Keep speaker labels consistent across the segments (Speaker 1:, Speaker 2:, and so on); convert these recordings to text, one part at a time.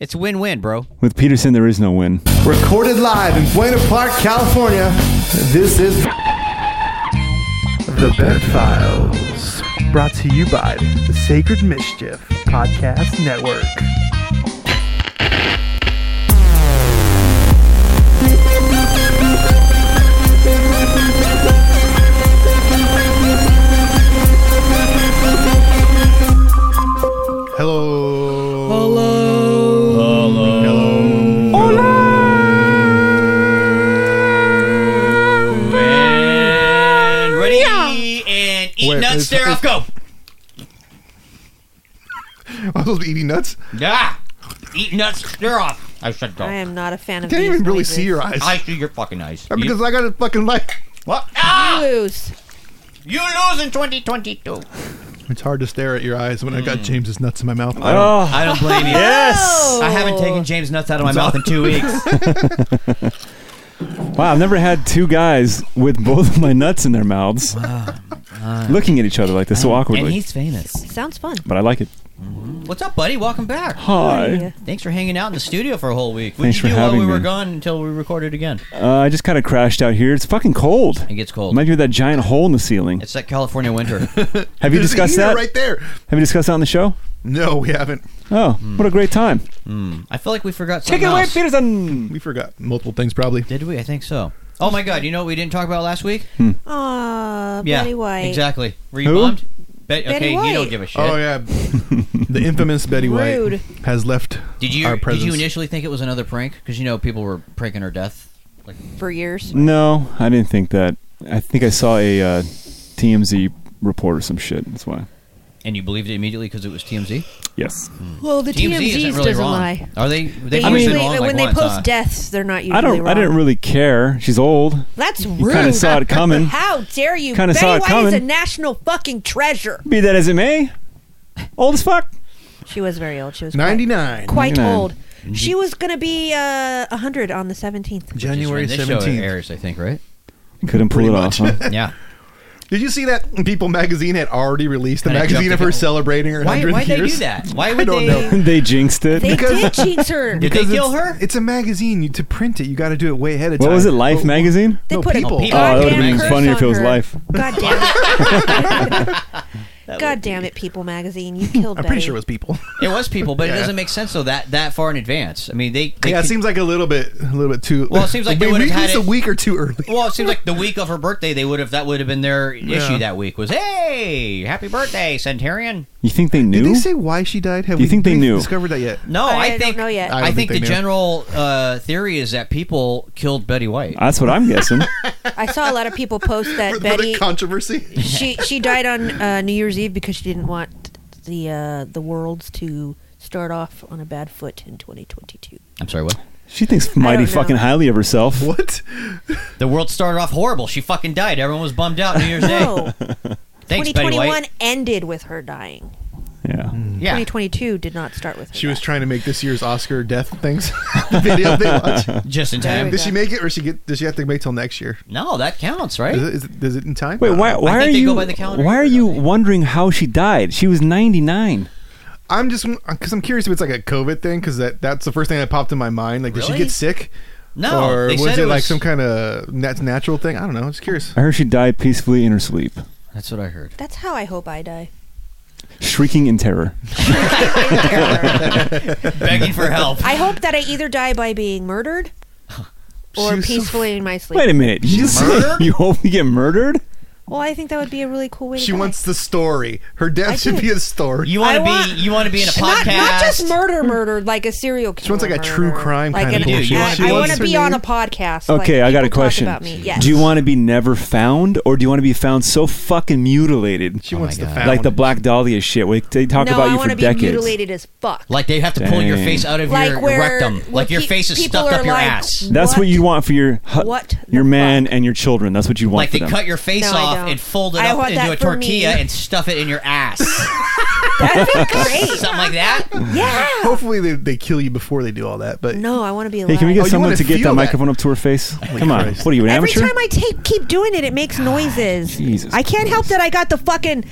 Speaker 1: It's win win, bro.
Speaker 2: With Peterson, there is no win.
Speaker 3: Recorded live in Buena Park, California. This is The Bed Files. Brought to you by the Sacred Mischief Podcast Network. Hello.
Speaker 1: And ready and eat
Speaker 3: Wait,
Speaker 1: nuts,
Speaker 3: it's-
Speaker 1: stare off, go.
Speaker 3: I was eating nuts.
Speaker 1: Yeah. Ah. Eat nuts, stare off. I said go.
Speaker 4: I am not a fan of
Speaker 3: Can't
Speaker 4: these
Speaker 3: even really
Speaker 4: noises.
Speaker 3: see your eyes
Speaker 1: I see your fucking eyes.
Speaker 3: because I got a fucking light.
Speaker 1: what? Ah!
Speaker 4: Blues.
Speaker 1: You lose in 2022.
Speaker 3: It's hard to stare at your eyes when I got James's nuts in my mouth.
Speaker 2: Oh,
Speaker 1: Hmm. I don't blame you.
Speaker 2: yes.
Speaker 1: I haven't taken James' nuts out of my mouth in two weeks.
Speaker 2: Wow, I've never had two guys with both of my nuts in their mouths looking at each other like this so
Speaker 1: and
Speaker 2: awkwardly.
Speaker 1: he's famous.
Speaker 4: Sounds fun.
Speaker 2: But I like it.
Speaker 1: What's up, buddy? Welcome back.
Speaker 4: Oh,
Speaker 2: Hi.
Speaker 1: Thanks for hanging out in the studio for a whole week. What
Speaker 2: Thanks
Speaker 1: did you
Speaker 2: for
Speaker 1: do while we
Speaker 2: having
Speaker 1: were
Speaker 2: me.
Speaker 1: gone until we recorded again?
Speaker 2: Uh, I just kind of crashed out here. It's fucking cold.
Speaker 1: It gets cold.
Speaker 2: Might be that giant hole in the ceiling.
Speaker 1: It's that California winter.
Speaker 2: Have you
Speaker 3: There's a
Speaker 2: discussed
Speaker 3: heater
Speaker 2: that?
Speaker 3: right there.
Speaker 2: Have you discussed that on the show?
Speaker 3: No, we haven't.
Speaker 2: Oh, what a great time.
Speaker 1: I feel like we forgot
Speaker 2: Take
Speaker 1: something
Speaker 2: it away,
Speaker 1: else.
Speaker 2: Peterson.
Speaker 3: We forgot multiple things probably.
Speaker 1: Did we? I think so. Oh my God! You know what we didn't talk about last week?
Speaker 4: Aw, Betty White.
Speaker 1: exactly. Were you
Speaker 2: Who?
Speaker 1: bummed? Bet-
Speaker 4: Betty
Speaker 1: okay,
Speaker 4: White.
Speaker 1: you don't give a shit.
Speaker 3: Oh yeah, the infamous Betty White
Speaker 4: Rude.
Speaker 3: has left
Speaker 1: Did you
Speaker 3: our
Speaker 1: did
Speaker 3: presence.
Speaker 1: you initially think it was another prank? Because you know people were pranking her death. Like,
Speaker 4: For years.
Speaker 2: No, I didn't think that. I think I saw a uh, TMZ report or some shit. That's why.
Speaker 1: and you believed it immediately because it was TMZ.
Speaker 2: Yes.
Speaker 4: Well, the
Speaker 1: TMZ isn't really wrong. Are they? They,
Speaker 4: They
Speaker 1: have
Speaker 4: usually,
Speaker 1: been wrong like
Speaker 4: when they
Speaker 1: once,
Speaker 4: post
Speaker 1: huh?
Speaker 4: deaths, they're not usually
Speaker 2: I don't.
Speaker 4: wrong.
Speaker 2: I didn't really care. She's old.
Speaker 4: That's rude.
Speaker 2: You kind of saw it coming.
Speaker 4: How dare you?
Speaker 2: Kinda
Speaker 4: Betty
Speaker 2: saw it
Speaker 4: White is
Speaker 2: coming.
Speaker 4: a national fucking treasure.
Speaker 2: Be that as it may, old as fuck.
Speaker 4: She was very old. She was quite-
Speaker 3: Ninety nine.
Speaker 4: Quite
Speaker 2: 99.
Speaker 4: old. She was going to be uh, 100 on the 17th.
Speaker 1: Which is
Speaker 3: January
Speaker 1: when this show
Speaker 3: seventeenth.
Speaker 1: airs, I think, right?
Speaker 2: Couldn't pull
Speaker 3: Pretty
Speaker 2: it
Speaker 3: much.
Speaker 2: off. Huh?
Speaker 1: Yeah.
Speaker 3: Did you see that People Magazine had already released the
Speaker 1: Kinda
Speaker 3: magazine
Speaker 1: jumped
Speaker 3: of her
Speaker 1: the-
Speaker 3: celebrating her
Speaker 1: Why?
Speaker 3: hundred
Speaker 1: Why'd they
Speaker 3: years?
Speaker 1: do that? Why would
Speaker 3: don't
Speaker 1: they?
Speaker 3: know.
Speaker 2: they jinxed it.
Speaker 4: They
Speaker 3: Because-
Speaker 4: did cheat her.
Speaker 1: Did they
Speaker 3: Because
Speaker 1: kill
Speaker 3: it's-
Speaker 1: her?
Speaker 3: It's a magazine. You, to print it, you got to do it way ahead of
Speaker 2: what
Speaker 3: time.
Speaker 2: was it? Life
Speaker 3: Oh,
Speaker 2: magazine.
Speaker 4: They
Speaker 3: No,
Speaker 4: put
Speaker 3: People. Oh,
Speaker 4: a
Speaker 1: that
Speaker 4: goddamn
Speaker 1: would've been
Speaker 4: curse
Speaker 2: funnier if it
Speaker 4: on
Speaker 2: was
Speaker 4: her.
Speaker 2: life.
Speaker 4: God damn it. God damn it, People Magazine. You killed
Speaker 3: I'm
Speaker 4: Betty.
Speaker 3: pretty sure it was people.
Speaker 1: It was people, but it
Speaker 3: Yeah.
Speaker 1: doesn't make sense though that that far in advance. I mean, they. they
Speaker 3: yeah, it
Speaker 1: could-
Speaker 3: seems like a little bit, a little bit too.
Speaker 1: Well, it seems like they
Speaker 3: we,
Speaker 1: would've
Speaker 3: we
Speaker 1: had
Speaker 3: missed
Speaker 1: it-
Speaker 3: a week or two early.
Speaker 1: Well, it seems like the week of her birthday, they would have that would have been their issue that week was, hey, happy birthday, Centurion.
Speaker 2: You think they knew?
Speaker 3: Did they say why she died? Have
Speaker 2: You
Speaker 3: we
Speaker 2: think they
Speaker 3: we've
Speaker 2: knew?
Speaker 3: discovered that yet?
Speaker 1: No,
Speaker 4: I
Speaker 1: I,
Speaker 4: don't
Speaker 1: think
Speaker 4: know yet.
Speaker 3: I
Speaker 1: I,
Speaker 3: don't
Speaker 1: think,
Speaker 3: think
Speaker 1: the
Speaker 3: they knew.
Speaker 1: general uh, theory is that people killed Betty White.
Speaker 2: That's what I'm guessing.
Speaker 4: I saw a lot of people post that
Speaker 3: For the- for the
Speaker 4: Betty
Speaker 3: controversy.
Speaker 4: she she died on uh, New Year's Eve because she didn't want the uh, the worlds to start off on a bad foot in 2022.
Speaker 1: I'm sorry, what?
Speaker 2: she thinks mighty
Speaker 4: know.
Speaker 2: fucking highly of herself.
Speaker 3: What?
Speaker 1: The world started off horrible. She fucking died. Everyone was bummed out New Year's Day.
Speaker 4: No,
Speaker 1: Thanks, Betty
Speaker 4: 2021
Speaker 1: White.
Speaker 4: ended with her dying.
Speaker 2: Yeah.
Speaker 1: Yeah,
Speaker 4: 2022 did not start with her.
Speaker 3: She was
Speaker 4: dying.
Speaker 3: trying to make this year's Oscar death things. the video they watch.
Speaker 1: just in
Speaker 4: There we
Speaker 1: time.
Speaker 4: go.
Speaker 3: Did she make it, or she get? Does she have to wait till next year?
Speaker 1: No, that counts,
Speaker 3: Is
Speaker 1: right?
Speaker 3: it, is it, is it in time?
Speaker 2: Wait, why? Why
Speaker 1: think
Speaker 2: are
Speaker 1: they
Speaker 2: you?
Speaker 1: go by the calendar
Speaker 2: why
Speaker 1: year,
Speaker 2: are you
Speaker 1: don't they?
Speaker 2: wondering how she died? She was 99.
Speaker 3: I'm just because I'm curious if it's like a COVID thing because that that's the first thing that popped in my mind. Like, did she
Speaker 1: Really?
Speaker 3: get sick?
Speaker 1: No,
Speaker 3: or
Speaker 1: they
Speaker 3: was
Speaker 1: said
Speaker 3: it,
Speaker 1: it
Speaker 3: like
Speaker 1: was-
Speaker 3: some kind of nat- natural thing? I don't know. I'm just curious.
Speaker 2: I heard she died peacefully in her sleep,
Speaker 1: That's what I heard.
Speaker 4: That's how I hope I die.
Speaker 2: shrieking in terror.
Speaker 1: Begging for help.
Speaker 4: I hope that I either die by being murdered or
Speaker 3: She was so-
Speaker 4: peacefully in my sleep.
Speaker 2: Wait a minute. You,
Speaker 1: murdered?
Speaker 2: you hope you get murdered?
Speaker 4: Well, I think that would be a really cool way. to
Speaker 3: She
Speaker 4: die.
Speaker 3: wants the story. Her death
Speaker 4: I
Speaker 3: should
Speaker 4: did.
Speaker 3: be a story.
Speaker 1: You want
Speaker 4: I
Speaker 1: to be?
Speaker 4: want-
Speaker 1: You want to be in a
Speaker 4: Not,
Speaker 1: podcast?
Speaker 4: not just murder, murder, like a serial killer.
Speaker 3: she wants like a true
Speaker 4: murder.
Speaker 3: crime
Speaker 4: Like
Speaker 3: kind
Speaker 4: an-
Speaker 3: of
Speaker 1: Dude,
Speaker 3: bullshit.
Speaker 1: you
Speaker 4: I,
Speaker 1: She wants
Speaker 4: want to
Speaker 3: her
Speaker 4: be
Speaker 3: name.
Speaker 4: on a podcast. like,
Speaker 2: Okay, I got a
Speaker 4: people talk
Speaker 2: question.
Speaker 4: About me. Yes.
Speaker 2: Do you want to be never found, or do you want to be found so fucking mutilated,
Speaker 3: She wants the
Speaker 1: Oh God.
Speaker 3: found.
Speaker 2: like the Black Dahlia shit? Where they talk
Speaker 4: no,
Speaker 2: about
Speaker 4: I
Speaker 2: you
Speaker 4: want
Speaker 2: for
Speaker 4: to be
Speaker 2: decades.
Speaker 4: mutilated as fuck.
Speaker 1: Like they have to pull your
Speaker 2: Dang.
Speaker 1: face out of
Speaker 4: Like
Speaker 1: your
Speaker 4: where-
Speaker 1: rectum.
Speaker 4: where
Speaker 1: Like your
Speaker 4: pe-
Speaker 1: face is
Speaker 4: people
Speaker 1: stuffed
Speaker 4: are
Speaker 1: up your
Speaker 4: like,
Speaker 1: ass.
Speaker 2: That's what,
Speaker 4: What?
Speaker 2: you'd want for your hu-
Speaker 4: What the
Speaker 2: your man
Speaker 4: fuck?
Speaker 2: and your children. That's what you want
Speaker 1: Like
Speaker 2: for
Speaker 1: they
Speaker 2: them.
Speaker 1: cut your face
Speaker 4: No, I
Speaker 1: off
Speaker 4: don't.
Speaker 1: and fold it
Speaker 4: I
Speaker 1: up
Speaker 4: want
Speaker 1: into
Speaker 4: that
Speaker 1: a
Speaker 4: for
Speaker 1: tortilla
Speaker 4: me.
Speaker 1: and stuff it in your ass.
Speaker 4: That'd be great.
Speaker 1: Something like that.
Speaker 4: yeah.
Speaker 3: Hopefully they, they kill you before they do all that. But
Speaker 4: No, I want to be alive.
Speaker 2: Hey, can we get
Speaker 3: Oh, you
Speaker 2: someone
Speaker 3: wanna
Speaker 2: to get that,
Speaker 3: feel that.
Speaker 2: microphone up to her face? Come on,
Speaker 3: Christ.
Speaker 2: what are you, an
Speaker 4: Every
Speaker 2: amateur?
Speaker 4: time I tape, keep doing it. It makes noises.
Speaker 2: Ah, Jesus
Speaker 4: I can't help that I got the fucking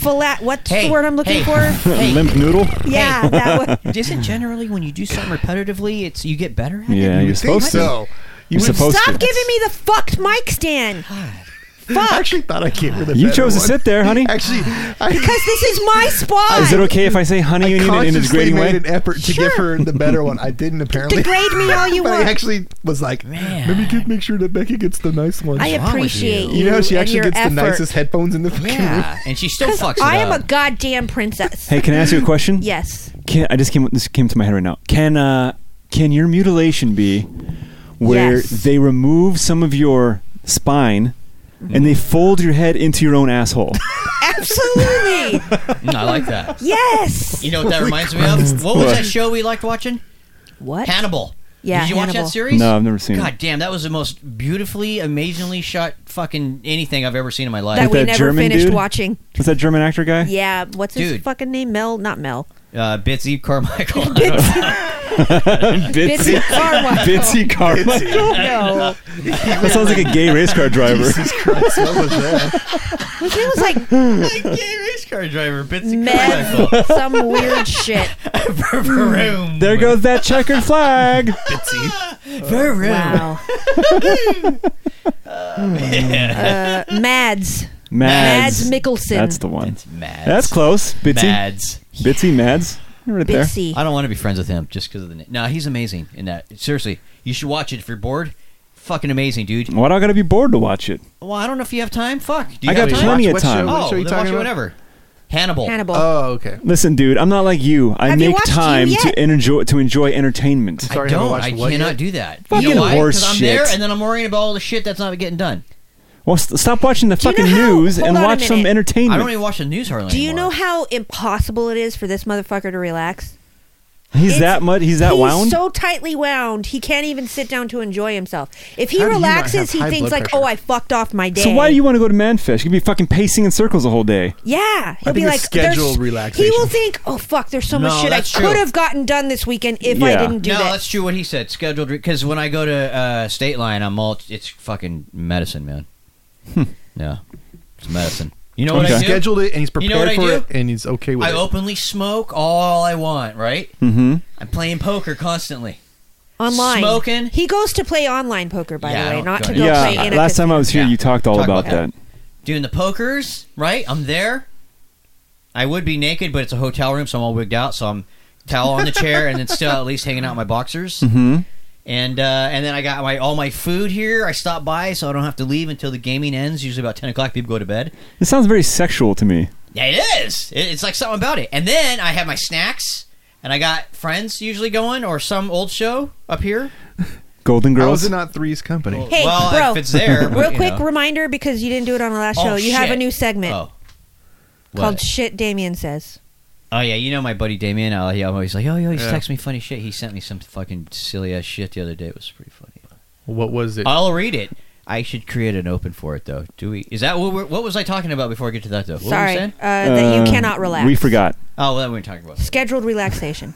Speaker 4: Flat. What's
Speaker 1: Hey,
Speaker 4: the word I'm looking
Speaker 1: hey.
Speaker 4: for?
Speaker 1: Hey.
Speaker 2: Limp noodle.
Speaker 4: Yeah, that one.
Speaker 1: Isn't generally when you do something repetitively, it's you get better at
Speaker 2: Yeah,
Speaker 1: it?
Speaker 2: you're
Speaker 3: think
Speaker 2: supposed
Speaker 3: so.
Speaker 2: to. You're supposed
Speaker 4: Stop
Speaker 2: to.
Speaker 4: giving me the fucked mic stand.
Speaker 3: I
Speaker 4: Fuck.
Speaker 3: actually thought I came with a
Speaker 2: You
Speaker 3: better
Speaker 2: chose to
Speaker 3: one.
Speaker 2: sit there, honey.
Speaker 3: Actually, I,
Speaker 4: Because this is my spot.
Speaker 2: Is it okay if I say honey
Speaker 3: I
Speaker 2: you in a
Speaker 3: consciously
Speaker 2: degrading
Speaker 3: made
Speaker 2: way?
Speaker 3: an effort to give her the better one. I didn't apparently.
Speaker 4: Degrade me all you
Speaker 3: but
Speaker 4: want.
Speaker 3: I actually was like,
Speaker 1: Man.
Speaker 3: let me get, make sure that Becky gets the nice one.
Speaker 4: I
Speaker 1: wrong with
Speaker 4: appreciate
Speaker 1: you?
Speaker 4: you.
Speaker 3: you know, how she
Speaker 4: and
Speaker 3: actually
Speaker 4: your
Speaker 3: gets
Speaker 4: effort.
Speaker 3: the nicest headphones in the fucking room.
Speaker 1: Yeah, and she still fucks it
Speaker 4: I am
Speaker 1: up.
Speaker 4: a goddamn princess.
Speaker 2: Hey, can I ask you a question?
Speaker 4: Yes.
Speaker 2: Can, I just came. This came to my head right now. Can uh, can your mutilation be where
Speaker 4: Yes.
Speaker 2: they remove some of your spine and they
Speaker 4: Mm-hmm.
Speaker 2: fold your head into your own asshole?
Speaker 4: Absolutely.
Speaker 1: Mm, I like that.
Speaker 4: yes.
Speaker 1: You know what that reminds me of? What was that show we liked watching?
Speaker 4: What?
Speaker 1: Hannibal.
Speaker 4: Yeah,
Speaker 1: Did you watch
Speaker 4: Hannibal.
Speaker 1: that series?
Speaker 2: no, I've never seen
Speaker 1: God
Speaker 2: it.
Speaker 1: damn, that was the most beautifully, amazingly shot fucking anything I've ever seen in my life.
Speaker 4: that we
Speaker 2: that
Speaker 4: never
Speaker 2: German
Speaker 4: finished
Speaker 2: dude?
Speaker 4: watching.
Speaker 2: Was that German actor guy?
Speaker 4: Yeah. What's his
Speaker 1: Dude.
Speaker 4: fucking name? Mel? Not Mel.
Speaker 1: uh, Bitsy Carmichael.
Speaker 2: Bitsy,
Speaker 4: Bitsy Carmichael.
Speaker 2: Bitsy Carmichael.
Speaker 4: No.
Speaker 2: that sounds like a gay race car driver.
Speaker 3: Jesus Christ, what was that?
Speaker 4: His name was like
Speaker 1: Gay race car driver, Bitsy Carmichael.
Speaker 4: Mev. some weird shit.
Speaker 1: Vroom.
Speaker 2: there goes that checkered flag.
Speaker 1: Vroom.
Speaker 4: Wow. uh, Mads. Mads
Speaker 2: Mads.
Speaker 4: Mikkelsen.
Speaker 2: That's the one.
Speaker 1: Mads.
Speaker 2: That's close. Bitsy.
Speaker 1: Mads.
Speaker 2: Bitsy Mads. You're Right there.
Speaker 4: Bitsy.
Speaker 1: I don't want to be friends with him just because of the name. No, he's amazing in that. Seriously, you should watch it if you're bored. Fucking amazing, dude.
Speaker 2: Why do I gotta be bored to watch it?
Speaker 1: Well, I don't know if you have time. Fuck. Do you
Speaker 2: I
Speaker 1: have
Speaker 2: got
Speaker 1: time?
Speaker 2: plenty of
Speaker 3: What
Speaker 2: time.
Speaker 3: show?
Speaker 1: Oh,
Speaker 3: are
Speaker 1: then
Speaker 3: you
Speaker 1: watch
Speaker 3: talking
Speaker 1: it
Speaker 3: about?
Speaker 1: whenever. Hannibal.
Speaker 4: Hannibal.
Speaker 3: Oh, okay.
Speaker 2: Listen, dude, I'm not like you. I
Speaker 4: Have you
Speaker 2: make
Speaker 4: watched
Speaker 2: time
Speaker 4: you yet?
Speaker 2: to enjoy to enjoy entertainment.
Speaker 1: I
Speaker 3: Sorry, I haven't
Speaker 1: don't.
Speaker 3: watched
Speaker 1: I
Speaker 3: what
Speaker 1: cannot
Speaker 3: yet?
Speaker 1: do that. you
Speaker 2: Fucking
Speaker 1: know why? 'Cause
Speaker 2: horse
Speaker 1: I'm there,
Speaker 2: shit.
Speaker 1: and then I'm worrying about all the shit that's not getting done.
Speaker 2: Well, st- stop watching the
Speaker 4: Do you
Speaker 2: fucking
Speaker 4: know how-
Speaker 2: news
Speaker 4: hold
Speaker 2: and
Speaker 4: on a
Speaker 2: watch some
Speaker 4: minute.
Speaker 2: entertainment.
Speaker 1: I don't even watch the news hardly
Speaker 4: Do you know
Speaker 1: anymore.
Speaker 4: how impossible it is for this motherfucker to relax?
Speaker 2: he's
Speaker 4: It's-
Speaker 2: that much. He's that
Speaker 4: he's
Speaker 2: wound.
Speaker 4: so tightly wound, he can't even sit down to enjoy himself. If he
Speaker 3: How do you not have
Speaker 4: relaxes, he
Speaker 3: high
Speaker 4: thinks
Speaker 3: blood
Speaker 4: like,
Speaker 3: pressure?
Speaker 4: "Oh, I fucked off my day."
Speaker 2: So why do you want to go to Manfish? You'd be fucking pacing in circles the whole day.
Speaker 4: Yeah,
Speaker 3: think
Speaker 4: he'll be
Speaker 3: it's
Speaker 4: like,
Speaker 3: scheduled
Speaker 4: there's- He
Speaker 3: relaxation.
Speaker 4: will think, "Oh fuck, there's so
Speaker 1: No,
Speaker 4: much shit I
Speaker 1: that's true.
Speaker 4: could have gotten done this weekend if I
Speaker 2: Yeah.
Speaker 4: didn't do
Speaker 1: no,
Speaker 4: that."
Speaker 1: that's true. What he said, scheduled because when I go to uh, State Line, I'm all it's fucking medicine, man. yeah, it's medicine. You know what
Speaker 2: Hmm. Okay.
Speaker 1: I do?
Speaker 3: Scheduled it, and he's
Speaker 1: You know what
Speaker 3: prepared
Speaker 1: I
Speaker 3: for it,
Speaker 1: do?
Speaker 3: and he's okay with
Speaker 1: I
Speaker 3: it.
Speaker 1: openly smoke all I want, right?
Speaker 2: Mm-hmm.
Speaker 1: I'm playing poker constantly.
Speaker 4: online
Speaker 1: Smoking.
Speaker 4: He goes to play online poker, by
Speaker 1: Yeah, I
Speaker 4: the way,
Speaker 1: don't
Speaker 4: not
Speaker 1: go
Speaker 4: to go
Speaker 1: anywhere.
Speaker 4: play
Speaker 2: Yeah.
Speaker 4: in a
Speaker 2: Last time I was here,
Speaker 1: Yeah.
Speaker 2: you talked all
Speaker 1: Talk
Speaker 2: about,
Speaker 1: about
Speaker 2: that.
Speaker 1: Doing the pokers, right? I'm there. I would be naked, but it's a hotel room, so I'm all wigged out. So I'm towel on the chair, and then still at least hanging out in my boxers.
Speaker 2: Hmm.
Speaker 1: And uh, and then I got my all my food here. I stop by, so I don't have to leave until the gaming ends. Usually about ten o'clock, people go to bed.
Speaker 2: It sounds very sexual to me.
Speaker 1: Yeah, it is. It, it's like something about it. And then I have my snacks, and I got friends usually going or some old show up here.
Speaker 2: Golden
Speaker 3: How is
Speaker 2: Girls.
Speaker 3: it not Three's Company?
Speaker 4: Hey,
Speaker 1: well,
Speaker 4: bro,
Speaker 1: if it's there,
Speaker 4: Real
Speaker 1: you
Speaker 4: quick
Speaker 1: know.
Speaker 4: reminder because you didn't do it on the last
Speaker 1: Oh,
Speaker 4: show. You have a
Speaker 1: shit.
Speaker 4: new segment
Speaker 1: Oh.
Speaker 4: called
Speaker 1: What?
Speaker 4: "Shit Damien Says."
Speaker 1: oh yeah, you know my buddy Damien. I, he always like, oh, he always
Speaker 3: Yeah.
Speaker 1: texts me funny shit. He sent me some fucking silly ass shit the other day. It was pretty funny.
Speaker 3: What was
Speaker 2: Uh,
Speaker 3: it?
Speaker 1: I'll read it. I should create an open for it though. Do we? Is that what? We're, what was I talking about before I get to that though? What were we
Speaker 4: Sorry, uh,
Speaker 1: saying?
Speaker 4: that you
Speaker 2: Uh,
Speaker 4: cannot relax.
Speaker 2: We forgot.
Speaker 1: Oh, well, that we were talking about.
Speaker 4: scheduled relaxation.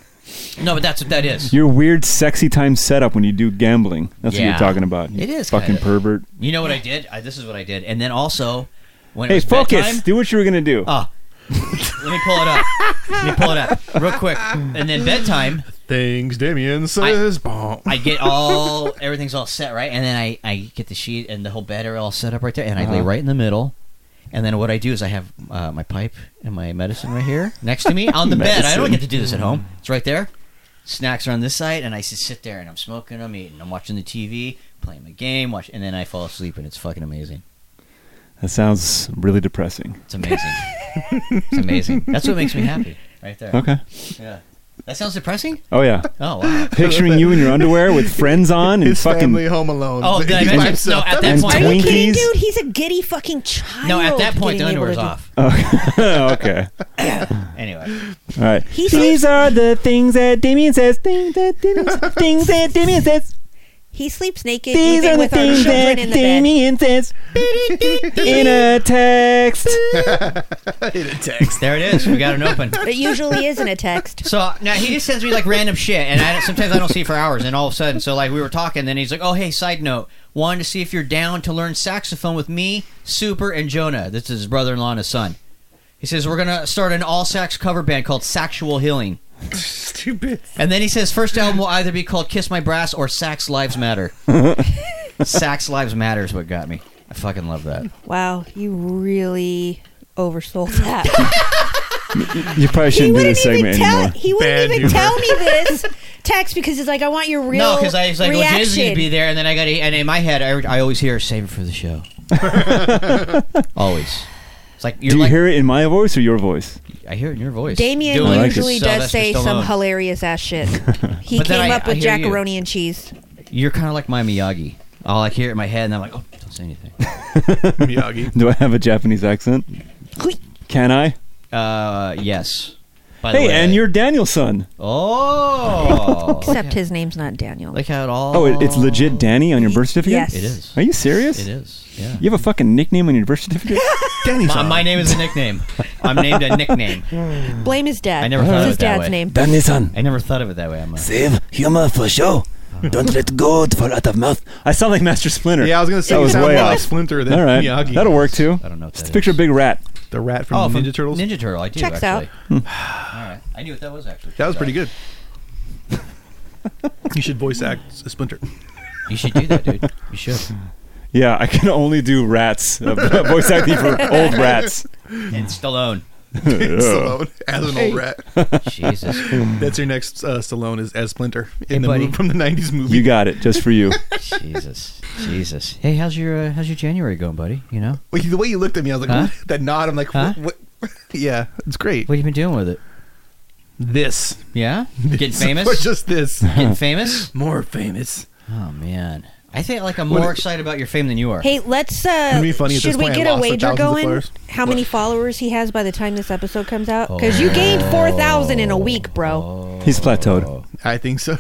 Speaker 1: No, but that's what that is.
Speaker 2: Your weird, sexy time setup when you do gambling. That's what
Speaker 1: Yeah.
Speaker 2: you're talking about. you
Speaker 1: It is
Speaker 2: Fucking
Speaker 1: kinda.
Speaker 2: pervert.
Speaker 1: You know what I did? I, this is what I did. And then also, when it
Speaker 2: Hey,
Speaker 1: was
Speaker 2: focus.
Speaker 1: bedtime,
Speaker 2: Do what you were going to do.
Speaker 1: Oh. Let me pull it up. Let me pull it up real quick. And then bedtime,
Speaker 3: Things Damien says. Bonk.
Speaker 1: I get all everything's all set right, and then I I get the sheet and the whole bed are all set up right there, and I lay
Speaker 2: Uh-huh.
Speaker 1: right in the middle. And then what I do is I have uh, my pipe and my medicine right here next to me on the bed. I don't
Speaker 2: Medicine.
Speaker 1: get to do this at home. It's right there. Snacks are on this side, and I just sit there and I'm smoking, I'm eating, I'm watching the TV, playing my game, watch, and then I fall asleep, and it's fucking amazing.
Speaker 2: That sounds really depressing.
Speaker 1: It's amazing. it's amazing. That's what makes me happy, right there.
Speaker 2: Okay.
Speaker 1: Yeah. That sounds depressing.
Speaker 2: Oh, yeah.
Speaker 1: Oh wow.
Speaker 2: Picturing you in your underwear with friends on and
Speaker 3: His
Speaker 2: fucking
Speaker 3: family home alone.
Speaker 1: Oh, did I
Speaker 3: He's by
Speaker 1: mention-
Speaker 3: himself.
Speaker 1: no, at that
Speaker 2: and
Speaker 1: point-
Speaker 4: Are you kidding,
Speaker 2: Twinkies.
Speaker 4: dude? He's a giddy fucking child.
Speaker 1: No, at that
Speaker 4: to
Speaker 1: point the
Speaker 4: getting able
Speaker 1: underwear's
Speaker 4: to do-
Speaker 1: off.
Speaker 2: okay.
Speaker 1: Anyway.
Speaker 2: All right.
Speaker 4: He
Speaker 2: These
Speaker 4: seems-
Speaker 2: are the things that Damien says. Things that Damien says. Things that Damien says.
Speaker 4: He sleeps naked
Speaker 2: These
Speaker 4: even
Speaker 2: are the
Speaker 4: with our
Speaker 2: things
Speaker 4: children
Speaker 2: that
Speaker 4: in the bed.
Speaker 2: Damien says. In a text.
Speaker 1: There it is. We got an open.
Speaker 4: It usually isn't a text.
Speaker 1: So now he just sends me like random shit, and I, sometimes I don't see it for hours. And all of a sudden, so like we were talking, then he's like, "Oh, hey, side note, wanted to see if you're down to learn saxophone with me, Super, and Jonah. This is his brother-in-law and his son." He says we're gonna start an all sax cover band called Sexual Healing.
Speaker 3: Stupid.
Speaker 1: And then he says first album will either be called Kiss My Brass or Sax Lives Matter. sax Lives Matter is what got me. I fucking love that.
Speaker 4: Wow, you really oversold that.
Speaker 2: You probably
Speaker 4: he
Speaker 2: shouldn't do
Speaker 4: wouldn't
Speaker 2: this segment
Speaker 4: even tell.
Speaker 2: anymore.
Speaker 4: He wouldn't
Speaker 3: Bad
Speaker 4: even
Speaker 3: humor.
Speaker 4: tell me this text because it's like I want your real
Speaker 1: no, because I was like, well, Disney
Speaker 4: reaction.
Speaker 1: would be there, and then I got, and in my head, I, I always hear "Save it for the show." always. It's like you're
Speaker 2: do you
Speaker 1: like,
Speaker 2: hear it in my voice or your voice?
Speaker 1: I hear it in your voice.
Speaker 4: Damien
Speaker 1: Doing
Speaker 2: like it.
Speaker 4: usually does
Speaker 1: Sylvester
Speaker 4: say some
Speaker 1: Stallone.
Speaker 4: hilarious ass shit. He
Speaker 1: But then
Speaker 4: came
Speaker 1: I-
Speaker 4: up
Speaker 1: I
Speaker 4: with
Speaker 1: hear you.
Speaker 4: jackaroni and cheese.
Speaker 1: You're kind of like my Miyagi. I'll like hear it in my head, and I'm like, oh, don't say anything.
Speaker 3: Miyagi.
Speaker 2: Do I have a Japanese accent? Can I?
Speaker 1: Uh, yes. By the
Speaker 2: Hey,
Speaker 1: way,
Speaker 2: and you're Daniel's son.
Speaker 1: oh.
Speaker 4: Except his name's not Daniel.
Speaker 1: Like how it all.
Speaker 2: Oh, it, it's legit Danny on your birth certificate?
Speaker 4: Yes.
Speaker 1: It is.
Speaker 2: Are you serious?
Speaker 1: It is. Yeah.
Speaker 2: You have a fucking nickname on your birth certificate?
Speaker 3: Danny's
Speaker 1: My, my name is a nickname. I'm named a nickname.
Speaker 4: Blame his dad.
Speaker 1: I never thought of
Speaker 4: it's his
Speaker 1: it that
Speaker 4: dad's
Speaker 1: way.
Speaker 4: name.
Speaker 1: I never thought of it that way. I'm a,
Speaker 5: Save humor for show. Don't let go to fall out of mouth.
Speaker 2: I sound like Master Splinter.
Speaker 3: Yeah, I was gonna say
Speaker 2: That
Speaker 3: you
Speaker 2: was
Speaker 3: sound
Speaker 2: way
Speaker 3: more
Speaker 2: off.
Speaker 3: like Splinter than
Speaker 2: All right.
Speaker 3: Miyagi.
Speaker 2: That'll work too.
Speaker 1: I don't know. If
Speaker 2: Just
Speaker 1: that
Speaker 2: picture a
Speaker 1: is.
Speaker 2: big rat.
Speaker 3: The rat from
Speaker 1: Oh,
Speaker 3: Ninja
Speaker 1: from
Speaker 3: Turtles. Hmm.
Speaker 1: Ninja Turtle. I do.
Speaker 4: Checks
Speaker 1: actually.
Speaker 4: out.
Speaker 1: All right. I knew what that was actually.
Speaker 3: That was
Speaker 1: Checks
Speaker 3: pretty
Speaker 1: out.
Speaker 3: good. you should voice act a Splinter.
Speaker 1: You should do that, dude. You should.
Speaker 2: Yeah, I can only do rats. Uh, voice acting for old rats.
Speaker 1: And Stallone.
Speaker 3: Stallone as an old rat.
Speaker 1: Jesus.
Speaker 3: That's your next uh, Stallone is as Splinter in the
Speaker 1: buddy.
Speaker 3: movie from the '90s movie.
Speaker 2: You got it, just for you.
Speaker 1: Jesus. Jesus. Hey, how's your uh, how's your January going, buddy? You know,
Speaker 3: Wait, the way you looked at me, I was like,
Speaker 1: Huh?
Speaker 3: what? that nod. I'm like,
Speaker 1: Huh?
Speaker 3: what? what? yeah, it's great.
Speaker 1: what have you been doing with it?
Speaker 3: This
Speaker 1: Yeah, getting
Speaker 3: or
Speaker 1: famous.
Speaker 3: just this
Speaker 1: getting famous.
Speaker 3: more famous.
Speaker 1: Oh man, I think like I'm more
Speaker 3: What-
Speaker 1: excited about your fame than you are.
Speaker 4: Hey, let's. Uh,
Speaker 3: It'd be funny if
Speaker 4: should
Speaker 3: this
Speaker 4: we
Speaker 3: plan
Speaker 4: get a
Speaker 3: lost the
Speaker 4: wager
Speaker 3: thousands of
Speaker 4: going?
Speaker 3: followers.
Speaker 4: How many followers he has by the time this episode comes out?
Speaker 1: Oh.
Speaker 4: Because you gained four thousand in a week, bro.
Speaker 2: He's
Speaker 1: Oh,
Speaker 2: plateaued.
Speaker 3: I think so.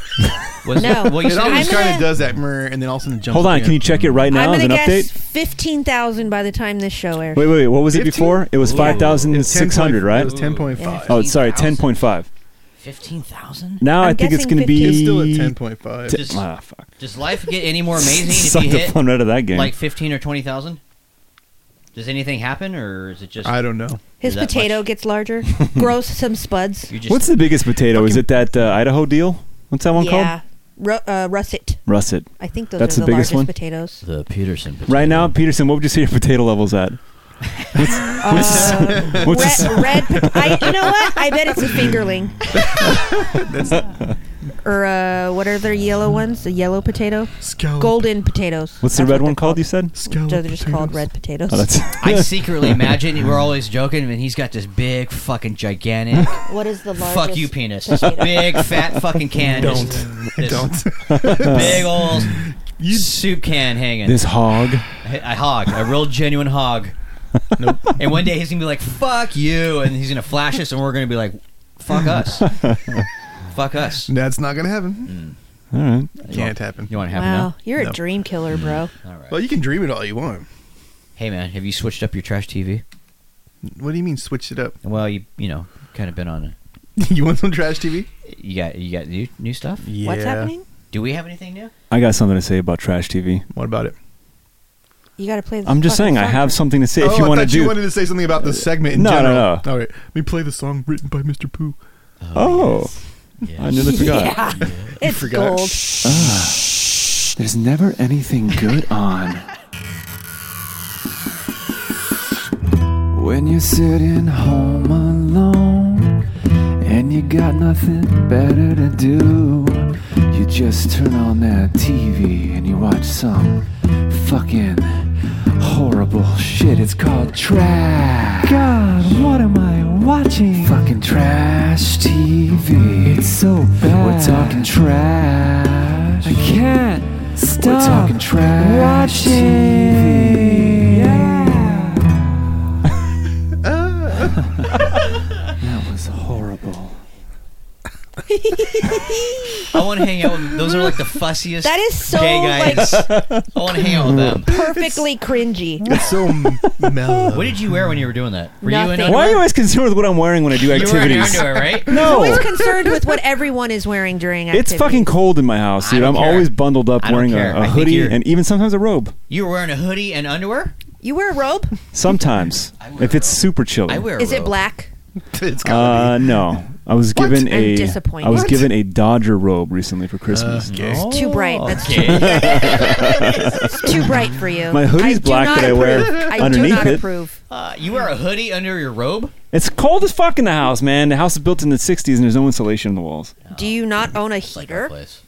Speaker 1: Was
Speaker 4: No.
Speaker 1: well, you
Speaker 3: it
Speaker 1: said
Speaker 3: always
Speaker 4: I'm gonna-
Speaker 3: kind of does that, meh, and then all of a sudden it jumps.
Speaker 2: Hold on, can you check it right
Speaker 4: I'm
Speaker 2: now as
Speaker 4: gonna
Speaker 2: an
Speaker 4: guess
Speaker 2: update?
Speaker 4: fifteen thousand by the time this show airs.
Speaker 2: Wait, wait, wait. What was it
Speaker 3: 15?
Speaker 2: before? It was five thousand six hundred,
Speaker 3: It
Speaker 2: right?
Speaker 3: was ten point five.
Speaker 2: Oh, sorry, ten point five.
Speaker 1: fifteen thousand.
Speaker 2: Now i
Speaker 4: I'm
Speaker 2: think it's
Speaker 4: guessing
Speaker 2: going to be.
Speaker 3: It's still at ten point five.
Speaker 2: t-
Speaker 1: Just-
Speaker 2: ah, fuck.
Speaker 1: Does life get any more amazing
Speaker 2: Suck
Speaker 1: if you
Speaker 2: the
Speaker 1: hit
Speaker 2: fun out of that game.
Speaker 1: like fifteen or twenty thousand? Does anything happen, or is it just
Speaker 3: I don't know.
Speaker 1: Is
Speaker 4: His
Speaker 1: that
Speaker 4: potato
Speaker 1: much?
Speaker 4: gets larger, grows some spuds.
Speaker 1: you just
Speaker 2: What's the biggest potato? Is it that uh, Idaho deal? What's that one
Speaker 4: yeah,
Speaker 2: called?
Speaker 4: Ru- uh, russet.
Speaker 2: Russet.
Speaker 4: I think those
Speaker 2: That's
Speaker 4: are
Speaker 2: the
Speaker 4: the,
Speaker 2: biggest
Speaker 4: largest
Speaker 2: one?
Speaker 4: potatoes.
Speaker 1: the Peterson? Potato?
Speaker 2: Right now, Peterson, what would you say your potato levels at?
Speaker 4: Uh,
Speaker 2: What's
Speaker 4: red,
Speaker 2: this-
Speaker 4: red pot- I, you know what? I bet it's a fingerling. or uh, what are their yellow ones? The yellow potato,
Speaker 3: Scallop.
Speaker 4: golden potatoes.
Speaker 2: What's the
Speaker 4: That's
Speaker 2: red
Speaker 4: what
Speaker 2: one
Speaker 4: they're
Speaker 2: called? You said.
Speaker 3: Scallop
Speaker 4: They're just called
Speaker 3: potatoes.
Speaker 4: red potatoes.
Speaker 2: Oh, that's.
Speaker 1: I secretly imagine we're always joking, and he's got this big fucking gigantic
Speaker 4: what is the largest?
Speaker 1: fuck you penis,
Speaker 4: potato?
Speaker 1: big fat fucking can.
Speaker 3: Don't.
Speaker 1: just this
Speaker 3: Don't.
Speaker 1: big old
Speaker 3: You-
Speaker 1: soup can hanging.
Speaker 2: This hog.
Speaker 1: a a hog, a real genuine hog.
Speaker 3: Nope.
Speaker 1: And one day he's gonna be like, "Fuck you," and he's gonna flash us, and we're gonna be like, "Fuck us, fuck us."
Speaker 3: That's not gonna happen.
Speaker 2: All right.
Speaker 3: Can't happen.
Speaker 1: You want to happen
Speaker 4: Wow, you're
Speaker 3: No.
Speaker 4: a dream killer, bro.
Speaker 1: now? All right.
Speaker 3: Well, you can dream it all you want.
Speaker 1: hey man, have you switched up your trash TV?
Speaker 3: What do you mean switch it up?
Speaker 1: Well, you you know, kind of been on. A,
Speaker 3: you want some trash TV?
Speaker 1: you got you got new new stuff.
Speaker 2: Mm.
Speaker 3: Yeah.
Speaker 4: What's happening?
Speaker 1: Do we have anything new?
Speaker 2: I got something to say about trash TV.
Speaker 3: What about it?
Speaker 4: You got to play. This
Speaker 2: I'm just
Speaker 4: fucking
Speaker 2: saying I
Speaker 4: song
Speaker 2: have
Speaker 4: first.
Speaker 2: something to say.
Speaker 3: oh,
Speaker 2: if you
Speaker 3: I
Speaker 2: want to
Speaker 3: thought
Speaker 2: do.
Speaker 3: you wanted to say something about the segment in
Speaker 2: No, no,
Speaker 3: general.
Speaker 2: no.
Speaker 3: All right, let me play the song written by Mr. Pooh.
Speaker 2: oh, I nearly forgot.
Speaker 4: Yeah, it's
Speaker 3: forgot.
Speaker 4: gold.
Speaker 2: There's never anything good on. When you're sitting home alone and you got nothing better to do, you just turn on that TV and you watch some fucking horrible shit. It's called trash. God, what am I watching? Fucking trash TV. It's so bad. We're talking trash. I can't stop. We're talking trash watching. TV. Yeah. that was horrible.
Speaker 1: I want to hang out. with Those are like the fussiest.
Speaker 4: That is so
Speaker 1: gay
Speaker 4: like
Speaker 1: guys. I want to hang out with them.
Speaker 4: perfectly cringy.
Speaker 3: It's so m- mellow.
Speaker 1: What did you wear when you were doing that? Were you in
Speaker 4: Nothing.
Speaker 1: underwear?
Speaker 2: Why are you always concerned with what I'm wearing when I do
Speaker 1: You were in your
Speaker 2: activities?
Speaker 1: underwear, right?
Speaker 4: Always
Speaker 2: No.
Speaker 4: concerned with what everyone is wearing during activity.
Speaker 2: It's fucking cold in my house,
Speaker 1: I
Speaker 2: dude.
Speaker 1: don't
Speaker 2: I'm
Speaker 1: care.
Speaker 2: always bundled up
Speaker 1: I don't
Speaker 2: wearing
Speaker 1: care. I
Speaker 2: a, a
Speaker 1: think
Speaker 2: hoodie
Speaker 1: you're-
Speaker 2: and even sometimes a robe.
Speaker 1: You were wearing a hoodie and underwear.
Speaker 4: You wear a robe?
Speaker 2: Sometimes,
Speaker 1: I wear
Speaker 2: if it's
Speaker 1: a robe.
Speaker 2: super chilly.
Speaker 1: I wear. A
Speaker 4: Is it
Speaker 1: robe.
Speaker 4: black?
Speaker 3: it's gotta
Speaker 2: Uh, no, I was given
Speaker 4: I'm
Speaker 2: a
Speaker 4: disappointed.
Speaker 2: I was
Speaker 4: What?
Speaker 2: given a Dodger robe recently for Christmas.
Speaker 4: It's too bright. That's too,
Speaker 1: Oh, Okay.
Speaker 4: it's too bright for you.
Speaker 2: My hoodie's
Speaker 4: I do
Speaker 2: black
Speaker 4: not
Speaker 2: that I wear
Speaker 4: approve. I
Speaker 2: underneath
Speaker 4: do not
Speaker 2: it.
Speaker 4: approve.
Speaker 1: Uh, you wear a hoodie under your robe?
Speaker 2: It's cold as fuck in the house, man. The house is built in the '60s, and there's no insulation in the walls.
Speaker 4: Do you not own a
Speaker 1: Like our
Speaker 4: heater?
Speaker 1: place.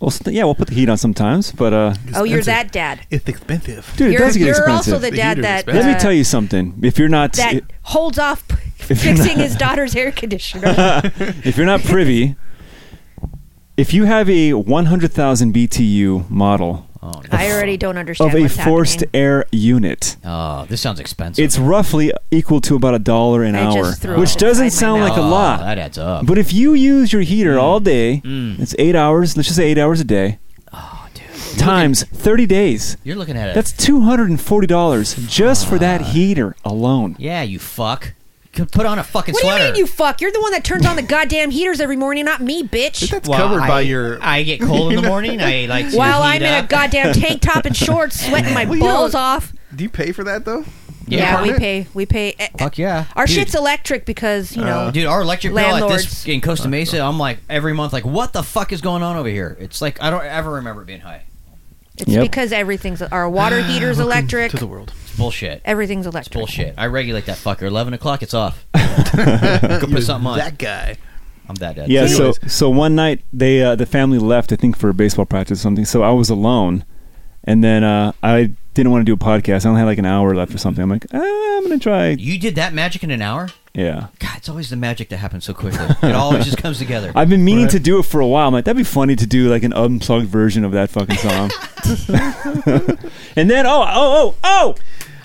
Speaker 2: Well, st- yeah, we'll put the heat on sometimes, but uh,
Speaker 4: Oh, you're
Speaker 3: Expensive.
Speaker 4: that dad.
Speaker 3: It's expensive.
Speaker 2: dude, it
Speaker 4: you're
Speaker 2: does get
Speaker 4: you're
Speaker 2: expensive.
Speaker 4: also the
Speaker 3: The
Speaker 4: dad
Speaker 3: heater is
Speaker 4: that
Speaker 2: Let me
Speaker 4: uh,
Speaker 2: tell you something. If you're not
Speaker 4: that holds off
Speaker 2: If you're
Speaker 4: fixing his daughter's air conditioner.
Speaker 2: if you're not privy, if you have a 100,000 BTU model
Speaker 1: Oh, no.
Speaker 4: I already don't understand
Speaker 2: of a
Speaker 4: what's
Speaker 2: forced
Speaker 4: happening.
Speaker 2: air unit,
Speaker 1: Oh, this sounds expensive.
Speaker 2: it's roughly equal to about a dollar an
Speaker 4: I just
Speaker 2: hour,
Speaker 4: threw
Speaker 2: which
Speaker 4: it
Speaker 2: doesn't
Speaker 4: inside my
Speaker 2: sound
Speaker 4: mouth.
Speaker 2: like a
Speaker 1: Oh,
Speaker 2: lot.
Speaker 1: That adds up.
Speaker 2: But if you use your heater all day,
Speaker 1: Mm.
Speaker 2: it's eight hours. Let's just say eight hours a day. Times 30 days.
Speaker 1: You're looking at it.
Speaker 2: That's $240 just for that heater alone.
Speaker 1: yeah, you fuck. Could put on a fucking
Speaker 4: What do you
Speaker 1: sweater.
Speaker 4: mean, you fuck? You're the one that turns on the goddamn heaters every morning, not me, bitch.
Speaker 3: That's
Speaker 1: Well,
Speaker 3: covered
Speaker 1: I,
Speaker 3: by your.
Speaker 1: I get cold in the morning. I like. To
Speaker 4: While
Speaker 1: heat
Speaker 4: I'm in a
Speaker 1: up.
Speaker 4: goddamn tank top and shorts, sweating my
Speaker 3: Well, you
Speaker 4: balls
Speaker 3: know-
Speaker 4: off.
Speaker 3: do you pay for that though?
Speaker 4: Yeah, we
Speaker 3: apartment?
Speaker 4: pay. We pay. eh, eh,
Speaker 1: Fuck Uh, yeah.
Speaker 4: Our
Speaker 1: Dude.
Speaker 4: shit's electric because you know.
Speaker 1: Dude, our electric bill at
Speaker 4: Landlords.
Speaker 1: this in Costa Mesa, I'm like every month, like, what the fuck is going on over here? It's like I don't ever remember it being high.
Speaker 4: It's
Speaker 2: Yep.
Speaker 4: because everything's our water heater's electric.
Speaker 3: To the world.
Speaker 1: It's bullshit.
Speaker 4: Everything's electric.
Speaker 1: Bullshit. I regulate that fucker. Eleven o'clock, it's off. Go put something on.
Speaker 3: That guy.
Speaker 1: I'm that dead.
Speaker 2: Yeah, so
Speaker 3: Anyways.
Speaker 2: so one night they uh, the family left, I think, for a baseball practice or something. So I was alone, and then uh, I didn't want to do a podcast. I only had like an hour left or something. I'm like, ah, I'm gonna try.
Speaker 1: you did that magic in an hour.
Speaker 2: Yeah,
Speaker 1: God, it's always the magic that happens so quickly. It always just comes together.
Speaker 2: I've been meaning to do it for a while. I'm like, that'd be funny to do like an unplugged version of that fucking song. and then oh oh oh oh,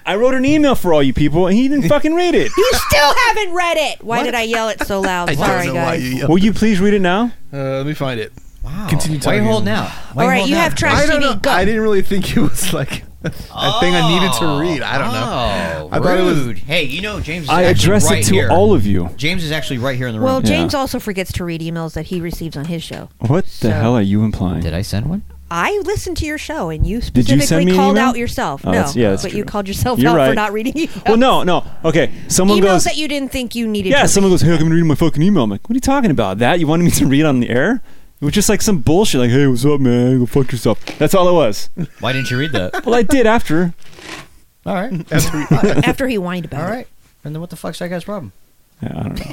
Speaker 2: I wrote an email for all you people, and he didn't fucking read it.
Speaker 4: You still haven't read it. Why did I yell it so loud?
Speaker 3: I
Speaker 4: Sorry,
Speaker 3: don't know why
Speaker 4: guys.
Speaker 3: you. yelled.
Speaker 2: Will you please read it now?
Speaker 3: Uh, let me find it.
Speaker 1: wow.
Speaker 3: Continue
Speaker 1: Why
Speaker 3: talking.
Speaker 1: you holding out? Why
Speaker 4: All right,
Speaker 1: holding
Speaker 4: you
Speaker 1: out?
Speaker 4: have trash
Speaker 3: I don't know.
Speaker 4: TV. Go.
Speaker 3: I didn't really think it was like a thing I needed to read. I don't
Speaker 1: Oh,
Speaker 3: know. I thought it was-
Speaker 1: rude. Hey, you know James. Is
Speaker 2: I
Speaker 1: actually
Speaker 2: addressed
Speaker 1: right
Speaker 2: it to
Speaker 1: here.
Speaker 2: all of you.
Speaker 1: James is actually right here in the room.
Speaker 4: Well,
Speaker 2: Yeah.
Speaker 4: James also forgets to read emails that he receives on his show.
Speaker 2: What
Speaker 4: So-
Speaker 2: the hell are you implying?
Speaker 1: Did I send one?
Speaker 4: I listened to your show, and you
Speaker 2: you send
Speaker 4: specifically
Speaker 2: me an
Speaker 4: called
Speaker 2: email?
Speaker 4: out yourself.
Speaker 2: Oh,
Speaker 4: no,
Speaker 2: that's- yeah, that's
Speaker 4: but
Speaker 2: true.
Speaker 4: you called yourself
Speaker 2: You're
Speaker 4: out for
Speaker 2: right.
Speaker 4: not reading emails.
Speaker 2: Well, no, no. Okay, someone
Speaker 4: emails
Speaker 2: goes.
Speaker 4: that you didn't think you needed.
Speaker 2: Yeah,
Speaker 4: to
Speaker 2: someone
Speaker 4: read.
Speaker 2: goes, "Hey, I'm gonna read my fucking email." I'm like, "What are you talking about? That you wanted me to read on the air?" It was just like some bullshit. Like, "Hey, what's up, man? Go fuck yourself." That's all it was.
Speaker 1: Why didn't you read that?
Speaker 2: Well, I did after.
Speaker 1: all right,
Speaker 4: after he whined about
Speaker 1: all
Speaker 4: it.
Speaker 1: right. And then what the fuck's that guy's problem?
Speaker 2: Yeah, I don't know.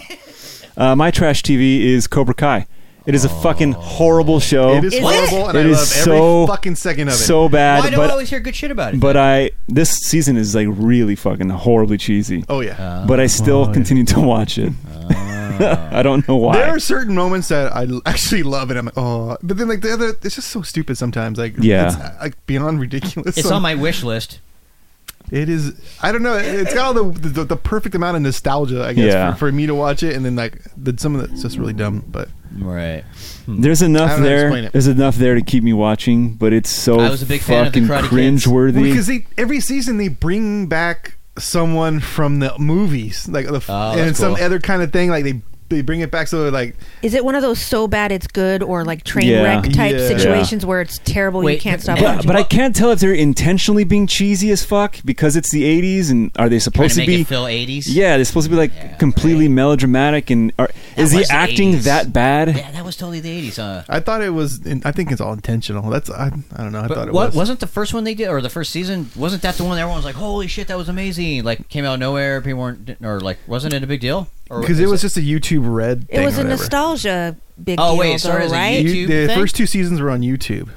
Speaker 2: Uh, my trash TV is Cobra Kai. It is a fucking horrible show.
Speaker 3: Oh. It is,
Speaker 4: Is
Speaker 3: horrible, and
Speaker 2: Oh. It
Speaker 3: I
Speaker 2: is
Speaker 3: love
Speaker 2: so-
Speaker 3: every fucking second of it.
Speaker 2: so bad,
Speaker 1: Why do I
Speaker 2: but
Speaker 1: always hear good shit about it?
Speaker 2: but I this season is like really fucking horribly cheesy.
Speaker 3: oh yeah.
Speaker 2: but I still continue to watch it.
Speaker 3: Ah.
Speaker 2: I don't know why.
Speaker 3: There are certain moments that I l- actually love, and I'm like, oh. But then, like the other, it's just so stupid sometimes. Like,
Speaker 2: Yeah.
Speaker 3: it's, uh, like beyond ridiculous.
Speaker 1: it's
Speaker 3: So-
Speaker 1: on my wish list.
Speaker 3: It is. I don't know. it- It's got all the the, the perfect amount of nostalgia, I guess,
Speaker 2: Yeah.
Speaker 3: for, for me to watch it, and then like the, some of that's just really dumb. But
Speaker 1: Right.
Speaker 2: There's
Speaker 3: I
Speaker 2: enough
Speaker 3: don't know how to
Speaker 2: there.
Speaker 3: explain it.
Speaker 2: There's enough there to keep me watching, but it's so
Speaker 1: I was a big fan of the Karate
Speaker 2: fucking
Speaker 1: Kids.
Speaker 2: cringeworthy.
Speaker 3: Well, because they every season they bring back someone from the movies, like the, f-
Speaker 1: Oh,
Speaker 3: and
Speaker 1: that's
Speaker 3: some
Speaker 1: cool.
Speaker 3: other kind of thing. Like they they bring it back, so they're like
Speaker 4: Is it one of those so bad it's good or like train
Speaker 2: Yeah.
Speaker 4: wreck type
Speaker 3: Yeah.
Speaker 4: situations where it's terrible you
Speaker 1: Wait,
Speaker 4: can't stop
Speaker 2: But,
Speaker 4: watching?
Speaker 2: but I can't tell if they're intentionally being cheesy as fuck because it's the 80s and are they
Speaker 1: Trying
Speaker 2: supposed
Speaker 1: to
Speaker 2: to,
Speaker 1: make
Speaker 2: be
Speaker 1: it feel 80s.
Speaker 2: Yeah, they're supposed to be like
Speaker 1: Yeah,
Speaker 2: completely melodramatic and are, is the
Speaker 1: was the
Speaker 2: acting
Speaker 1: 80s.
Speaker 2: that bad?
Speaker 1: Yeah, that was totally the 80s. Uh,
Speaker 3: I thought it was. In, I think it's all intentional. That's I, I don't know. I thought
Speaker 1: but
Speaker 3: it
Speaker 1: what
Speaker 3: was.
Speaker 1: wasn't the first one they did, or the first season? Wasn't that the one that everyone was like, "Holy shit, that was amazing!" Like came out of nowhere. People weren't, didn't- or like, wasn't it a big deal? Or
Speaker 3: because
Speaker 1: is
Speaker 3: it was just a YouTube red.
Speaker 4: it
Speaker 3: thing
Speaker 4: was
Speaker 3: or
Speaker 4: a
Speaker 3: whatever.
Speaker 4: nostalgia big
Speaker 1: Oh,
Speaker 4: deal,
Speaker 1: wait, it started
Speaker 4: though,
Speaker 1: as a
Speaker 4: right?
Speaker 1: YouTube
Speaker 3: You- the
Speaker 1: thing?
Speaker 3: first two seasons were on YouTube.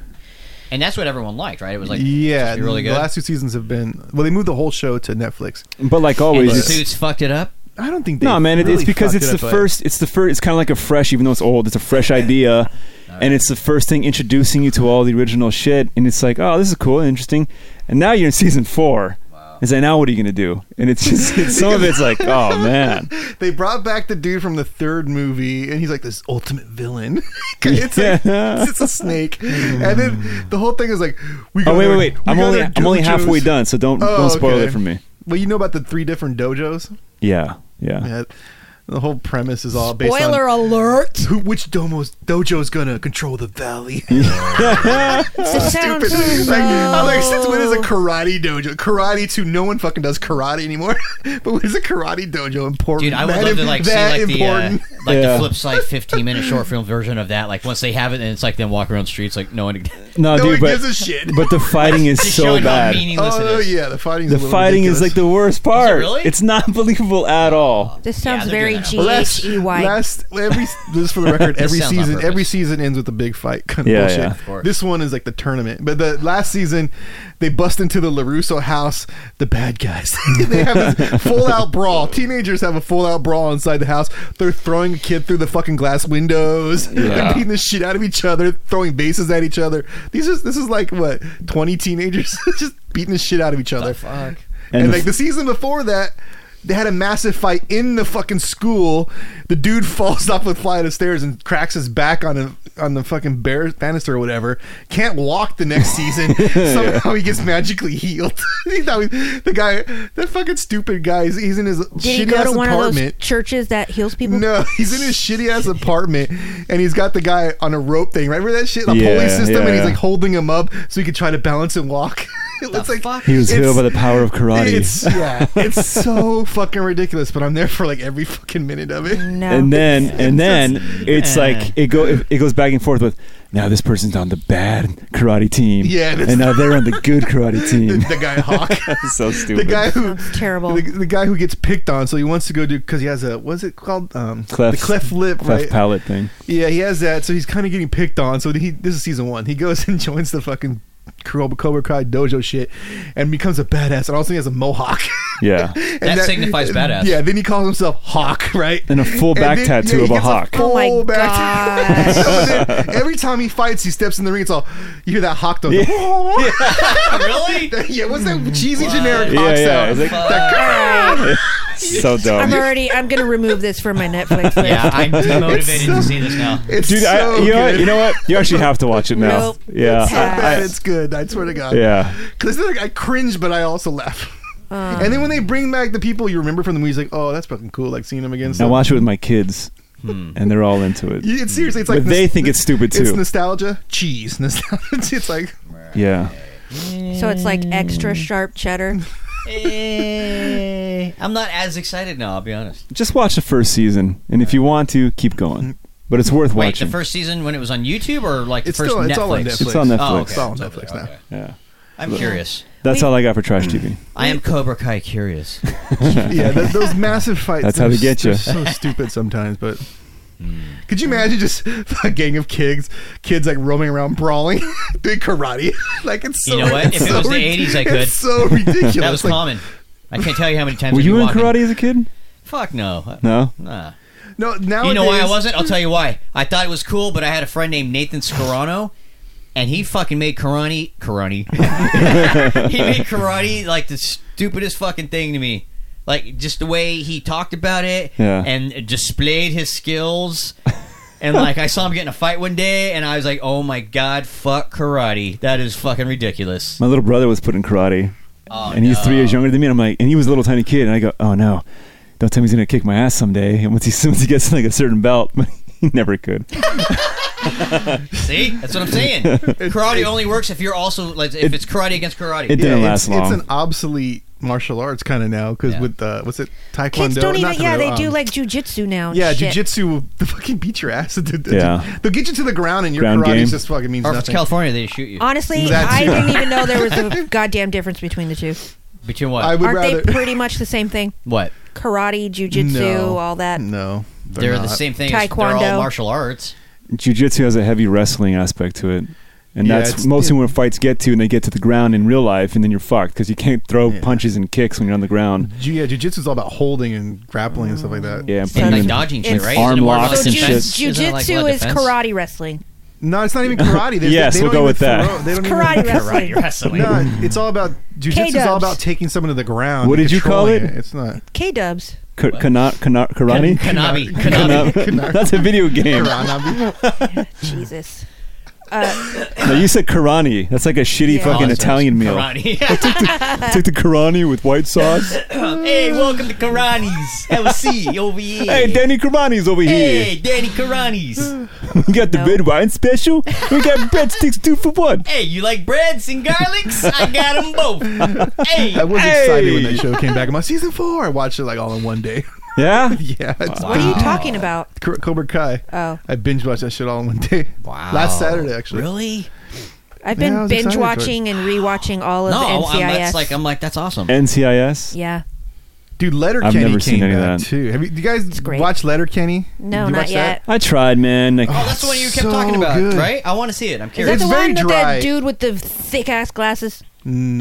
Speaker 1: and that's what everyone liked, right? It was like,
Speaker 3: yeah,
Speaker 1: supposed to be really good.
Speaker 3: the last two seasons have been. Well, they moved the whole show to Netflix.
Speaker 2: But like
Speaker 1: and
Speaker 2: always,
Speaker 1: the
Speaker 2: it's,
Speaker 1: suits fucked it up.
Speaker 3: I don't think. They
Speaker 2: no man, it,
Speaker 3: really
Speaker 2: it's because
Speaker 3: fucked
Speaker 2: it's
Speaker 3: it
Speaker 2: the
Speaker 3: up, but-
Speaker 2: first. It's the first. It's kind of like a fresh, even though it's old. It's a fresh idea, and it's the first thing introducing you to all the original shit. And it's like, oh, this is cool, interesting. And now you're in season four. It's like now what are you gonna do? And it's just it's, some of it's like, oh man.
Speaker 3: They brought back the dude from the third movie, and he's like this ultimate villain. it's, like,
Speaker 2: Yeah.
Speaker 3: it's a snake, and then the whole thing is like, we.
Speaker 2: Oh
Speaker 3: got
Speaker 2: wait,
Speaker 3: our-
Speaker 2: wait, wait!
Speaker 3: we
Speaker 2: I'm
Speaker 3: got
Speaker 2: only
Speaker 3: our
Speaker 2: I'm only
Speaker 3: dojos.
Speaker 2: halfway done, so don't
Speaker 3: Oh,
Speaker 2: don't spoil
Speaker 3: okay.
Speaker 2: it for me.
Speaker 3: Well, you know about the three different dojos.
Speaker 2: Yeah, yeah.
Speaker 3: Yeah. The whole premise is all based
Speaker 4: Spoiler
Speaker 3: on
Speaker 4: alert!
Speaker 3: who, which domo's dojo's gonna control the valley.
Speaker 4: It's the sound.
Speaker 3: Stupid. Like, I'm like, since when is a karate dojo? Karate too. No one fucking does karate anymore. but when is a karate dojo important?
Speaker 1: Dude, I would
Speaker 3: That
Speaker 1: love
Speaker 3: im-
Speaker 1: to like see
Speaker 3: that
Speaker 1: like the uh,
Speaker 3: important.
Speaker 1: like
Speaker 2: Yeah.
Speaker 1: the flip side fifteen minute short film version of that. Like once they have it, and it's like them walking around the streets, like no one.
Speaker 2: No,
Speaker 3: no
Speaker 2: dude,
Speaker 3: one
Speaker 2: but
Speaker 3: gives a shit.
Speaker 2: but the fighting is
Speaker 1: Just
Speaker 2: so
Speaker 1: showing
Speaker 2: bad.
Speaker 1: how meaningless
Speaker 3: oh
Speaker 1: it is.
Speaker 3: yeah, the fighting.
Speaker 2: The fighting is like the worst part.
Speaker 1: really?
Speaker 2: It's not believable at all.
Speaker 4: This sounds
Speaker 1: Yeah, they're
Speaker 4: very
Speaker 1: doing that.
Speaker 4: G H
Speaker 3: last,
Speaker 4: E Y.
Speaker 3: last every this for the record
Speaker 1: This
Speaker 3: every
Speaker 1: sounds on
Speaker 3: season
Speaker 1: purpose.
Speaker 3: every season ends with a big fight kind of
Speaker 2: Yeah,
Speaker 3: bullshit.
Speaker 2: yeah. Of
Speaker 1: course.
Speaker 3: this one is like the tournament but the last season they bust into the larusso house the bad guys they have this full out brawl teenagers have a full out brawl inside the house they're throwing a kid through the fucking glass windows they're
Speaker 2: Yeah.
Speaker 3: beating the shit out of each other throwing bases at each other these is this is like what 20 teenagers just beating the shit out of each other
Speaker 1: fuck.
Speaker 3: and,
Speaker 2: And the
Speaker 3: like
Speaker 2: f-
Speaker 3: the season before that, they had a massive fight in the fucking school. The dude falls off a flight of stairs and cracks his back on a on the fucking bear banister or whatever. Can't walk the next season. Somehow he gets magically healed. he thought he- the guy, that fucking stupid guy, he's, he's in his
Speaker 4: Did he
Speaker 3: shitty
Speaker 4: go
Speaker 3: ass
Speaker 4: to one of those
Speaker 3: apartment.
Speaker 4: churches that heals people?
Speaker 3: No, he's in his shitty ass apartment, and he's got the guy on a rope thing. Right, remember that shit, the
Speaker 2: Yeah,
Speaker 3: pulley system, and he's
Speaker 2: yeah.
Speaker 3: like holding him up so he could try to balance and walk. it's like
Speaker 2: He was
Speaker 3: it's-
Speaker 2: healed by the power of karate.
Speaker 3: it's yeah, it's so fucking ridiculous, but I'm there for like every fucking minute of it.
Speaker 4: No.
Speaker 2: and then and then it's
Speaker 3: eh.
Speaker 1: Yeah.
Speaker 2: like it go it goes back and forth with now this person's on the bad karate team.
Speaker 3: Yeah, that's-
Speaker 2: And now they're on the good karate
Speaker 3: The,
Speaker 2: team.
Speaker 3: the guy Hawk,
Speaker 2: so stupid.
Speaker 3: the guy who
Speaker 4: Sounds terrible.
Speaker 3: the, the guy who gets picked on, so he wants to go do because he has a what's it called um
Speaker 2: Cleft-
Speaker 3: the cleft lip
Speaker 2: Cleft
Speaker 3: right
Speaker 2: palate thing.
Speaker 3: yeah he has that so he's kind of getting picked on so he this is season one he goes and joins the fucking Cobra Cobra Kai dojo shit and becomes a badass and also he has a mohawk
Speaker 2: Yeah.
Speaker 3: And
Speaker 1: That signifies badass.
Speaker 3: yeah then he calls himself Hawk right
Speaker 2: And a full
Speaker 3: And
Speaker 2: back
Speaker 3: then-
Speaker 2: tattoo
Speaker 3: yeah, he
Speaker 2: of a
Speaker 3: gets
Speaker 2: hawk.
Speaker 4: Oh my
Speaker 3: full back tattoo.
Speaker 4: gosh.
Speaker 3: But then every time he fights, he steps in the ring. It's all you hear that hawk though. Yeah.
Speaker 1: really?
Speaker 3: what's that cheesy generic
Speaker 2: Yeah,
Speaker 3: hawk
Speaker 2: yeah,
Speaker 3: sound?
Speaker 2: it's like- so dumb.
Speaker 4: I'm already. I'm gonna remove this from my Netflix. list.
Speaker 1: yeah, I'm demotivated to see this now.
Speaker 3: it's
Speaker 2: Dude,
Speaker 3: so
Speaker 2: I, you,
Speaker 3: good.
Speaker 2: know what, you know what? You actually have to watch it now.
Speaker 4: Nope.
Speaker 2: Yeah.
Speaker 3: It's, so bad,
Speaker 2: I- I-
Speaker 3: it's good. I swear to God.
Speaker 2: yeah.
Speaker 3: Because like, I cringe, but I also laugh.
Speaker 4: Uh.
Speaker 3: and then when they bring back the people you remember from the movies, like, oh, that's fucking cool. Like seeing them again.
Speaker 2: I
Speaker 3: So, Hmm.
Speaker 2: watch it with my kids, and they're all into it.
Speaker 3: You- it's seriously, it's like
Speaker 2: but they think it's stupid
Speaker 3: it's
Speaker 2: too.
Speaker 3: nostalgia, cheese, nostalgia. It's like
Speaker 2: yeah.
Speaker 4: So it's like extra
Speaker 3: Mm.
Speaker 4: sharp cheddar.
Speaker 1: Eh, I'm not as excited now. I'll be honest.
Speaker 2: Just watch the first season, and if you want to, keep going. But it's worth
Speaker 1: Wait,
Speaker 2: watching.
Speaker 1: the first season when it was on YouTube or like the
Speaker 3: it's
Speaker 1: first
Speaker 3: still
Speaker 1: Netflix?
Speaker 3: it's all on Netflix.
Speaker 2: It's on Netflix.
Speaker 1: Oh, okay.
Speaker 3: It's all on Netflix now.
Speaker 2: yeah.
Speaker 1: I'm curious.
Speaker 2: That's
Speaker 4: We-
Speaker 2: all I got for trash TV.
Speaker 1: I am Cobra Kai curious.
Speaker 3: yeah, th- those massive fights.
Speaker 2: That's how they
Speaker 3: they're
Speaker 2: get
Speaker 3: s- they're
Speaker 2: you.
Speaker 3: So stupid sometimes, but.
Speaker 1: Mm.
Speaker 3: Could you imagine just a gang of kids, kids like roaming around brawling, doing karate? Like it's so
Speaker 1: You know what? If
Speaker 3: it's
Speaker 1: it
Speaker 3: so
Speaker 1: was the
Speaker 3: rid-
Speaker 1: 80s, I could.
Speaker 3: It's so ridiculous.
Speaker 1: that was
Speaker 3: Like,
Speaker 1: common. I can't tell you how many times.
Speaker 2: Were
Speaker 1: I'd
Speaker 2: you
Speaker 1: be
Speaker 2: in
Speaker 1: walking-
Speaker 2: karate as a kid?
Speaker 1: Fuck no.
Speaker 2: No.
Speaker 1: Nah.
Speaker 3: No, now
Speaker 2: Oh,
Speaker 1: You know why I wasn't? I'll tell you why. I thought it was cool, but I had a friend named Nathan Scarano, and he fucking made karate. Karate. he made karate like the stupidest fucking thing to me. Like just the way he talked about it
Speaker 2: Yeah.
Speaker 1: and displayed his skills. And like I saw him getting a fight one day, and I was like, "Oh my god, fuck karate! That is fucking ridiculous."
Speaker 2: My little brother was put in karate,
Speaker 1: Oh,
Speaker 2: and he's three
Speaker 1: no.
Speaker 2: years younger than me. And I'm like, and he was a little tiny kid, and I go, oh no, don't tell me he's gonna kick my ass someday. And once he once he gets like a certain belt, he never could.
Speaker 1: See, that's what I'm saying. karate only works if you're also like if
Speaker 2: It-
Speaker 1: it's karate against karate.
Speaker 2: It didn't
Speaker 3: it's,
Speaker 2: last long.
Speaker 3: It's an obsolete martial arts kind of now because
Speaker 1: Yeah.
Speaker 3: with uh, what's it taekwondo?
Speaker 4: Kids don't
Speaker 3: Not
Speaker 4: even. Yeah,
Speaker 3: taekwondo,
Speaker 4: they
Speaker 3: um,
Speaker 4: do like jujitsu now. and
Speaker 3: Yeah,
Speaker 4: shit.
Speaker 3: jujitsu will they fucking beat your ass.
Speaker 2: Yeah.
Speaker 3: they'll get you to the ground, and your
Speaker 2: Ground
Speaker 3: karate
Speaker 2: game.
Speaker 3: just fucking means
Speaker 1: or if it's
Speaker 3: nothing.
Speaker 1: California, they shoot you.
Speaker 4: Honestly,
Speaker 3: That
Speaker 4: I
Speaker 3: too.
Speaker 4: didn't even know there was a goddamn difference between the two.
Speaker 1: Between what?
Speaker 3: I would
Speaker 4: Aren't
Speaker 3: rather
Speaker 4: they pretty much the same thing?
Speaker 1: what?
Speaker 4: Karate, jujitsu,
Speaker 3: No.
Speaker 4: all that.
Speaker 3: no,
Speaker 1: They're, the
Speaker 3: not.
Speaker 1: same thing. as- They're
Speaker 4: Taekwondo.
Speaker 1: all martial arts.
Speaker 2: Jiu-jitsu has a heavy wrestling aspect to it. And
Speaker 3: Yeah,
Speaker 2: that's
Speaker 3: it's-
Speaker 2: mostly where fights get to, and they get to the ground in real life, and then you're fucked because you can't throw
Speaker 3: Yeah.
Speaker 2: punches and kicks when you're on the ground.
Speaker 3: Ju- Yeah, jujitsu is all about holding and grappling and stuff like that.
Speaker 2: Yeah, and
Speaker 1: And
Speaker 2: putting
Speaker 1: like
Speaker 2: in-
Speaker 1: dodging
Speaker 4: and
Speaker 1: shit, right?
Speaker 2: arm
Speaker 1: Isn't it more
Speaker 2: locks
Speaker 1: like
Speaker 4: So
Speaker 2: and
Speaker 4: ju-
Speaker 1: defense?
Speaker 2: shit.
Speaker 1: Isn't it like
Speaker 4: jujitsu
Speaker 1: more
Speaker 4: is
Speaker 1: defense?
Speaker 4: karate wrestling.
Speaker 3: No, it's not even karate. They,
Speaker 2: Yes,
Speaker 3: they
Speaker 2: we'll
Speaker 3: don't
Speaker 2: go
Speaker 3: even
Speaker 2: with that.
Speaker 3: throw- they don't
Speaker 4: It's
Speaker 3: even-
Speaker 4: karate
Speaker 1: Karate
Speaker 4: wrestling.
Speaker 1: wrestling.
Speaker 3: No, it's all about jujitsu. Is all
Speaker 4: K-dubs.
Speaker 3: about taking someone to the ground.
Speaker 2: What
Speaker 3: and
Speaker 2: did you call
Speaker 3: controlling
Speaker 2: it?
Speaker 3: It's not.
Speaker 4: K Dubs.
Speaker 2: Ka- kana- kana- karate?
Speaker 1: Kanabi.
Speaker 2: Kana-
Speaker 1: Kanabi.
Speaker 2: That's a video game.
Speaker 3: Karate.
Speaker 4: Jesus. uh,
Speaker 2: No, you said karani. That's like a shitty
Speaker 4: Yeah.
Speaker 2: fucking
Speaker 1: Oh, that's
Speaker 2: Italian meal.
Speaker 1: Karate.
Speaker 2: Take the karani with white sauce.
Speaker 1: hey, welcome to Karani's. Have a seat over here.
Speaker 2: hey, Danny Karani's over
Speaker 1: Hey, Danny Karani's.
Speaker 2: here. We got the
Speaker 4: No.
Speaker 2: red wine special. We got breadsticks two for one.
Speaker 1: Hey, you like breads and garlics? I got them both. Hey,
Speaker 3: I was excited when
Speaker 2: Hey!
Speaker 3: that show came back. I'm like, season four. I watched it like all in one day.
Speaker 2: Yeah.
Speaker 3: yeah, it's
Speaker 4: what are you talking about?
Speaker 3: Cobra- Cobra Kai.
Speaker 4: Oh,
Speaker 3: I binge watched that shit all in one day. Last Saturday, actually.
Speaker 1: Really?
Speaker 4: I've
Speaker 3: Yeah, I
Speaker 4: been
Speaker 3: was
Speaker 4: binge
Speaker 3: excited for it.
Speaker 4: watching and rewatching all of
Speaker 1: No, I'm,
Speaker 4: NCIS.
Speaker 1: that's like I'm like that's awesome.
Speaker 2: NCIS.
Speaker 4: yeah,
Speaker 3: Dude,
Speaker 2: I've
Speaker 3: Letterkenny
Speaker 2: never
Speaker 3: came
Speaker 2: seen any of
Speaker 3: back
Speaker 2: that.
Speaker 3: too. Have you, do you guys
Speaker 4: great.
Speaker 3: watch Letterkenny?
Speaker 4: no,
Speaker 3: Did you
Speaker 4: not
Speaker 3: watch that?
Speaker 4: yet.
Speaker 2: I tried, man. Like,
Speaker 1: Oh, that's the one you kept
Speaker 3: So
Speaker 1: talking about,
Speaker 3: good.
Speaker 1: right? I want to see it. I'm
Speaker 4: Is that
Speaker 1: curious.
Speaker 3: It's
Speaker 4: the
Speaker 3: very
Speaker 4: one with
Speaker 3: dry.
Speaker 4: that dude with the thick ass glasses?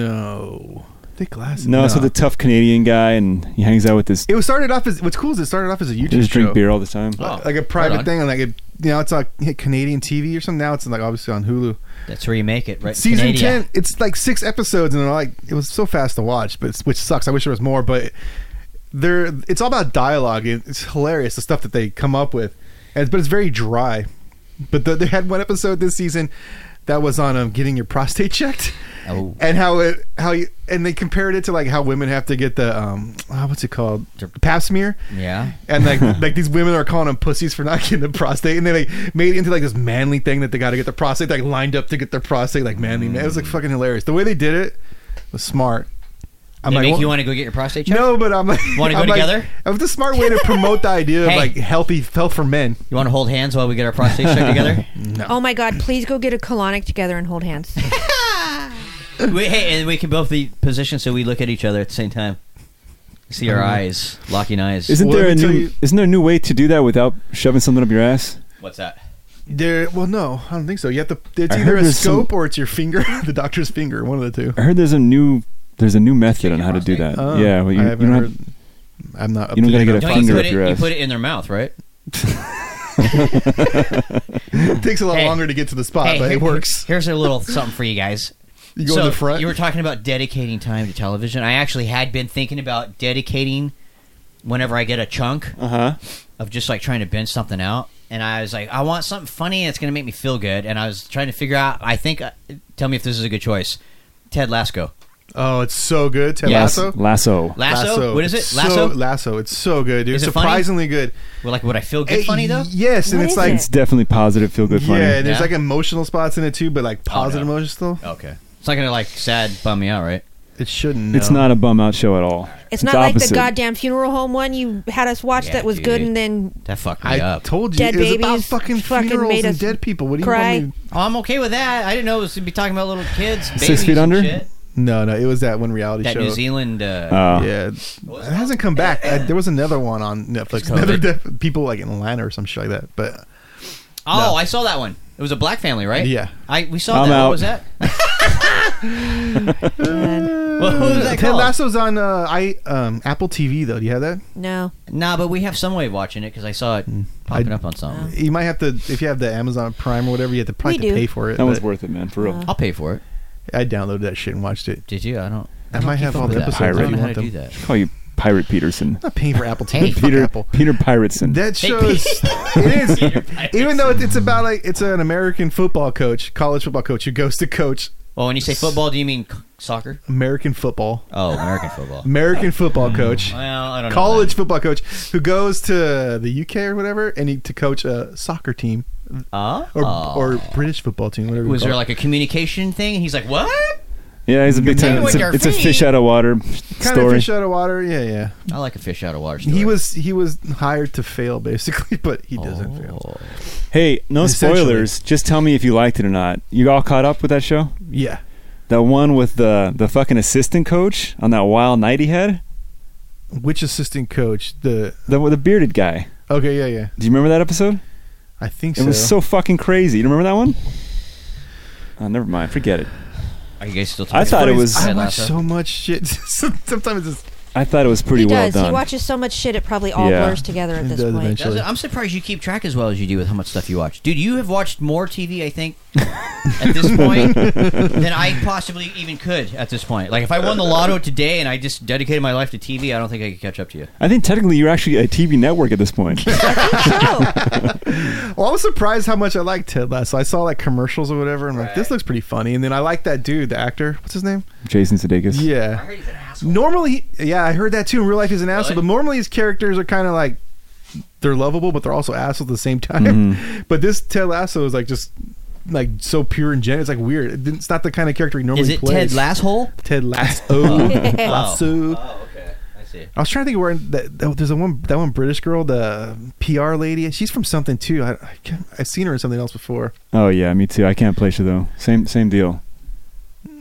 Speaker 3: No, thick glasses.
Speaker 2: no, so the tough Canadian guy, and he hangs out with this.
Speaker 3: it was started off as what's cool is it started off as a YouTube
Speaker 2: Just
Speaker 3: show,
Speaker 2: drink beer all the time.
Speaker 1: Oh,
Speaker 3: like a private
Speaker 1: right on.
Speaker 3: thing, and like it, you know, it's like hit Canadian TV or something. Now it's like obviously on Hulu.
Speaker 1: That's where you make it, right?
Speaker 3: Season
Speaker 1: Canada.
Speaker 3: ten, it's like six episodes, and they're like it was so fast to watch, but it's, which sucks. I wish there was more, but there, it's all about dialogue. and It's hilarious the stuff that they come up with, and, but it's very dry. But the, they had one episode this season that was on um, getting your prostate checked.
Speaker 1: Oh,
Speaker 3: and how it how you and they compared it to like how women have to get the um ah, what's it called pap smear
Speaker 1: yeah.
Speaker 3: and like like these women are calling them pussies for not getting the prostate and they like made it into like this manly thing that they got to get the prostate like lined up to get their prostate like manly man it
Speaker 2: Mm.
Speaker 3: was like fucking hilarious the way they did it was smart I'm
Speaker 1: they
Speaker 3: like
Speaker 1: make
Speaker 3: well-
Speaker 1: you want to go get your prostate checked.
Speaker 3: no but I'm like
Speaker 1: Wanna go
Speaker 3: I'm like,
Speaker 1: together?
Speaker 3: it was the smart way to promote the idea
Speaker 1: Hey.
Speaker 3: of like healthy health for men
Speaker 1: You want to hold hands while we get our prostate checked together?
Speaker 4: Oh my god! Please go get a colonic together and hold hands.
Speaker 1: We, hey, and we can both be positioned so we look at each other at the same time. See our eyes, locking eyes.
Speaker 2: Isn't
Speaker 3: Well,
Speaker 2: there a
Speaker 3: let me
Speaker 2: new?
Speaker 3: tell you-
Speaker 2: Isn't there a new way to do that without shoving something up your ass?
Speaker 1: What's that?
Speaker 3: there well no I don't think so you have to it's
Speaker 2: I
Speaker 3: either
Speaker 2: heard
Speaker 3: a
Speaker 2: there's some-
Speaker 3: scope or it's your finger the doctor's finger one of the two
Speaker 2: I heard there's a new. There's a new method on
Speaker 1: your
Speaker 2: how to do that.
Speaker 3: Oh,
Speaker 2: yeah, well, you,
Speaker 3: I
Speaker 2: you
Speaker 3: haven't
Speaker 2: don't
Speaker 3: heard.
Speaker 2: have,
Speaker 3: I'm not. Up
Speaker 2: you don't
Speaker 3: to
Speaker 2: gotta
Speaker 3: date
Speaker 2: get
Speaker 3: on
Speaker 2: a
Speaker 1: No, you
Speaker 3: that.
Speaker 2: finger
Speaker 1: put
Speaker 2: up
Speaker 1: it.
Speaker 2: your
Speaker 1: You
Speaker 2: ass.
Speaker 1: put it in their mouth, right?
Speaker 3: It takes a lot
Speaker 1: Hey.
Speaker 3: longer to get to the spot,
Speaker 1: Hey,
Speaker 3: but
Speaker 1: here-
Speaker 3: it works.
Speaker 1: Here's a little something for you guys.
Speaker 3: You go in the front.
Speaker 1: You were talking about dedicating time to television. I actually had been thinking about dedicating whenever I get a chunk
Speaker 2: uh huh.
Speaker 1: of just like trying to binge something out. And I was like, I want something funny that's going to make me feel good. And I was trying to figure out, I think, uh, tell me if this is a good choice. Ted Lasco.
Speaker 3: oh, it's so good. Ted
Speaker 2: Yes,
Speaker 3: Lasso.
Speaker 2: lasso.
Speaker 1: Lasso? What is
Speaker 3: It's
Speaker 1: it? Lasso?
Speaker 3: So, lasso. It's so good, dude.
Speaker 1: Is it funny?
Speaker 3: Surprisingly good.
Speaker 1: Well, like, would I feel good
Speaker 3: Eh,
Speaker 1: funny, though?
Speaker 3: Yes, and
Speaker 4: What
Speaker 3: it's
Speaker 4: is
Speaker 3: like
Speaker 4: it?
Speaker 2: It's definitely positive, feel good,
Speaker 3: yeah,
Speaker 2: funny.
Speaker 3: and there's
Speaker 1: Yeah.
Speaker 3: like emotional spots in it too, but like positive
Speaker 1: no.
Speaker 3: emotional.
Speaker 1: Okay. It's not going to, like, sad bum me out, right?
Speaker 3: It shouldn't.
Speaker 2: It's not a bum out show at all.
Speaker 4: It's not like the
Speaker 2: opposite.
Speaker 4: goddamn funeral home one you had us watch
Speaker 1: Yeah,
Speaker 4: that was
Speaker 1: dude.
Speaker 4: good, and then
Speaker 1: That fucked me
Speaker 3: I
Speaker 1: up.
Speaker 3: told you
Speaker 4: Dead
Speaker 3: it was about
Speaker 4: babies
Speaker 3: fucking,
Speaker 4: fucking
Speaker 3: funerals
Speaker 4: made
Speaker 3: and
Speaker 4: us
Speaker 3: dead people. What do you
Speaker 4: cry.
Speaker 3: want me?
Speaker 1: oh, I'm okay with that. I didn't know it was going to be talking about little kids. Babies
Speaker 2: Six Feet
Speaker 1: and
Speaker 2: Under?
Speaker 1: shit.
Speaker 3: No, no. It was that one reality
Speaker 1: That
Speaker 3: show.
Speaker 1: New Zealand. Uh,
Speaker 2: Uh,
Speaker 3: yeah, it hasn't come back. Uh, there was another one on Netflix.
Speaker 1: It's
Speaker 3: Another
Speaker 1: COVID.
Speaker 3: deaf people like in Atlanta or some shit like that. But
Speaker 1: oh,
Speaker 3: no.
Speaker 1: I saw that one. It was a black family, right?
Speaker 3: Yeah.
Speaker 1: I we saw
Speaker 2: I'm
Speaker 1: that.
Speaker 2: out.
Speaker 1: What was that? what was that
Speaker 3: Ted
Speaker 1: called?
Speaker 3: Lasso's on uh, I um, Apple TV though. Do you have that?
Speaker 4: no,
Speaker 1: Nah, but we have some way of watching it because I saw it popping
Speaker 3: Mm. I-
Speaker 1: up on something.
Speaker 3: You might have to if you have the Amazon Prime or whatever. You have to probably
Speaker 4: We
Speaker 3: have to pay
Speaker 4: do.
Speaker 3: for it.
Speaker 2: that one's
Speaker 3: but
Speaker 2: worth it, man, for real.
Speaker 4: Uh.
Speaker 1: I'll pay for it.
Speaker 3: I downloaded that shit and watched it.
Speaker 1: Did you? I don't.
Speaker 3: I might have all the episodes.
Speaker 1: I don't know
Speaker 2: if you
Speaker 1: how
Speaker 3: want
Speaker 1: to do
Speaker 3: them.
Speaker 1: that.
Speaker 2: call you Pirate Peterson.
Speaker 3: I'm not paying for Apple
Speaker 1: Hey,
Speaker 3: TV. Fuck
Speaker 2: Peter
Speaker 3: Ah, Apple.
Speaker 2: Peter Pirateson.
Speaker 3: That
Speaker 1: Hey,
Speaker 3: shows it is.
Speaker 1: Peter Pirateson.
Speaker 3: Even though it's, it's about like it's an American football coach, college football coach who goes to coach
Speaker 1: Oh, when you say football, do you mean c- soccer?
Speaker 3: American football,
Speaker 1: Oh, American football.
Speaker 3: American football coach,
Speaker 1: Well, Mm. I don't know.
Speaker 3: college football coach who goes to the UK or whatever and he, to coach a soccer team
Speaker 1: Uh,
Speaker 3: or or British football team. Whatever. you
Speaker 1: was
Speaker 3: call
Speaker 1: there
Speaker 3: it.
Speaker 1: like a communication thing? And he's like, "What?"
Speaker 2: Yeah, he's a big
Speaker 1: Maybe
Speaker 2: time. It's
Speaker 1: with
Speaker 2: a,
Speaker 1: your
Speaker 2: it's a fish
Speaker 1: feet.
Speaker 2: out of water
Speaker 3: kind
Speaker 2: story.
Speaker 3: of fish out of water? Yeah, yeah.
Speaker 1: I like a fish out of water. Story.
Speaker 3: He was he was hired to fail basically, but he doesn't fail.
Speaker 1: Oh.
Speaker 2: Hey, no
Speaker 3: Essentially.
Speaker 2: spoilers. Just tell me if you liked it or not. You all caught up with that show?
Speaker 3: Yeah.
Speaker 2: The one with the the fucking assistant coach on that wild night he had?
Speaker 3: Which assistant coach? The
Speaker 2: The the bearded guy.
Speaker 3: okay, yeah, yeah.
Speaker 2: Do you remember that episode?
Speaker 3: I think
Speaker 2: It
Speaker 3: so.
Speaker 2: was so fucking crazy. You remember that one? Oh, never mind. Forget it.
Speaker 1: Are you guys still?
Speaker 2: I
Speaker 1: talking
Speaker 2: thought it
Speaker 1: about
Speaker 2: was-
Speaker 3: I
Speaker 1: Ted
Speaker 3: watch
Speaker 1: Lasso?
Speaker 3: so much shit. Sometimes it's
Speaker 2: I thought it was pretty
Speaker 4: he
Speaker 2: well
Speaker 4: does.
Speaker 2: done.
Speaker 4: He watches so much shit; it probably all
Speaker 2: Yeah.
Speaker 4: blurs together at
Speaker 3: It
Speaker 4: this
Speaker 3: does
Speaker 4: point.
Speaker 3: eventually.
Speaker 1: Does it? I'm surprised you keep track as well as you do with how much stuff you watch, dude. You have watched more TV, I think, at this point than I possibly even could at this point. Like if I won the lotto today and I just dedicated my life to TV, I don't think I could catch up to you.
Speaker 2: I think technically you're actually a TV network at this point.
Speaker 4: So,
Speaker 3: Well, I was surprised how much I liked Ted Lasso. I saw like commercials or whatever. and I'm like, this looks pretty funny. And then I like that dude, the actor. What's his name?
Speaker 2: Jason Sudeikis.
Speaker 3: Yeah.
Speaker 1: heard he's an asshole.
Speaker 3: Normally, yeah, I heard that too. In real life, he's an asshole. But
Speaker 1: Really?
Speaker 3: normally, his characters are kind of like they're lovable, but they're also assholes at the same time.
Speaker 2: Mm-hmm.
Speaker 3: But this Ted Lasso is like just like so pure and genuine. It's like weird. It didn't- It's not the kind of character he normally
Speaker 1: Is it Ted Oh.
Speaker 3: plays.
Speaker 1: Lasshole?
Speaker 3: Ted Lasso. Lasso.
Speaker 1: Oh, okay. I see.
Speaker 3: I was trying to think of where that, that- there's a one that one British girl, the PR lady. She's from something too. I, I can't, I've seen her in something else before.
Speaker 2: Oh yeah, me too. I can't place you though. Same same deal.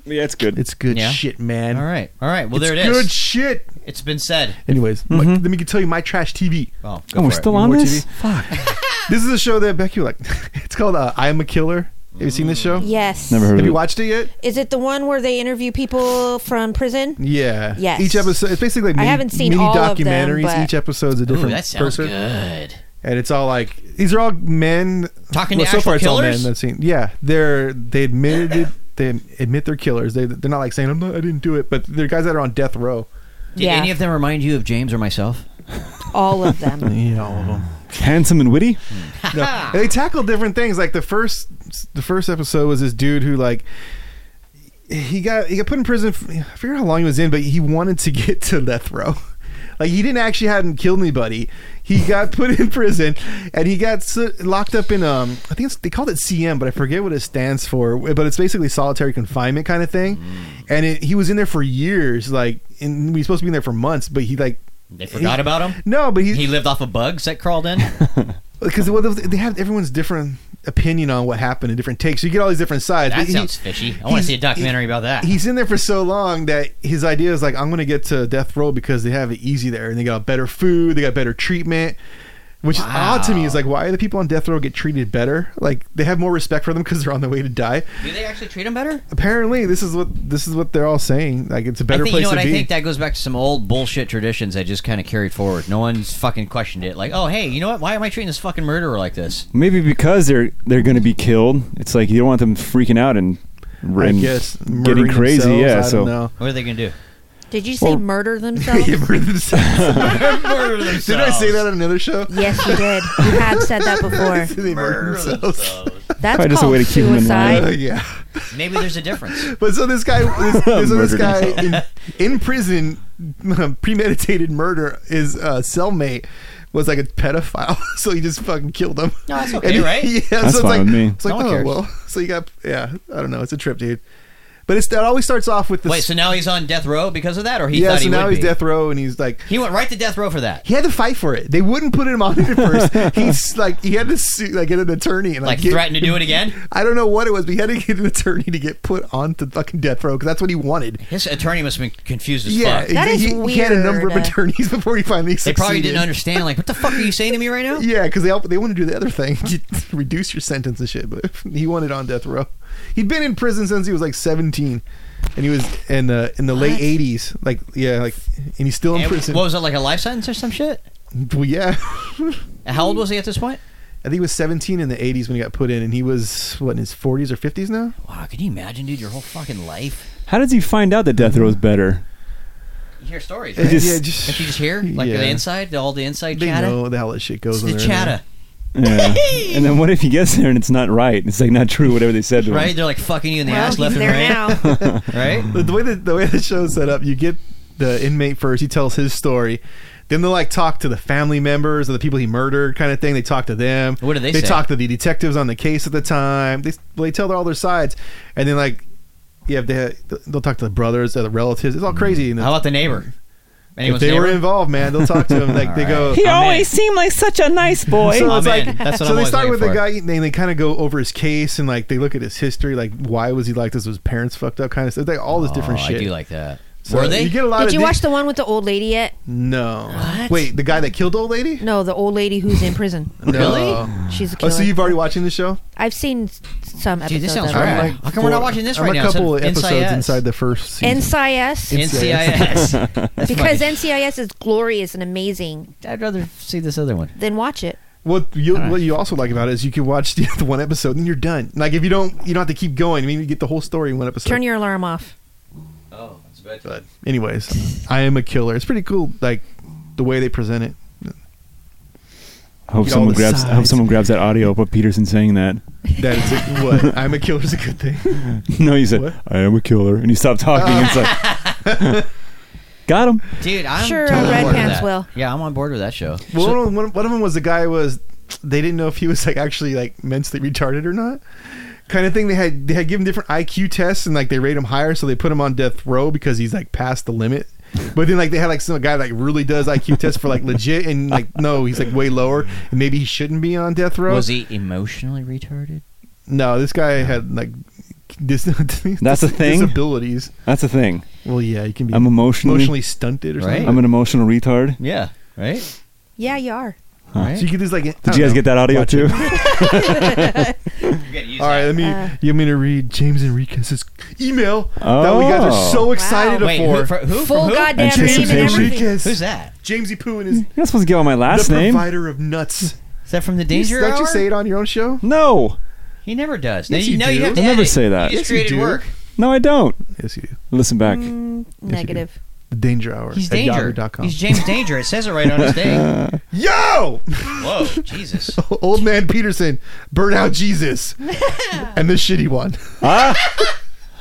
Speaker 2: Yeah, it's good.
Speaker 3: It's good
Speaker 1: Yeah.
Speaker 3: shit, man.
Speaker 1: All right. All right. Well, there
Speaker 3: it's
Speaker 1: it is.
Speaker 3: Good shit.
Speaker 1: It's been said.
Speaker 3: Anyways, my- let me tell you my trash TV.
Speaker 1: Oh, go
Speaker 2: oh, we're
Speaker 1: for it.
Speaker 2: still on
Speaker 3: More
Speaker 2: this.
Speaker 3: TV?
Speaker 2: Fuck.
Speaker 3: This is a show that Becky like. It's called uh, I Am a Killer. Have you seen this show?
Speaker 4: yes.
Speaker 2: Never heard
Speaker 3: Have
Speaker 2: of
Speaker 3: you
Speaker 2: it.
Speaker 3: watched it yet?
Speaker 4: Is it the one where they interview people from prison?
Speaker 3: Yeah.
Speaker 4: Yes.
Speaker 3: Each episode, it's basically like
Speaker 4: I
Speaker 3: mini,
Speaker 4: haven't seen
Speaker 3: mini
Speaker 4: all of them,
Speaker 3: documentaries.
Speaker 4: but-
Speaker 3: Each episode's a
Speaker 1: Ooh,
Speaker 3: different
Speaker 1: that sounds
Speaker 3: person,
Speaker 1: good.
Speaker 3: and it's all like these are all men.
Speaker 1: Talking
Speaker 3: Well,
Speaker 1: to
Speaker 3: so
Speaker 1: actual
Speaker 3: far, it's all men
Speaker 1: killers?
Speaker 3: that seen. Yeah, they're they admitted it. They admit they're killers. They they're not like saying I'm not, I didn't do it, but they're guys that are on death row.
Speaker 1: Did
Speaker 4: Yeah.
Speaker 1: any of them remind you of James or myself?
Speaker 4: All of them.
Speaker 3: Yeah, all of them.
Speaker 2: Handsome and witty.
Speaker 3: No,
Speaker 1: Ah.
Speaker 3: and they tackle different things. Like the first, the first episode was this dude who like he got he got put in prison. For, I forget how long he was in, but he wanted to get to death row. Like he didn't actually hadn't killed anybody. He got put in prison, and he got so, locked up in um. I think it's, they called it CM, but I forget what it stands for. But it's basically solitary confinement kind of thing.
Speaker 1: Mm.
Speaker 3: And it, he was in there for years. Like, and he was supposed to be in there for months, but he like
Speaker 1: They forgot about him.
Speaker 3: no, but
Speaker 1: He lived off of bugs that crawled in.
Speaker 3: because well, they have everyone's different opinion on what happened and different takes. You get all these different sides.
Speaker 1: That
Speaker 3: but he-
Speaker 1: sounds fishy. I want to
Speaker 3: he's-
Speaker 1: see a documentary about that.
Speaker 3: He's in there for so long that his idea is like, I'm going to get to death row because they have it easy there and they got better food, they got better treatment. Which is odd to me. Is like, why do the people on death row get treated better? Like, they have more respect for them because they're on the way to die.
Speaker 1: Do they actually treat him better?
Speaker 3: Apparently, this is what this is what they're all saying. Like, it's a better
Speaker 1: I think,
Speaker 3: place
Speaker 1: you know what?
Speaker 3: to
Speaker 1: I
Speaker 3: be.
Speaker 1: think that goes back to some old bullshit traditions that just kind of carried forward. No one's fucking questioned it. Like, oh, hey, you know what? Why am I treating this fucking murderer like this?
Speaker 2: Maybe because they're they're going to be killed. It's like you don't want them freaking out and,
Speaker 3: I
Speaker 2: and
Speaker 3: guess
Speaker 2: getting
Speaker 3: murdering
Speaker 2: crazy.
Speaker 3: themselves,
Speaker 2: Yeah.
Speaker 3: I
Speaker 2: so
Speaker 3: don't know.
Speaker 1: What are they going to do?
Speaker 4: Did you say
Speaker 2: Well-
Speaker 4: murder themselves?
Speaker 3: They murder themselves.
Speaker 1: Murder
Speaker 3: Did I say that on another show?
Speaker 4: yes, you did. You have said that before.
Speaker 3: They murder themselves.
Speaker 2: Probably
Speaker 4: That's called
Speaker 2: just a way to keep 'em in
Speaker 3: Uh,
Speaker 4: suicide.
Speaker 3: yeah.
Speaker 1: Maybe there's a difference.
Speaker 3: But so this guy, this, this- so this
Speaker 2: Murdered
Speaker 3: guy in, in prison, premeditated murder. His uh, cellmate was like a pedophile, so he just fucking killed him.
Speaker 1: No, that's okay,
Speaker 3: And-
Speaker 1: right?
Speaker 3: Yeah,
Speaker 2: That's
Speaker 3: so it's
Speaker 2: fine
Speaker 3: like,
Speaker 2: with me.
Speaker 3: It's like,
Speaker 1: No one
Speaker 3: oh
Speaker 1: cares.
Speaker 3: well. So you got, yeah, I don't know. It's a trip, dude. But it's that always starts off with this.
Speaker 1: Wait, so now he's on death row because of that, or he
Speaker 3: yeah,
Speaker 1: thought
Speaker 3: so
Speaker 1: he
Speaker 3: now
Speaker 1: would
Speaker 3: he's
Speaker 1: be?
Speaker 3: death row, and he's like.
Speaker 1: He went right to death row for that.
Speaker 3: He had to fight for it. They wouldn't put him on it at first. He's like he had to sue, like get an attorney and like,
Speaker 1: Like
Speaker 3: get-
Speaker 1: threatened to do it again.
Speaker 3: I don't know what it was, but he had to get an attorney to get put onto fucking death row because that's what he wanted.
Speaker 1: His attorney must have been confused as
Speaker 3: Yeah,
Speaker 1: fuck.
Speaker 4: That
Speaker 3: he,
Speaker 4: is
Speaker 3: he- he had a number of
Speaker 4: weird.
Speaker 3: attorneys before he finally
Speaker 1: They
Speaker 3: succeeded.
Speaker 1: probably didn't understand. Like, what the fuck are you saying to me right now?
Speaker 3: Yeah, because they all, they want to do the other thing, reduce your sentence and shit. But he wanted on death row. He'd been in prison since he was like seventeen, and he was in the in the late eighties. Like yeah, like and he's still in
Speaker 1: And
Speaker 3: prison.
Speaker 1: What was it like a life sentence or some shit?
Speaker 3: Well, yeah,
Speaker 1: How old was he at this point?
Speaker 3: I think he was seventeen in the eighties when he got put in, and he was what in his forties or fifties now.
Speaker 1: Wow, can you imagine, dude? Your whole fucking life.
Speaker 2: how did you find out that death row is better?
Speaker 1: You hear stories.
Speaker 2: It
Speaker 1: Right?
Speaker 2: just-
Speaker 3: Uh, yeah,
Speaker 1: Can't you just hear like
Speaker 3: Yeah.
Speaker 1: the inside, all the inside
Speaker 3: they
Speaker 1: chatter?
Speaker 3: know how that shit goes.
Speaker 1: It's
Speaker 3: when
Speaker 1: the
Speaker 3: they're in there.
Speaker 1: chatter,
Speaker 2: Yeah. and then what if he gets there and it's not right? It's like not true. Whatever they said to him.
Speaker 1: right? They're like fucking you in the
Speaker 4: Well,
Speaker 1: ass
Speaker 4: he's
Speaker 1: left and
Speaker 4: there
Speaker 1: right,
Speaker 4: now.
Speaker 1: right?
Speaker 3: the, the way that the way the show's set up, you get the inmate first. He tells his story. Then they'll like talk to the family members of the people he murdered, kind of thing. They talk to them.
Speaker 1: What do they
Speaker 3: They
Speaker 1: say?
Speaker 3: talk to the detectives on the case at the time. They well, they tell all their sides, and then like yeah, they they'll talk to the brothers, or the relatives. It's all crazy. And
Speaker 1: Hmm. How about the neighbor?
Speaker 3: if
Speaker 1: Anyone's
Speaker 3: they were
Speaker 1: neighbor?
Speaker 3: involved, man, they'll talk to them. Like they go,
Speaker 1: I'm in.
Speaker 2: seemed like such a nice boy.
Speaker 3: So it's
Speaker 1: I'm in.
Speaker 3: like,
Speaker 1: That's what
Speaker 3: so
Speaker 1: I'm
Speaker 3: they
Speaker 1: always
Speaker 3: start
Speaker 1: looking
Speaker 3: with the
Speaker 1: for.
Speaker 3: guy, and they kind of go over his case, and like they look at his history, like why was he like this? Was his parents fucked up? Kind of stuff. Like all this different
Speaker 1: oh,
Speaker 3: shit.
Speaker 1: I do like that.
Speaker 3: So
Speaker 1: Were they?
Speaker 3: You get a lot
Speaker 4: Did
Speaker 3: of
Speaker 4: you
Speaker 3: di-
Speaker 4: watch the one with the old lady yet?
Speaker 3: No.
Speaker 1: What?
Speaker 3: Wait, the guy that killed the old lady?
Speaker 4: No, the old lady who's in prison.
Speaker 1: Really?
Speaker 4: She's a
Speaker 3: Oh,
Speaker 4: killer.
Speaker 3: so you've already watching the show?
Speaker 4: I've seen s- some episodes.
Speaker 1: Dude, this sounds
Speaker 4: of
Speaker 1: right.
Speaker 4: it.
Speaker 3: like
Speaker 1: How come we're not watching this
Speaker 3: I'm
Speaker 1: right
Speaker 3: a
Speaker 1: now? It's
Speaker 3: couple
Speaker 1: on
Speaker 3: episodes
Speaker 1: NCIS.
Speaker 3: inside the first season.
Speaker 4: NCIS.
Speaker 1: NCIS. That's
Speaker 4: because
Speaker 1: funny.
Speaker 4: NCIS is glorious and amazing.
Speaker 1: I'd rather see this other one.
Speaker 4: Then watch it.
Speaker 3: What you
Speaker 1: All right.
Speaker 3: what you also like about it is you can watch the, the one episode and you're done. Like if you don't, you don't have to keep going. I mean, you get the whole story in one episode.
Speaker 4: Turn your alarm off.
Speaker 1: Oh, that's bad.
Speaker 3: but anyways, I am a killer. It's pretty cool, like the way they present it.
Speaker 2: I hope
Speaker 3: Get all
Speaker 2: someone
Speaker 3: the
Speaker 2: grabs. I hope
Speaker 3: sides.
Speaker 2: someone grabs that audio of what Peterson saying that.
Speaker 3: That is a, what I'm a killer is a good thing.
Speaker 2: no, he said,
Speaker 3: What?
Speaker 2: "I am a killer," and he stopped talking. and it's like, got him.
Speaker 1: Dude, I'm
Speaker 4: Sure,
Speaker 1: totally
Speaker 3: Red
Speaker 1: on board with
Speaker 4: Pants
Speaker 1: that.
Speaker 4: will.
Speaker 1: Yeah, I'm on board with that show.
Speaker 3: Well, one, one, one of them was the guy was they didn't know if he was like actually like mentally retarded or not, kind of thing. They had they had given different IQ tests and like they rate him higher, so they put him on death row because he's like past the limit. But then like they had like some guy like really does IQ tests for like legit and like no, he's like way lower and maybe he shouldn't be on death row.
Speaker 1: Was he emotionally retarded?
Speaker 3: No, this guy had like dis-
Speaker 2: That's a thing?
Speaker 3: disabilities.
Speaker 2: That's the thing.
Speaker 3: Well, yeah, you can be
Speaker 2: I'm emotionally.
Speaker 3: emotionally stunted or
Speaker 1: Right.
Speaker 3: something.
Speaker 2: I'm an emotional retard.
Speaker 1: Yeah. Right?
Speaker 4: Yeah, you are.
Speaker 1: Right?
Speaker 3: So you get this like I
Speaker 2: Did
Speaker 3: don't
Speaker 2: you guys
Speaker 3: know.
Speaker 2: get that audio
Speaker 3: Watch
Speaker 2: too?
Speaker 3: All right, let me.
Speaker 4: Uh,
Speaker 3: you want me to read James Enriquez's email that we guys are so
Speaker 2: Oh.
Speaker 3: excited
Speaker 4: Wow.
Speaker 1: Wait,
Speaker 3: for?
Speaker 1: who, for, who,
Speaker 4: Full
Speaker 1: for who?
Speaker 4: goddamn name and
Speaker 2: Anticipation.
Speaker 4: everything.
Speaker 3: Enriquez,
Speaker 1: Who's that?
Speaker 3: Jamesy Poon is
Speaker 2: You're not supposed to give out my last
Speaker 3: the
Speaker 2: name.
Speaker 3: provider of nuts.
Speaker 1: Is that from the Danger
Speaker 3: Don't
Speaker 1: Hour?
Speaker 3: you say it on your own show?
Speaker 2: No,
Speaker 1: He never does. now
Speaker 3: Yes,
Speaker 1: you,
Speaker 3: you
Speaker 1: now
Speaker 3: do.
Speaker 1: you have to
Speaker 2: I never
Speaker 1: edit.
Speaker 2: say that.
Speaker 1: You
Speaker 3: Yes,
Speaker 1: just
Speaker 3: you
Speaker 1: created
Speaker 3: do.
Speaker 1: work.
Speaker 2: no, I don't.
Speaker 3: Yes, you do.
Speaker 2: Listen back.
Speaker 4: Mm, negative.
Speaker 3: The Danger Hour.
Speaker 1: He's
Speaker 3: at
Speaker 1: Danger.
Speaker 3: Yahoo.com.
Speaker 1: He's James Danger. It says it right on his thing.
Speaker 3: Yo,
Speaker 1: Whoa, Jesus.
Speaker 3: old man Peterson, burn out Jesus, and the shitty one.
Speaker 2: Ah,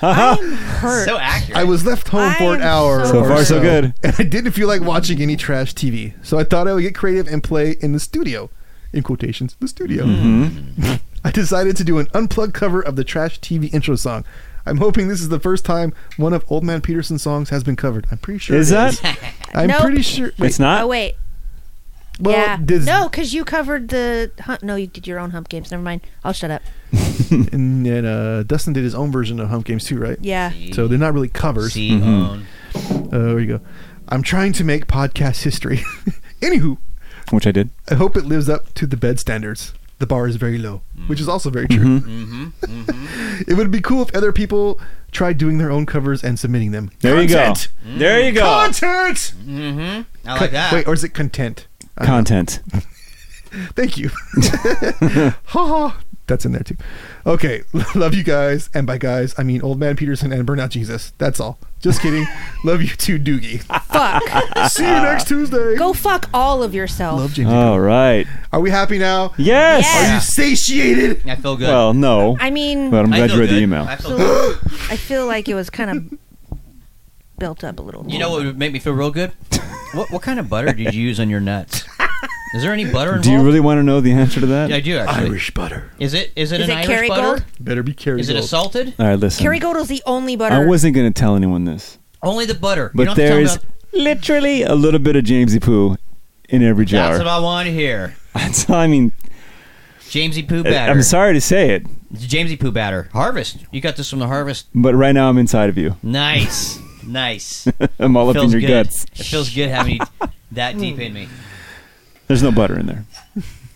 Speaker 4: Hurt.
Speaker 1: So accurate.
Speaker 3: I was left home for an
Speaker 4: I'm
Speaker 3: hour.
Speaker 4: so
Speaker 3: or
Speaker 2: So far, so good.
Speaker 3: And I didn't feel like watching any trash TV, so I thought I would get creative and play in the studio. In quotations, the studio.
Speaker 2: Mm-hmm.
Speaker 3: I decided to do an unplugged cover of the trash TV intro song. I'm hoping this is the first time one of Old Man Peterson's songs has been covered. I'm pretty sure.
Speaker 2: Is
Speaker 3: it
Speaker 2: that?
Speaker 3: I'm
Speaker 4: Nope.
Speaker 3: pretty sure. Wait,
Speaker 2: It's not.
Speaker 4: oh wait.
Speaker 3: well,
Speaker 4: yeah.
Speaker 3: does-
Speaker 4: no, because you covered the hump. No, you did your own hump games. Never mind. I'll shut up.
Speaker 3: And, and, uh, Dustin did his own version of Hump Games too, right?
Speaker 4: Yeah.
Speaker 3: So they're not really covers.
Speaker 1: See,
Speaker 2: Mm-hmm.
Speaker 1: own.
Speaker 3: Uh, there you go. I'm trying to make podcast history. Anywho,
Speaker 2: Which I did.
Speaker 3: I hope it lives up to the bed standards. The bar is very low, which is
Speaker 2: Mm.
Speaker 3: also very true.
Speaker 2: Mm-hmm.
Speaker 1: Mm-hmm.
Speaker 3: it would be cool if other people tried doing their own covers and submitting them.
Speaker 2: There
Speaker 3: Content!
Speaker 2: you go. There you go.
Speaker 3: Content.
Speaker 1: I like that.
Speaker 3: Wait, or is it content? I don't know.
Speaker 2: Content.
Speaker 3: Thank you. ha ha. That's in there too. Okay, love you guys, and by guys I mean Old Man Peterson and Burnout Jesus. That's all. Just kidding. love you too, Doogie.
Speaker 4: fuck.
Speaker 3: See you next Tuesday.
Speaker 4: Go fuck all of yourself.
Speaker 3: Love James.
Speaker 2: All right.
Speaker 3: Are we happy now?
Speaker 2: Yes.
Speaker 4: Yes.
Speaker 3: Are you satiated?
Speaker 1: I feel good.
Speaker 2: Well, no.
Speaker 4: I mean,
Speaker 2: But I'm
Speaker 1: I
Speaker 2: glad
Speaker 1: feel
Speaker 2: you read the
Speaker 1: good.
Speaker 2: email.
Speaker 1: I feel good.
Speaker 4: I feel like it was kind of built up a little.
Speaker 1: You know what would make me feel real good? what what kind of butter did you use on your nuts? Is there any butter involved?
Speaker 2: Do you really want to know the answer to that?
Speaker 1: Yeah, I do actually.
Speaker 3: Irish butter.
Speaker 1: Is it is it
Speaker 4: Is
Speaker 1: an
Speaker 4: it
Speaker 1: Irish butter?
Speaker 4: Kerrygold?
Speaker 3: Better be carried.
Speaker 1: Is it a
Speaker 3: salt?
Speaker 1: salted?
Speaker 2: All right, listen.
Speaker 4: Kerrygold is the only butter.
Speaker 2: I wasn't going to tell anyone this,
Speaker 1: Only the butter. you
Speaker 2: but
Speaker 1: don't have to
Speaker 2: there
Speaker 1: tell me
Speaker 2: is
Speaker 1: about-
Speaker 2: literally a little bit of Jamesy poo in every
Speaker 1: That's what
Speaker 2: jar.
Speaker 1: I want to hear.
Speaker 2: That's all I mean.
Speaker 1: Jamesy poo batter.
Speaker 2: Uh, I'm sorry to say it,
Speaker 1: It's Jamesy poo batter. Harvest. You got this from the harvest.
Speaker 2: but right now I'm inside of you.
Speaker 1: Nice, nice.
Speaker 2: I'm all up in
Speaker 1: Feels
Speaker 2: your
Speaker 1: good.
Speaker 2: guts.
Speaker 1: It feels good having you that deep in me.
Speaker 2: There's no butter in there.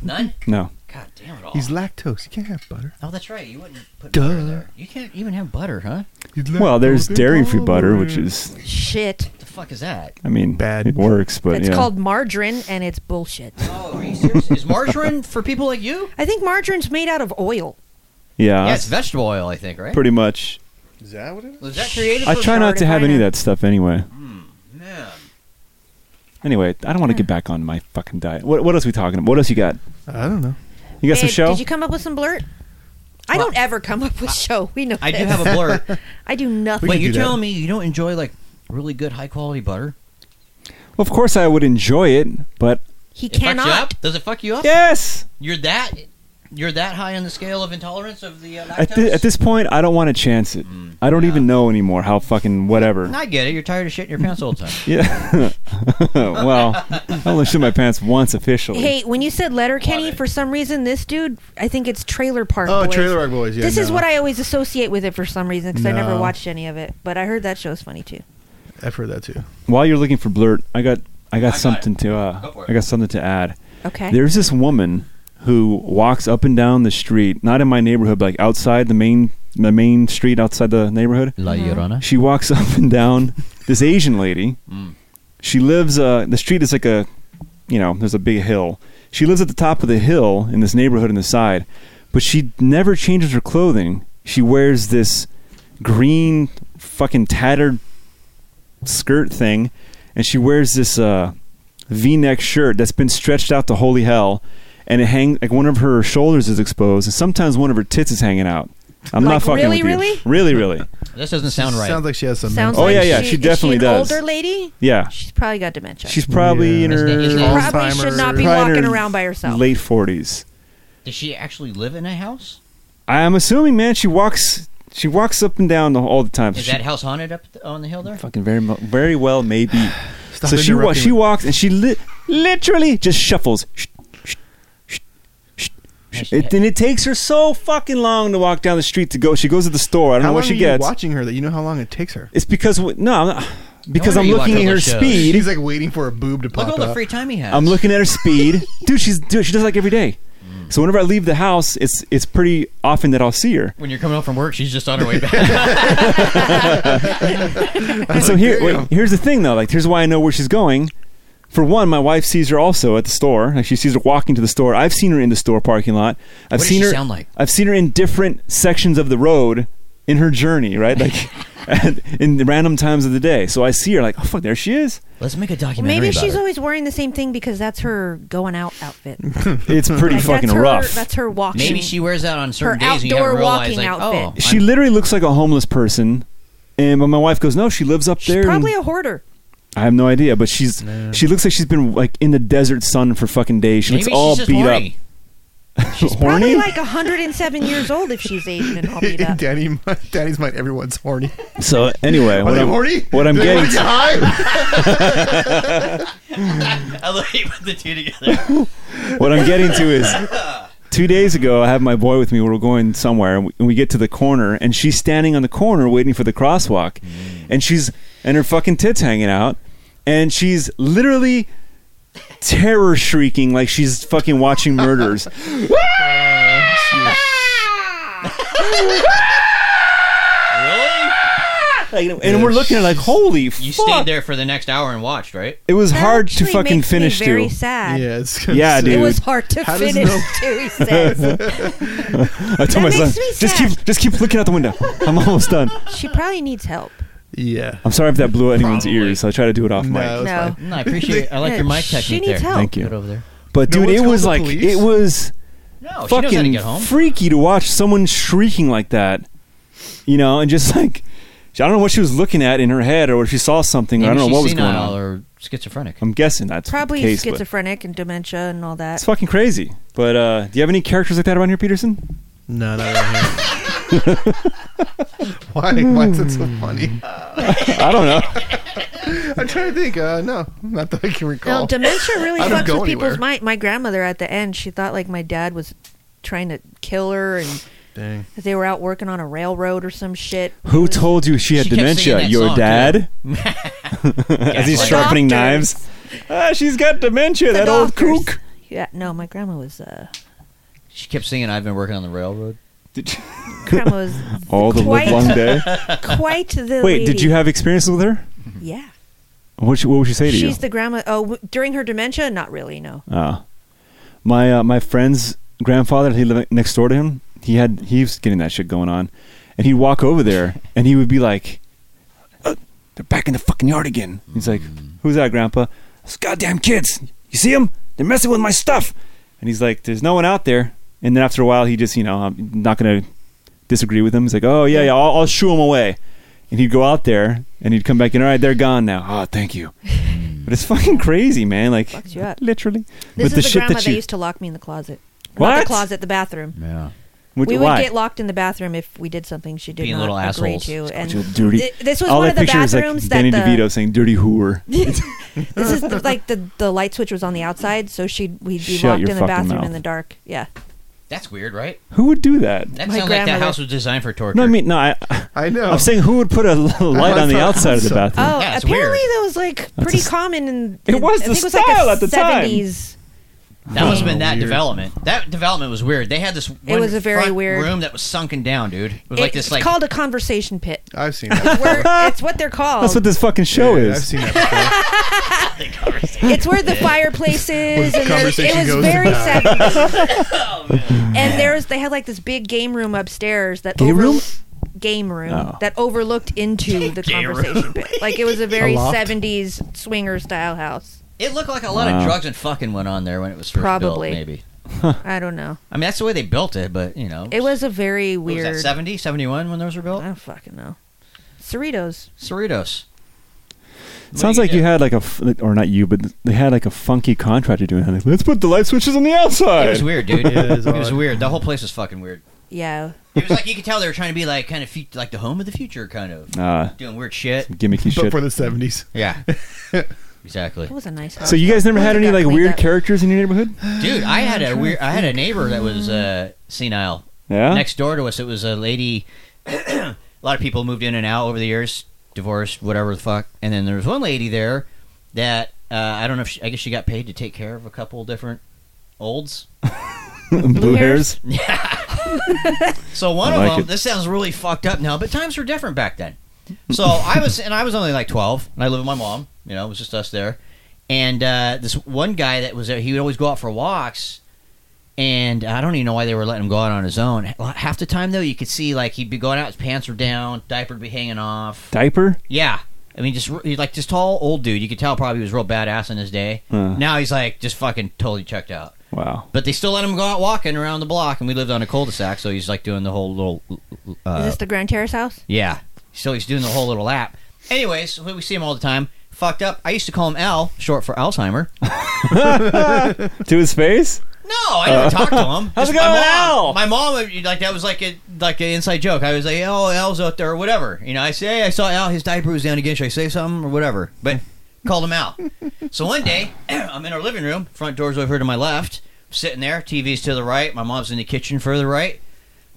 Speaker 1: None.
Speaker 2: No.
Speaker 1: God damn it all.
Speaker 3: He's lactose. You can't have butter.
Speaker 1: oh, that's right. You wouldn't put butter in there. You can't even have butter, huh?
Speaker 3: He's
Speaker 2: Well, there's
Speaker 3: lactose
Speaker 2: dairy-free butter, which
Speaker 3: intolerant.
Speaker 2: is,
Speaker 4: Shit.
Speaker 1: What the fuck is that?
Speaker 2: I mean,
Speaker 3: Bad.
Speaker 2: It works, but
Speaker 4: It's
Speaker 2: yeah.
Speaker 4: called margarine, and it's bullshit.
Speaker 1: Oh, are you serious? is margarine for people like you?
Speaker 4: I think margarine's made out of oil.
Speaker 2: yeah,
Speaker 1: Yeah, it's vegetable oil, I think, right?
Speaker 2: pretty much.
Speaker 3: Is that what it is?
Speaker 1: Was that created?
Speaker 2: I
Speaker 1: for-
Speaker 2: try not
Speaker 4: started
Speaker 2: to have
Speaker 4: by
Speaker 2: any of
Speaker 4: now.
Speaker 2: that stuff anyway.
Speaker 1: Man.
Speaker 2: Anyway, I don't want to get back on my fucking diet. What, what else we talking about? What else you got?
Speaker 3: I don't know.
Speaker 2: You got some
Speaker 4: Babe,
Speaker 2: show?
Speaker 4: Did you come up with some blurt? I don't ever come up with show. We know.
Speaker 1: I do
Speaker 4: this.
Speaker 1: have a blur.
Speaker 4: I do nothing.
Speaker 1: Wait,
Speaker 3: do
Speaker 1: you're
Speaker 3: that.
Speaker 1: telling me you don't enjoy like really good high quality butter?
Speaker 2: Of course, I would enjoy it, but
Speaker 4: he
Speaker 1: It fucks you
Speaker 4: cannot.
Speaker 1: up? Does it fuck you up?
Speaker 2: yes,
Speaker 1: You're that. You're that high on the scale of intolerance of the uh, lactose.
Speaker 2: at, thi- at this point, I don't want to chance it.
Speaker 1: Mm.
Speaker 2: I don't even know anymore how fucking whatever.
Speaker 1: I get it. You're tired of shit in your pants all the time.
Speaker 2: Yeah. well, I only shit my pants once officially.
Speaker 4: Hey, when you said letter Kenny,
Speaker 1: Love it.
Speaker 4: for some reason, this dude, I think it's Trailer Park
Speaker 3: Oh,
Speaker 4: Boys.
Speaker 3: Trailer Park Boys. Yeah.
Speaker 4: this is
Speaker 3: no.
Speaker 4: what I always associate with it for some reason because I never
Speaker 3: No.
Speaker 4: watched any of it. But I heard that show's funny too.
Speaker 3: I've heard that too.
Speaker 2: While you're looking for blurt, I got I got
Speaker 1: got
Speaker 2: something
Speaker 1: it.
Speaker 2: to uh,
Speaker 1: Go for it.
Speaker 2: I got something to add.
Speaker 4: Okay.
Speaker 2: There's this woman who walks up and down the street, not in my neighborhood, but like outside the main the main street outside the neighborhood.
Speaker 1: La Llorona.
Speaker 2: She walks up and down. This Asian lady. She lives. Uh, the street is like a, you know, there's a big hill. She lives at the top of the hill in this neighborhood on the side, but she never changes her clothing. She wears this green, fucking tattered skirt thing, and she wears this uh, V-neck shirt that's been stretched out to holy hell, and it hangs like one of her shoulders is exposed, and sometimes one of her tits is hanging out. I'm
Speaker 4: Like,
Speaker 2: not fucking
Speaker 4: really,
Speaker 2: with you.
Speaker 4: really?
Speaker 2: Really, really.
Speaker 1: This doesn't sound right.
Speaker 3: Sounds like she has some.
Speaker 4: Sounds
Speaker 2: Oh,
Speaker 4: like
Speaker 2: yeah, yeah, she
Speaker 4: She, is
Speaker 2: definitely
Speaker 4: an
Speaker 2: does.
Speaker 4: Older lady.
Speaker 2: Yeah.
Speaker 4: She's probably got dementia.
Speaker 2: She's probably in
Speaker 3: Yeah.
Speaker 2: her
Speaker 1: Isn't it-
Speaker 4: probably should not
Speaker 2: Probably
Speaker 4: be
Speaker 2: in
Speaker 4: walking
Speaker 2: her
Speaker 4: around by herself.
Speaker 2: late 40s.
Speaker 1: Does she actually live in a house?
Speaker 2: I'm assuming, man, she walks she walks up and down the, all the time.
Speaker 1: Is
Speaker 2: She-
Speaker 1: that house haunted up th- on the hill there?
Speaker 2: fucking very mu- very well maybe.
Speaker 3: Stop
Speaker 2: so she wa-
Speaker 3: interrupting
Speaker 2: she
Speaker 3: me.
Speaker 2: walks and she li- literally just shuffles. Sh- sh- sh- sh- sh- It, and it takes her so fucking long to walk down the street to go. She goes to the store. I don't
Speaker 3: How
Speaker 2: know
Speaker 3: long
Speaker 2: what she
Speaker 3: are
Speaker 2: gets.
Speaker 3: you watching her that you know how long it takes her?
Speaker 2: It's because w- no, I'm not, because
Speaker 1: wonder
Speaker 2: I'm
Speaker 1: you
Speaker 2: looking
Speaker 1: watch
Speaker 2: at
Speaker 1: all
Speaker 2: her
Speaker 1: those shows.
Speaker 2: speed.
Speaker 3: He's like waiting for a boob to pop
Speaker 1: Look at all the
Speaker 3: up.
Speaker 1: free time he has.
Speaker 2: I'm looking at her speed, dude. She's dude. She does it like every day. So whenever I leave the house, it's it's pretty often that I'll see her.
Speaker 1: When you're coming home from work, she's just on her way back.
Speaker 2: And so here, wait, here's the thing though. Like, here's why I know where she's going. For one, my wife sees her also at the store. Like, she sees her walking to the store. I've seen her in the store parking lot. I've
Speaker 1: What does
Speaker 2: seen
Speaker 1: she
Speaker 2: her.
Speaker 1: sound like?
Speaker 2: I've seen her in different sections of the road in her journey. Right, like at, in the random times of the day. So I see her like, oh fuck, there she is.
Speaker 1: Let's make a
Speaker 4: Well,
Speaker 1: documentary.
Speaker 4: maybe
Speaker 1: about
Speaker 4: she's
Speaker 1: her.
Speaker 4: always wearing the same thing because that's her going out outfit.
Speaker 2: It's pretty
Speaker 4: Like,
Speaker 2: fucking
Speaker 4: that's her,
Speaker 2: rough.
Speaker 4: That's her walking.
Speaker 1: Maybe she wears that on certain
Speaker 4: Her
Speaker 1: days and you
Speaker 4: outdoor
Speaker 1: don't realize,
Speaker 4: walking
Speaker 1: like,
Speaker 4: outfit.
Speaker 1: oh,
Speaker 2: she
Speaker 1: I'm-
Speaker 2: literally looks like a homeless person. And but my wife goes, no, she lives up there.
Speaker 4: She's
Speaker 2: and-
Speaker 4: probably a hoarder.
Speaker 2: I have no idea, but she's she looks like she's been like in the desert sun for fucking days. She
Speaker 1: maybe
Speaker 2: looks
Speaker 1: she's
Speaker 2: all
Speaker 1: just
Speaker 2: beat
Speaker 1: horny.
Speaker 2: up.
Speaker 4: Probably
Speaker 2: horny?
Speaker 4: like 107 years old if she's Asian and all beat up.
Speaker 3: Danny, Danny's mind. Everyone's horny.
Speaker 2: So anyway,
Speaker 3: Are
Speaker 2: what
Speaker 3: they
Speaker 2: I'm,
Speaker 3: horny?
Speaker 2: What I'm
Speaker 3: Do they
Speaker 2: getting
Speaker 3: wanna get high?
Speaker 1: I love how you put the two together.
Speaker 2: what I'm getting to is two days ago I have my boy with me. We're going somewhere, and we, and we get to the corner, and she's standing on the corner waiting for the
Speaker 1: Mm.
Speaker 2: crosswalk, and she's and her fucking tits hanging out, and she's literally terror shrieking like she's fucking watching murders.
Speaker 1: really?
Speaker 2: Like, and we're looking at her like holy
Speaker 1: You
Speaker 2: fuck!
Speaker 1: stayed there for the next hour and watched, right?
Speaker 2: It was
Speaker 4: That
Speaker 2: hard to
Speaker 4: actually
Speaker 2: fucking
Speaker 4: makes
Speaker 2: finish
Speaker 4: Me very
Speaker 2: too.
Speaker 4: sad.
Speaker 3: yeah, it's
Speaker 2: Yeah,
Speaker 3: it's-
Speaker 2: dude.
Speaker 4: It was hard to
Speaker 3: How does
Speaker 4: finish
Speaker 3: no-
Speaker 4: too. He says
Speaker 2: I told
Speaker 4: That
Speaker 2: my son,
Speaker 4: makes me
Speaker 2: just
Speaker 4: sad.
Speaker 2: keep just keep looking out the window. I'm almost done.
Speaker 4: she probably needs help.
Speaker 3: Yeah.
Speaker 2: I'm sorry if that blew anyone's
Speaker 1: Probably.
Speaker 2: ears. I try to do it off mic.
Speaker 3: No, it's
Speaker 4: No.
Speaker 3: fine.
Speaker 1: No, Mm, I appreciate. it. I like your mic
Speaker 4: She
Speaker 1: technique
Speaker 4: needs
Speaker 1: there.
Speaker 4: help.
Speaker 2: Thank you.
Speaker 1: Get over there.
Speaker 2: But
Speaker 3: No
Speaker 2: dude,
Speaker 3: one's
Speaker 2: it
Speaker 3: called
Speaker 2: was
Speaker 3: the
Speaker 2: like
Speaker 3: police?
Speaker 2: it was
Speaker 1: No, Oh, she knows how to
Speaker 2: fucking
Speaker 1: get home.
Speaker 2: freaky to watch someone shrieking like that. You know, and just like I don't know what she was looking at in her head or if she saw something. or I
Speaker 1: Maybe
Speaker 2: don't
Speaker 1: she's
Speaker 2: know what was going
Speaker 1: senile
Speaker 2: on.
Speaker 1: or schizophrenic.
Speaker 2: I'm guessing that's
Speaker 4: Probably
Speaker 2: the case, but
Speaker 4: schizophrenic and dementia and all that.
Speaker 2: it's fucking crazy. But uh, do you have any characters like that around here, Peterson?
Speaker 3: No, not right here. Why? Why is it so funny?
Speaker 2: I don't know.
Speaker 3: I'm trying to think. Uh, no, not that I can recall.
Speaker 4: No, dementia really
Speaker 3: I don't
Speaker 4: fucks
Speaker 3: go
Speaker 4: with people's
Speaker 3: anywhere.
Speaker 4: mind. My grandmother at the end, she thought like my dad was trying to kill her and
Speaker 3: Dang.
Speaker 4: that they were out working on a railroad or some shit. It
Speaker 2: Who
Speaker 4: was-
Speaker 2: told you she had
Speaker 1: She kept
Speaker 2: dementia?
Speaker 1: singing that
Speaker 2: Your
Speaker 1: song,
Speaker 2: dad? As he's
Speaker 1: Gaslighting.
Speaker 2: sharpening
Speaker 4: Doctors.
Speaker 2: knives. Ah, she's got dementia,
Speaker 4: the
Speaker 2: that old
Speaker 4: doctors.
Speaker 2: kook.
Speaker 4: Yeah, no, my grandma was uh,
Speaker 1: She kept singing, "I've been working on the railroad."
Speaker 4: grandma was
Speaker 2: All the
Speaker 4: quite,
Speaker 2: live long day.
Speaker 4: quite the
Speaker 2: Wait, did
Speaker 4: lady.
Speaker 2: you have experiences with her?
Speaker 4: Yeah,
Speaker 2: What, she, what would she say to you?
Speaker 4: she's the grandma. Oh, w- during her dementia, not really. No,
Speaker 2: Oh. My uh, my friend's grandfather, he lived next door to him. He had he was getting that shit going on, and he'd walk over there, and he would be like, "Uh, "They're back in the fucking yard again." He's like, "Who's that, Grandpa?" "Those goddamn kids! You see them? They're messing with my stuff." And he's like, "There's no one out there." And then after a while, he just you know I'm not gonna disagree with him. He's like, "Oh yeah, yeah, I'll, I'll shoo them away." And he'd go out there, and he'd come back in. All right, they're gone now. Oh, thank you. But it's fucking crazy, man. Like,
Speaker 4: Fucks you up.
Speaker 2: literally. but
Speaker 4: this
Speaker 2: the
Speaker 4: is the
Speaker 2: shit
Speaker 4: grandma
Speaker 2: that
Speaker 4: that,
Speaker 2: you
Speaker 4: used to lock me in the closet. Not
Speaker 2: What?
Speaker 4: the closet, the bathroom.
Speaker 1: Yeah.
Speaker 2: Would-
Speaker 4: we
Speaker 2: why?
Speaker 4: would get locked in the bathroom if we did something she did
Speaker 1: Being
Speaker 4: not
Speaker 1: little
Speaker 4: agree
Speaker 1: assholes.
Speaker 4: to. And
Speaker 2: You dirty.
Speaker 4: thi- this was
Speaker 2: All
Speaker 4: one
Speaker 2: I
Speaker 4: of the
Speaker 2: picture is,
Speaker 4: bathrooms
Speaker 2: like
Speaker 4: that
Speaker 2: Danny
Speaker 4: the
Speaker 2: DeVito saying "dirty whore."
Speaker 4: this is the, like the the light switch was on the outside, so she would we'd be
Speaker 2: Shut
Speaker 4: locked
Speaker 2: your
Speaker 4: in the
Speaker 2: fucking
Speaker 4: bathroom
Speaker 2: mouth.
Speaker 4: in the dark. Yeah,
Speaker 1: That's weird, right?
Speaker 2: Who would do that?
Speaker 1: That sounds
Speaker 4: My
Speaker 1: like that
Speaker 4: grandmother-
Speaker 1: house was designed for torture.
Speaker 2: No, I mean no. I
Speaker 3: I know.
Speaker 2: I'm saying who would put a l- light on the
Speaker 3: thought-
Speaker 2: outside of the
Speaker 3: so-
Speaker 2: bathroom?
Speaker 4: Oh,
Speaker 1: Yeah, it's
Speaker 4: apparently
Speaker 1: weird.
Speaker 4: that was like pretty
Speaker 2: s-
Speaker 4: common in.
Speaker 2: It
Speaker 4: in-
Speaker 2: was
Speaker 4: I
Speaker 2: the
Speaker 4: think it was like a
Speaker 2: style at the time.
Speaker 4: 70s.
Speaker 1: That must have been
Speaker 3: Oh,
Speaker 1: that
Speaker 3: weird.
Speaker 1: development. That development was weird. They had this. one
Speaker 4: was a very
Speaker 1: front
Speaker 4: weird-
Speaker 1: room that was sunken down, dude. It was
Speaker 4: It-
Speaker 1: like this,
Speaker 4: it's
Speaker 1: like
Speaker 4: called a conversation pit.
Speaker 3: I've seen that.
Speaker 4: Where it's what they're called.
Speaker 2: That's what this fucking show
Speaker 3: Yeah, I've
Speaker 2: is.
Speaker 3: seen that. Before.
Speaker 4: it's where the fireplace is.
Speaker 3: the
Speaker 4: and there's- it
Speaker 3: conversation
Speaker 4: was
Speaker 3: goes
Speaker 4: very
Speaker 3: about.
Speaker 4: sad.
Speaker 2: Oh,
Speaker 4: and there was they had like this big game room upstairs that
Speaker 2: Game
Speaker 4: over-
Speaker 2: room?
Speaker 4: game room
Speaker 2: Oh.
Speaker 4: that overlooked into the
Speaker 1: Game room.
Speaker 4: conversation pit. Like it was a very
Speaker 3: A loft?
Speaker 4: 70s swinger style house.
Speaker 1: it looked like a lot of
Speaker 2: Wow.
Speaker 1: drugs and fucking went on there when it was first
Speaker 4: Probably.
Speaker 1: built. Maybe.
Speaker 4: I don't know.
Speaker 1: I mean, that's the way they built it, but you know,
Speaker 4: It was a very
Speaker 1: what
Speaker 4: weird.
Speaker 1: Was that 70, 71 when those were
Speaker 4: I
Speaker 1: built?
Speaker 4: don't fucking know. Cerritos.
Speaker 1: Cerritos. What
Speaker 2: Sounds
Speaker 1: do
Speaker 2: like you
Speaker 1: do?
Speaker 2: had like a, f- or not you, but they had like a funky contractor doing that. Like, Let's put the light switches on the outside.
Speaker 1: It was weird, dude.
Speaker 3: Yeah, it
Speaker 1: it
Speaker 3: is
Speaker 1: was
Speaker 3: odd.
Speaker 1: weird. The whole place was fucking weird.
Speaker 4: Yeah.
Speaker 1: It was like you could tell they were trying to be like kind of fe- like the home of the future, kind of
Speaker 2: Ah,
Speaker 1: doing weird shit.
Speaker 2: gimmicky
Speaker 3: But
Speaker 2: shit.
Speaker 3: for the seventies.
Speaker 1: Yeah. exactly.
Speaker 4: It was a nice house.
Speaker 2: So you guys never had any like weird
Speaker 4: characters.
Speaker 2: characters in your neighborhood?
Speaker 1: Dude, I had a weird. I had a neighbor that was uh, senile.
Speaker 2: Yeah.
Speaker 1: Next door to us, it was a lady. a lot of people moved in and out over the years, divorced, whatever the fuck. And then there was one lady there that uh, I don't know. if she, I guess she got paid to take care of a couple different olds.
Speaker 2: blue, hairs.
Speaker 1: So one
Speaker 2: I
Speaker 1: of
Speaker 2: like
Speaker 1: them.
Speaker 2: it.
Speaker 1: This sounds really fucked up now, but times were different back then. So I was, and I was only like twelve, and I lived with my mom. You know, it was just us there. And uh, this one guy that was there, he would always go out for walks, and I don't even know why they were letting him go out on his own. Half the time though, you could see like he'd be going out, his pants were down, diaper would be hanging off.
Speaker 2: Diaper.
Speaker 1: Yeah. I mean, just he's like this tall old dude. You could tell probably he was real badass in his day.
Speaker 2: Huh.
Speaker 1: Now he's like just fucking totally checked out.
Speaker 2: Wow.
Speaker 1: But they still let him go out walking around the block, and we lived on a cul-de-sac, so he's like doing the whole little. Uh,
Speaker 4: Is this the Grand Terrace house?
Speaker 1: yeah, so he's doing the whole little lap. Anyways, we we see him all the time. Fucked up. I used to call him Al, short for Alzheimer.
Speaker 2: To his face.
Speaker 1: No, I never talked to him.
Speaker 2: How's it
Speaker 1: Just
Speaker 2: going,
Speaker 1: my mom,
Speaker 2: Al?
Speaker 1: My mom, would- like that was like a like an inside joke. I was like, "Oh, Al's out there, or whatever." You know, I say, "Hey, I saw Al. His diaper was down again. Should I say something or whatever?" But called him Al. so one day, I'm in our living room. Front door's over here to my left. Sitting there, TV's to the right. My mom's in the kitchen further right,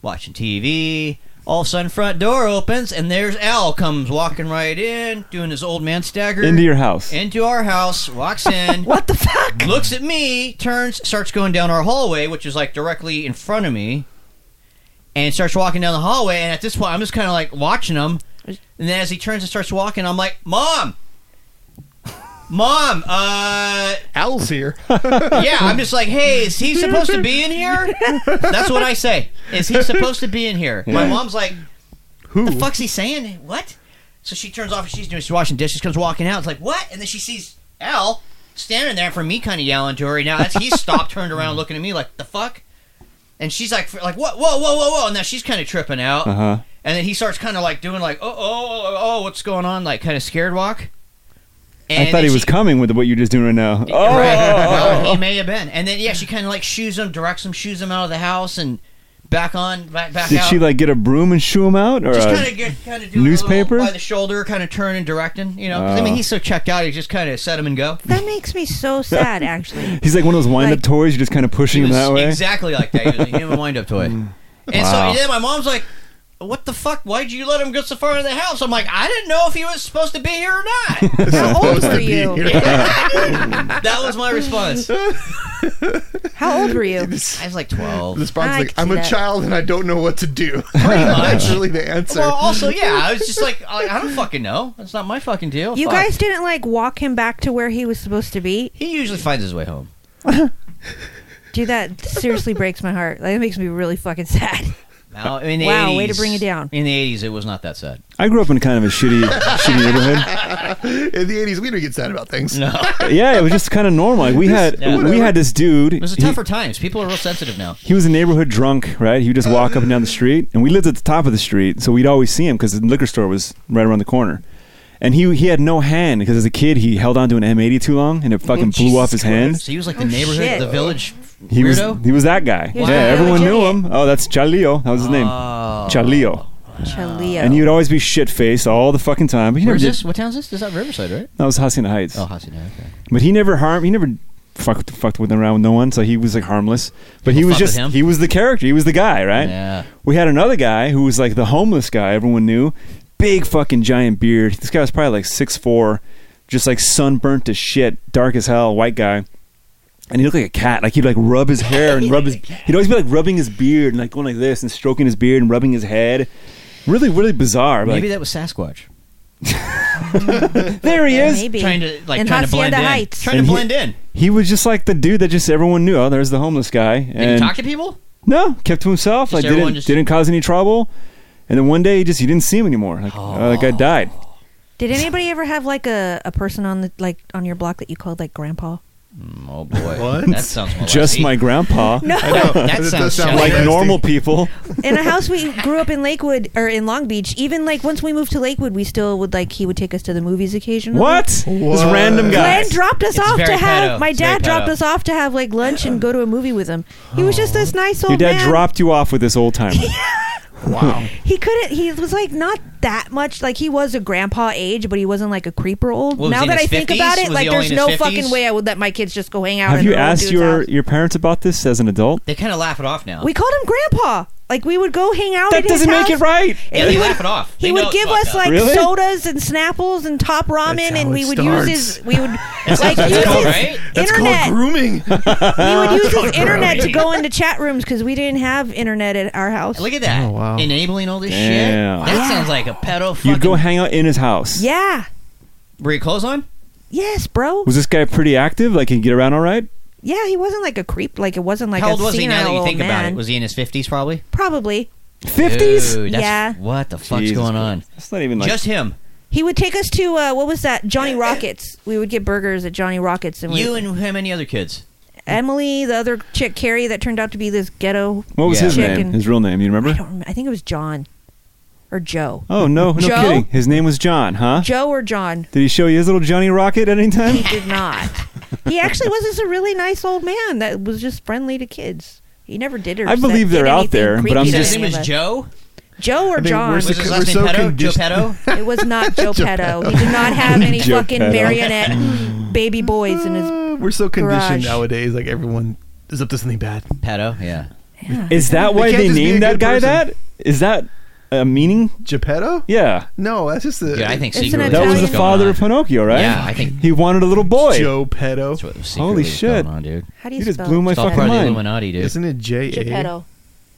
Speaker 1: watching TV. All of a sudden, front door opens, and there's Al comes walking right in, doing his old man stagger
Speaker 2: Into your house.
Speaker 1: into our house, walks in.
Speaker 4: What the fuck?
Speaker 1: looks at me, turns, starts going down our hallway, which is like directly in front of me, and starts walking down the hallway. And at this point, I'm just kind of like watching him. And then as he turns and starts walking, I'm like, "Mom, mom, uh,
Speaker 3: Owl's here.
Speaker 1: yeah." I'm just like, "Hey, is he supposed to be in here?" That's what I say. Is he supposed to be in here? My mom's like,
Speaker 3: Who?
Speaker 1: the fuck's he saying? What? So she turns off. and She's doing. She's washing dishes. Comes walking out. It's like what? And then she sees Al standing there for me, kind of yelling to her. And now that's, he stopped, turned around,
Speaker 2: Mm-hmm.
Speaker 1: looking at me like the fuck. And she's like, like what? Whoa, whoa, whoa, whoa! And now she's kind of tripping out.
Speaker 2: Uh huh.
Speaker 1: And then he starts kind of like doing like, oh, oh, oh, oh, what's going on? Like kind of scared walk.
Speaker 2: I thought
Speaker 1: then
Speaker 2: he was
Speaker 1: she-
Speaker 2: coming with what you're just doing right now. Oh,
Speaker 1: Right. Well, he may have been. And then yeah, she kind of like shoes him, directs him, shoes him out of the house, and back on, back, back
Speaker 2: did
Speaker 1: out.
Speaker 2: she like get a broom and shoo him out, or
Speaker 1: Just
Speaker 2: a-
Speaker 1: kind of get kind of doing
Speaker 2: newspaper?
Speaker 1: a little by the shoulder, kind of turn and directing. You know, 'Cause, I mean,
Speaker 2: Oh.
Speaker 1: he's so checked out. He just kind of set him and go.
Speaker 4: That makes me so sad, actually.
Speaker 2: he's like one of those wind-up
Speaker 4: Like-
Speaker 2: toys. You're just kind of
Speaker 1: He
Speaker 2: pushing him
Speaker 1: was
Speaker 2: that way. Mm.
Speaker 1: exactly like that. He was a human wind-up toy. And
Speaker 2: Wow.
Speaker 1: so then my mom's like, "What the fuck? Why'd you let him go so far in the house?" I'm like, "I didn't know if he was supposed to be here or not."
Speaker 4: How old were
Speaker 3: Being
Speaker 4: you?
Speaker 3: here.
Speaker 1: that was my response. I
Speaker 4: How old were you?
Speaker 1: was like 12.
Speaker 3: The sponsor's
Speaker 4: I
Speaker 3: like,
Speaker 4: can
Speaker 3: I'm
Speaker 4: see
Speaker 3: a
Speaker 4: that.
Speaker 3: child and I don't know what to do.
Speaker 1: much.
Speaker 3: That's really the answer.
Speaker 1: Well, also, yeah, I was just like, I, I don't fucking know. That's not my fucking deal.
Speaker 4: You
Speaker 1: Fuck.
Speaker 4: guys didn't like walk him back to where he was supposed to be.
Speaker 1: he usually finds his way home.
Speaker 4: Dude, that seriously breaks my heart. Like, it makes me really fucking sad.
Speaker 1: Now, in the
Speaker 4: Wow,
Speaker 1: 80s,
Speaker 4: way to bring it down.
Speaker 1: In the 80s, it was not that sad.
Speaker 2: I grew up in kind of a shitty, shitty neighborhood.
Speaker 3: In the 80s, we didn't get sad about things.
Speaker 1: No.
Speaker 2: Yeah, it was just kind of normal. Like we had,
Speaker 1: Yeah.
Speaker 2: we had this dude.
Speaker 1: It was a
Speaker 2: he-
Speaker 1: tougher times. People are real sensitive now.
Speaker 2: he was a neighborhood drunk, right? He would just walk up and down the street, and we lived at the top of the street, so we'd always see him because the liquor store was right around the corner. And he he had no hand because as a kid he held onto an M80 too long, and it fucking blew off his hand.
Speaker 1: So he was like the neighborhood,
Speaker 4: Oh, shit.
Speaker 1: the village
Speaker 2: He was
Speaker 1: weirdo.
Speaker 2: he was that guy.
Speaker 4: He was
Speaker 2: yeah,
Speaker 4: that
Speaker 2: everyone
Speaker 4: guy.
Speaker 2: knew him. Oh, that's Chalio. That was his name,
Speaker 1: Oh.
Speaker 2: Chalio.
Speaker 4: Chaleo.
Speaker 2: And he would always be shit faced all the fucking time. But he
Speaker 1: Where's
Speaker 2: never did-
Speaker 1: this? What town's this? Is that Riverside, right?
Speaker 2: That was Hacienda Heights.
Speaker 1: Oh, Hacienda. Oh, Okay.
Speaker 2: But he never harmed. He never fucked fucked with around with no one, so he was like harmless. But he
Speaker 1: People
Speaker 2: was
Speaker 1: fuck with
Speaker 2: just
Speaker 1: him?
Speaker 2: he was the character. He was the guy, right?
Speaker 1: Yeah.
Speaker 2: We had another guy who was like the homeless guy everyone knew. Big fucking giant beard. This guy was probably like six four, just like sunburnt as shit, dark as hell, white guy. And he looked like a cat. Like he'd like rub his hair and rub his. He'd always be like rubbing his beard and like going like this and stroking his beard and rubbing his head. Really, really bizarre. but,
Speaker 1: Maybe that
Speaker 2: like,
Speaker 1: was Sasquatch.
Speaker 2: there he is.
Speaker 4: Maybe.
Speaker 1: Trying to like
Speaker 4: in
Speaker 1: trying to
Speaker 4: Hacienda
Speaker 1: blend in.
Speaker 4: Heights.
Speaker 1: Trying
Speaker 2: And
Speaker 1: to
Speaker 2: he-
Speaker 1: blend in.
Speaker 2: He was just like the dude that just everyone knew. Oh, there's the homeless guy.
Speaker 1: Did he talk to people?
Speaker 2: No, kept to himself.
Speaker 1: Just
Speaker 2: Like
Speaker 1: everyone
Speaker 2: didn't
Speaker 1: just-
Speaker 2: didn't cause any trouble. And then one day he just you didn't see him anymore. Like
Speaker 1: Oh.
Speaker 2: uh, that guy died.
Speaker 4: Did anybody ever have like a, a person on the like on your block that you called like grandpa?
Speaker 1: Oh boy,
Speaker 3: What?
Speaker 1: that sounds molesty.
Speaker 2: Just my grandpa.
Speaker 4: No.
Speaker 1: That
Speaker 3: does
Speaker 1: sounds
Speaker 3: sound
Speaker 1: like
Speaker 2: Like
Speaker 3: Nasty.
Speaker 2: normal people.
Speaker 4: in a house we grew up in Lakewood or in Long Beach. Even like once we moved to Lakewood, we still would like he would take us to the movies occasionally.
Speaker 2: What? This
Speaker 3: What?
Speaker 2: random guy.
Speaker 4: Glenn dropped us
Speaker 1: It's
Speaker 4: off
Speaker 1: very
Speaker 4: to have
Speaker 1: pedo.
Speaker 4: my
Speaker 1: It's very
Speaker 4: dad dropped
Speaker 1: pedo.
Speaker 4: us off to have like lunch and go to a movie with him. He was just this nice
Speaker 2: Your
Speaker 4: old
Speaker 2: dad
Speaker 4: man.
Speaker 2: dropped you off with this old timer.
Speaker 4: He couldn't. He was like not that much. Like he was a grandpa age, but he wasn't like a creeper old.
Speaker 1: Well, was
Speaker 4: now
Speaker 1: he in
Speaker 4: that I
Speaker 1: his
Speaker 4: think
Speaker 1: 50s?
Speaker 4: about it,
Speaker 1: Was
Speaker 4: like
Speaker 1: he only
Speaker 4: there's
Speaker 1: in
Speaker 4: no
Speaker 1: his 50s?
Speaker 4: fucking way I would let my kids just go hang out.
Speaker 2: Have
Speaker 4: in
Speaker 2: you
Speaker 4: an old
Speaker 2: asked
Speaker 4: dude's
Speaker 2: your
Speaker 4: house.
Speaker 2: your parents about this as an adult?
Speaker 1: They kind of laugh it off now.
Speaker 4: We called him grandpa. Like we would go hang out.
Speaker 2: That
Speaker 4: at his
Speaker 2: doesn't make it
Speaker 4: house.
Speaker 2: right.
Speaker 1: yeah, they
Speaker 4: he would-
Speaker 1: laugh it off. They know
Speaker 4: He
Speaker 1: it's
Speaker 4: would give
Speaker 1: fucked
Speaker 4: us
Speaker 1: up.
Speaker 4: like
Speaker 2: Really?
Speaker 4: sodas and Snapples and Top
Speaker 3: how
Speaker 4: Ramen, and
Speaker 3: it
Speaker 4: we would
Speaker 3: starts.
Speaker 4: use his. We would like
Speaker 1: that's
Speaker 4: use
Speaker 1: called-
Speaker 4: his
Speaker 1: right?
Speaker 3: That's called
Speaker 4: internet.
Speaker 3: grooming.
Speaker 4: We would use his internet to go into chat rooms because we didn't have internet at our house.
Speaker 1: Look at that.
Speaker 3: Oh, wow.
Speaker 1: Enabling all this
Speaker 2: Damn.
Speaker 1: shit. That sounds like a pedo fucking.
Speaker 2: You'd go hang out in his house.
Speaker 4: Yeah.
Speaker 1: Were your clothes on?
Speaker 4: Yes, bro.
Speaker 2: Was this guy pretty active? Like he get around all right?
Speaker 4: Yeah, he wasn't like a creep. Like it wasn't like
Speaker 1: How
Speaker 4: a
Speaker 1: old was he now
Speaker 4: senile
Speaker 1: that you
Speaker 4: old
Speaker 1: think about
Speaker 4: man.
Speaker 1: it? Was he in his 50s probably?
Speaker 4: Probably.
Speaker 2: Fifties?
Speaker 1: Dude, that's,
Speaker 4: Yeah.
Speaker 1: What the fuck's
Speaker 2: Jesus
Speaker 1: going on?
Speaker 2: Christ. That's not even like
Speaker 1: Just him.
Speaker 4: He would take us to uh, what was that? Johnny Rockets. We would get burgers at Johnny Rockets, and we,
Speaker 1: You and how many other kids?
Speaker 4: Emily, the other chick, Carrie, that turned out to be this ghetto.
Speaker 2: what was
Speaker 1: Yeah.
Speaker 2: his name?
Speaker 4: Chicken.
Speaker 2: His real name? You
Speaker 4: I
Speaker 2: remember?
Speaker 4: don't. Remember. I think it was John or Joe.
Speaker 2: Oh no, no
Speaker 4: Joe?
Speaker 2: kidding. His name was John, huh?
Speaker 4: Joe or John.
Speaker 2: Did he show you his little Johnny Rocket at any time?
Speaker 4: He did not. he actually was just a really nice old man that was just friendly to kids. He never did or
Speaker 2: I
Speaker 4: said-
Speaker 2: believe they're
Speaker 4: did
Speaker 2: out
Speaker 4: anything
Speaker 2: there, but
Speaker 4: creepy
Speaker 2: I'm
Speaker 1: You said
Speaker 4: to
Speaker 2: just-
Speaker 1: his name
Speaker 4: any of
Speaker 1: was
Speaker 4: us.
Speaker 1: Joe?
Speaker 4: Joe or
Speaker 3: think
Speaker 4: John.
Speaker 3: we're
Speaker 1: Was his
Speaker 3: We're
Speaker 1: last name
Speaker 3: so
Speaker 1: Pedo? Joe
Speaker 3: conditioned-
Speaker 1: Pedo?
Speaker 4: It was not Joe Petto. He did not have any
Speaker 2: Joe
Speaker 4: fucking
Speaker 2: Petto.
Speaker 4: marionette baby boys in his.
Speaker 3: We're so conditioned
Speaker 4: Garage.
Speaker 3: nowadays. Like everyone is up to something bad.
Speaker 1: Pedo, yeah.
Speaker 2: Is that why
Speaker 3: can't
Speaker 2: they
Speaker 3: just be a
Speaker 2: named that
Speaker 3: good
Speaker 2: guy
Speaker 3: person.
Speaker 2: that? Is that a meaning?
Speaker 3: Geppetto?
Speaker 2: Yeah.
Speaker 3: No, that's just the.
Speaker 1: Dude, I think
Speaker 4: It's an
Speaker 1: secretly
Speaker 2: That
Speaker 1: that's
Speaker 2: was
Speaker 1: what's
Speaker 2: the
Speaker 4: Italian-
Speaker 1: going
Speaker 2: father
Speaker 1: on.
Speaker 2: of Pinocchio, right?
Speaker 1: Yeah, I think
Speaker 2: He wanted a little boy.
Speaker 3: Joe Pedo.
Speaker 1: that's what was secretly
Speaker 2: Holy
Speaker 1: was
Speaker 2: shit.
Speaker 1: going on, dude.
Speaker 4: How do you,
Speaker 2: You just
Speaker 4: spell
Speaker 2: blew my
Speaker 1: It's all
Speaker 2: fucking
Speaker 1: part of the
Speaker 2: mind.
Speaker 1: Illuminati, dude.
Speaker 3: Isn't it J A
Speaker 4: Geppetto?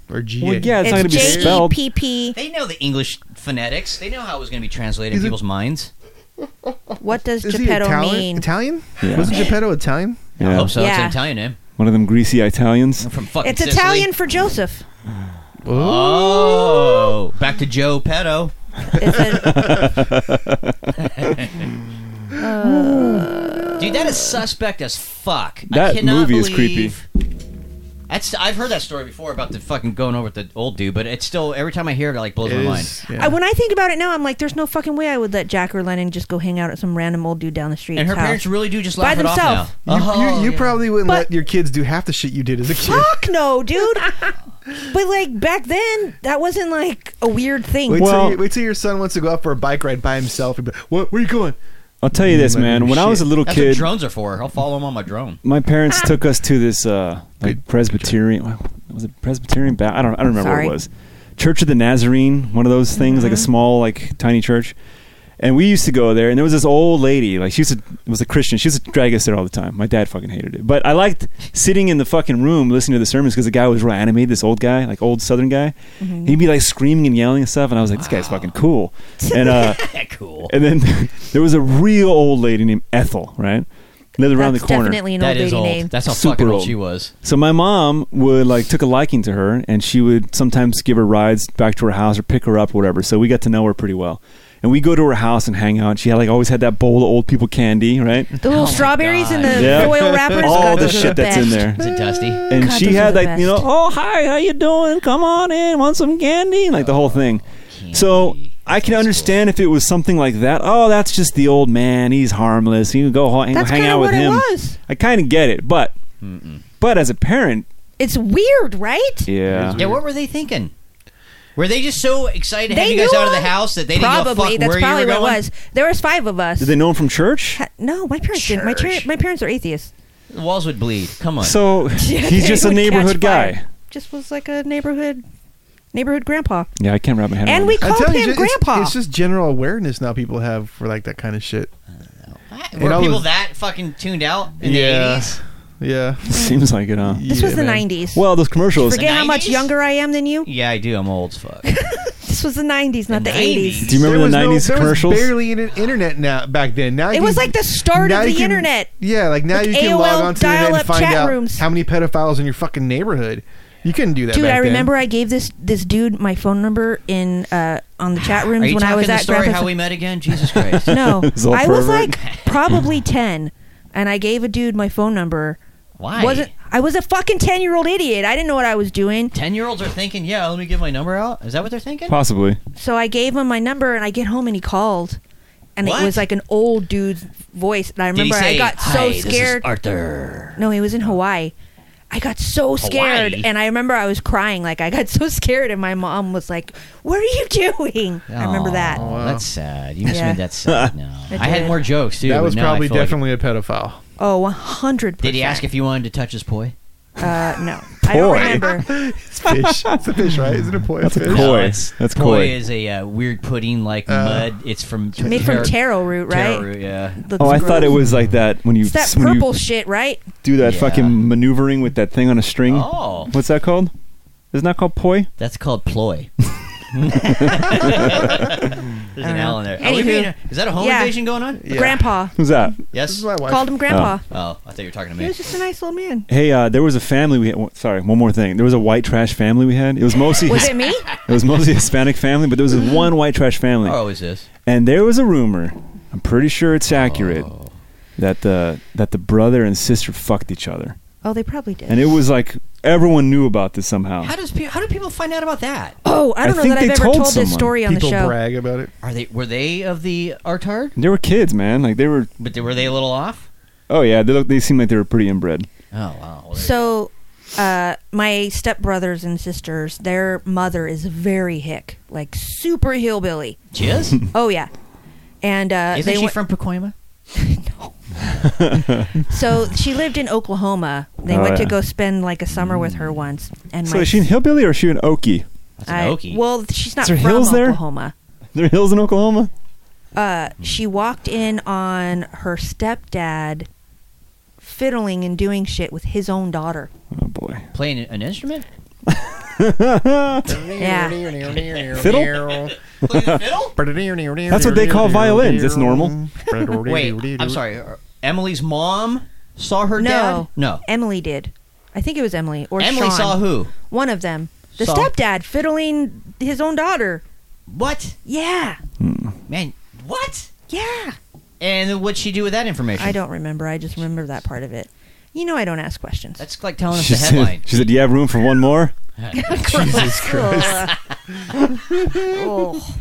Speaker 3: or G A?
Speaker 2: Well, yeah, it's, not going
Speaker 4: It's
Speaker 2: to be
Speaker 4: J E
Speaker 2: spelled.
Speaker 4: P P.
Speaker 1: They know the English phonetics. They know how it was going to be translated in
Speaker 3: Is it-
Speaker 1: people's minds.
Speaker 4: What does
Speaker 3: Is he
Speaker 4: Geppetto
Speaker 3: Italian?
Speaker 4: mean?
Speaker 3: Italian?
Speaker 2: Yeah.
Speaker 3: Wasn't Geppetto Italian?
Speaker 1: I
Speaker 2: Yeah.
Speaker 1: hope so. It's an
Speaker 4: Yeah.
Speaker 1: Italian name.
Speaker 2: One of them greasy Italians.
Speaker 1: I'm from fucking
Speaker 4: It's
Speaker 1: Sicily.
Speaker 4: Italian for Joseph.
Speaker 1: Oh, back to Joe Pedo.
Speaker 4: It's a,
Speaker 1: Dude, that is suspect as fuck. I
Speaker 2: That
Speaker 1: cannot
Speaker 2: movie
Speaker 1: believe...
Speaker 2: is creepy.
Speaker 1: That's I've heard that story before about the fucking going over with the old dude, but it's still every time I hear it, it like blows my
Speaker 3: It
Speaker 1: mind.
Speaker 3: is, yeah.
Speaker 4: I- when I think about it now, I'm like, there's no fucking way I would let Jack or Lennon just go hang out at some random old dude down the street.
Speaker 1: And her
Speaker 4: house.
Speaker 1: parents really do just
Speaker 4: By
Speaker 1: laugh it off now. Oh,
Speaker 4: themselves.
Speaker 3: You, you, you
Speaker 1: yeah.
Speaker 3: probably wouldn't
Speaker 4: But-
Speaker 3: let your kids do half the shit you did as a kid.
Speaker 4: Fuck no, dude. but like back then, that wasn't like a weird thing.
Speaker 3: Wait,
Speaker 2: Well-
Speaker 3: till you, wait till your son wants to go out for a bike ride by himself. He'd be like, what? Where you going?
Speaker 2: I'll tell you this,
Speaker 3: Like,
Speaker 2: man. When I was a
Speaker 3: shit.
Speaker 2: little
Speaker 1: That's what
Speaker 2: kid,
Speaker 1: drones are for. I'll follow them on my drone.
Speaker 2: my
Speaker 4: Ah.
Speaker 2: parents took us to this uh, like
Speaker 3: Good-
Speaker 2: Presbyterian. Was it Presbyterian? Ba- I don't. I don't remember
Speaker 4: Sorry. Mm-hmm.
Speaker 2: what it was. Church of the Nazarene, one of those things, like a small, like tiny church. And we used to go there, and there was this old lady. Like she used to, was a Christian. She used to drag us there all the time. My dad fucking hated it, but I liked sitting in the fucking room listening to the sermons because the guy was real animated. This old guy, like old Southern guy,
Speaker 4: Mm-hmm.
Speaker 2: he'd be like screaming and yelling and stuff, and I was like, this guy's fucking cool. And uh,
Speaker 1: cool.
Speaker 2: and then there was a real old lady named Ethel, right? Lived around
Speaker 4: That's
Speaker 2: the corner.
Speaker 4: definitely an
Speaker 1: That
Speaker 4: old
Speaker 1: is
Speaker 4: lady
Speaker 1: old.
Speaker 4: name.
Speaker 1: That's how
Speaker 2: Super
Speaker 1: fucking old
Speaker 2: old.
Speaker 1: she was.
Speaker 2: So my mom would like took a liking to her, and she would sometimes give her rides back to her house or pick her up, whatever. So we got to know her pretty well, and we go to her house and hang out. She had like always had that bowl of old people candy, right?
Speaker 4: the little
Speaker 1: Oh my
Speaker 4: strawberries and
Speaker 1: God.
Speaker 4: the
Speaker 2: Yeah.
Speaker 4: foil wrappers.
Speaker 2: All
Speaker 4: God,
Speaker 2: the
Speaker 4: those are
Speaker 2: shit that's in
Speaker 4: best.
Speaker 2: there.
Speaker 1: Is it Dusty?
Speaker 2: And
Speaker 4: God,
Speaker 2: she
Speaker 4: those are
Speaker 2: had
Speaker 4: the
Speaker 2: like you know,
Speaker 4: best.
Speaker 2: oh hi, how you doing? Come on in, want some candy? And, Like the whole thing. So
Speaker 1: candy.
Speaker 2: I can
Speaker 1: That's
Speaker 2: understand if it was something like that. Oh, that's just the old man. He's harmless. You can go ho- hang,
Speaker 4: That's
Speaker 2: hang
Speaker 4: kinda
Speaker 2: out with
Speaker 4: what it
Speaker 2: him.
Speaker 4: was.
Speaker 2: I kind of get it, but but as a parent,
Speaker 4: It's weird, right?
Speaker 2: yeah,
Speaker 1: Yeah, what were they thinking? Were they just so excited to
Speaker 4: They
Speaker 1: have you guys
Speaker 4: knew
Speaker 1: out of the
Speaker 4: him.
Speaker 1: house that they
Speaker 4: probably
Speaker 1: didn't give a fuck
Speaker 4: that's
Speaker 1: where
Speaker 4: probably
Speaker 1: you were
Speaker 4: what
Speaker 1: going?
Speaker 4: it was. There was five of us.
Speaker 2: did they know him from church?
Speaker 4: Ha- no, my parents didn't. My,
Speaker 1: Church.
Speaker 4: tra- my parents are atheists.
Speaker 1: The walls would bleed. Come on.
Speaker 2: So he's just a
Speaker 4: Would catch
Speaker 2: neighborhood
Speaker 4: fire.
Speaker 2: guy.
Speaker 4: Just was like a neighborhood neighborhood grandpa.
Speaker 2: Yeah, I can't wrap my head
Speaker 4: And
Speaker 2: around
Speaker 4: we
Speaker 2: it.
Speaker 3: I
Speaker 4: called
Speaker 3: tell you,
Speaker 4: him
Speaker 3: it's-
Speaker 4: grandpa.
Speaker 3: It's, just general awareness now people have for like that kind of shit.
Speaker 1: were
Speaker 3: and all
Speaker 1: people
Speaker 3: the-
Speaker 1: that fucking tuned out in
Speaker 3: Yeah.
Speaker 1: the eighties?
Speaker 3: Yeah.
Speaker 2: Seems like it, huh?
Speaker 4: this was
Speaker 3: Yeah,
Speaker 4: the
Speaker 3: man.
Speaker 4: 90s.
Speaker 2: Well, those commercials.
Speaker 4: Forget how much
Speaker 1: 90s?
Speaker 4: younger I am than you.
Speaker 1: Yeah, I do. I'm old as fuck.
Speaker 4: This was the 90s, not the, 80s.
Speaker 2: Do you remember the
Speaker 3: There was
Speaker 2: '90s
Speaker 3: no- there
Speaker 2: commercials?
Speaker 3: Was barely in internet now back then. Now
Speaker 4: It
Speaker 3: you
Speaker 4: was
Speaker 3: can-
Speaker 4: like the start
Speaker 3: now
Speaker 4: of
Speaker 3: you
Speaker 4: the
Speaker 3: can-
Speaker 4: internet.
Speaker 3: Yeah, like now
Speaker 4: Like
Speaker 3: you can
Speaker 4: AOL
Speaker 3: log onto the internet and
Speaker 4: dial-up
Speaker 3: find
Speaker 4: chat
Speaker 3: out
Speaker 4: rooms.
Speaker 3: how many pedophiles in your fucking neighborhood. You couldn't do that,
Speaker 4: Dude,
Speaker 3: back
Speaker 4: I
Speaker 3: then.
Speaker 4: remember I gave this this dude my phone number in uh, on the chat rooms
Speaker 1: Are you
Speaker 4: when
Speaker 1: talking
Speaker 4: I was
Speaker 1: the
Speaker 4: at
Speaker 1: story
Speaker 4: grandpa's.
Speaker 1: how we met again? Jesus Christ.
Speaker 4: no,
Speaker 2: It's all
Speaker 4: I was
Speaker 2: pervert.
Speaker 4: like probably ten, and I gave a dude my phone number.
Speaker 1: Why?
Speaker 4: Wasn't I was a fucking ten year old idiot. I didn't know what I was doing.
Speaker 1: Ten year olds are thinking, yeah, let me give my number out. Is that what they're thinking?
Speaker 2: Possibly.
Speaker 4: So I gave him my number, and I get home and he called, and
Speaker 1: What?
Speaker 4: it was like an old dude's voice. And I
Speaker 1: Did he
Speaker 4: remember I
Speaker 1: say,
Speaker 4: got
Speaker 1: Hi,
Speaker 4: so
Speaker 1: this is
Speaker 4: scared.
Speaker 1: Arthur.
Speaker 4: No, he was in Hawaii. I got so scared,
Speaker 1: Hawaii?
Speaker 4: and I remember I was crying. Like I got so scared, and my mom was like, "What are you doing?" I remember that.
Speaker 1: Oh, That's sad. You just
Speaker 4: Yeah.
Speaker 1: made that sad now.
Speaker 4: It
Speaker 1: I had
Speaker 4: did.
Speaker 1: more jokes too.
Speaker 3: that
Speaker 1: but
Speaker 3: was
Speaker 1: now I
Speaker 3: probably
Speaker 1: feel like-
Speaker 3: definitely a pedophile.
Speaker 4: Oh, one hundred.
Speaker 1: Did he ask if you wanted to touch his poi?
Speaker 4: Uh, no, I don't
Speaker 2: Boy.
Speaker 4: remember.
Speaker 3: It's fish. it's a fish, right? Isn't it a poi? That's
Speaker 2: Koi.
Speaker 1: No, it's-
Speaker 2: That's
Speaker 1: poi.
Speaker 2: koi.
Speaker 1: is a uh, weird pudding like
Speaker 3: Uh,
Speaker 1: mud. It's from
Speaker 4: Made from taro root, right?
Speaker 1: taro root, yeah.
Speaker 4: Looks
Speaker 2: Oh, I thought it
Speaker 4: gross.
Speaker 2: was like that when you,
Speaker 4: It's that
Speaker 2: when you
Speaker 4: purple shit, right?
Speaker 2: do that
Speaker 1: Yeah.
Speaker 2: fucking maneuvering with that thing on a string.
Speaker 3: Mm.
Speaker 1: Oh,
Speaker 2: What's that called? Isn't that called poi?
Speaker 1: that's called ploy. There's an
Speaker 4: know.
Speaker 1: L in there. Are we
Speaker 4: Anywho.
Speaker 1: being- is that a home
Speaker 4: Yeah.
Speaker 1: invasion going on?
Speaker 4: Grandpa
Speaker 2: Who's that?
Speaker 3: This
Speaker 1: Yes.
Speaker 3: is
Speaker 1: Oh,
Speaker 3: my wife.
Speaker 4: called him Grandpa.
Speaker 1: I thought you were talking to
Speaker 4: He
Speaker 1: me.
Speaker 4: was just a nice little man.
Speaker 2: Hey, uh, there was a family we had. Sorry, one more thing. There was a white trash family we had. It was mostly
Speaker 4: Was
Speaker 2: Hisp-
Speaker 4: it me?
Speaker 2: it was mostly Hispanic family, but there was this one white trash family,
Speaker 1: Oh, is this?
Speaker 2: and there was a rumor. I'm pretty sure it's accurate that the that the brother and sister fucked each other,
Speaker 4: Oh, they probably did.
Speaker 2: and it was like everyone knew about this somehow.
Speaker 1: How does pe- how do people find out about that?
Speaker 4: oh, I
Speaker 2: I
Speaker 4: don't know
Speaker 2: think
Speaker 4: that I've
Speaker 2: they
Speaker 4: ever
Speaker 2: told
Speaker 4: told, this
Speaker 2: someone.
Speaker 4: story on
Speaker 3: People
Speaker 4: the show.
Speaker 3: brag about it.
Speaker 1: Are they were they of the artard?
Speaker 2: they were kids, man. Like they were.
Speaker 1: But they, were they a little off?
Speaker 2: Oh yeah, they look. They seemed like they were pretty inbred.
Speaker 1: Oh wow. Well, there-
Speaker 4: So, uh, my stepbrothers and sisters, their mother is very hick, like super hillbilly.
Speaker 1: Jizz? Isn't
Speaker 4: Oh yeah, and uh, they
Speaker 1: she
Speaker 4: went-
Speaker 1: from Pacoima?
Speaker 4: so she lived in Oklahoma. They
Speaker 2: Oh,
Speaker 4: went
Speaker 2: yeah.
Speaker 4: to go spend like a summer with her once, and
Speaker 2: So
Speaker 4: my
Speaker 2: is she in hillbilly or is she in Okie?
Speaker 1: That's an
Speaker 4: I,
Speaker 1: Okie.
Speaker 4: well, she's not
Speaker 2: there
Speaker 4: from
Speaker 2: hills there?
Speaker 4: Oklahoma.
Speaker 2: There are hills in Oklahoma.
Speaker 4: uh, she walked in on her stepdad fiddling and doing shit with his own daughter.
Speaker 2: Oh boy,
Speaker 1: Playing an instrument?
Speaker 4: Yeah.
Speaker 2: Fiddle?
Speaker 1: Playing the fiddle?
Speaker 3: That's
Speaker 2: what they call violins. It's normal.
Speaker 1: Wait, I'm sorry. uh, Emily's mom saw her dad?
Speaker 4: No.
Speaker 1: No.
Speaker 4: Emily did. I think it was Emily or
Speaker 1: Emily
Speaker 4: Sean.
Speaker 1: saw who?
Speaker 4: One of them. The
Speaker 1: Saw-
Speaker 4: stepdad fiddling his own daughter.
Speaker 1: What?
Speaker 4: Yeah.
Speaker 1: Man, what?
Speaker 4: Yeah.
Speaker 1: And then what'd she do with that information?
Speaker 4: I don't remember. I just remember that part of it. You know I don't ask questions.
Speaker 1: That's like telling us
Speaker 2: She
Speaker 1: the headline.
Speaker 2: said, she said, "Do you have room for one more?"
Speaker 4: Jesus Christ.
Speaker 1: Oh.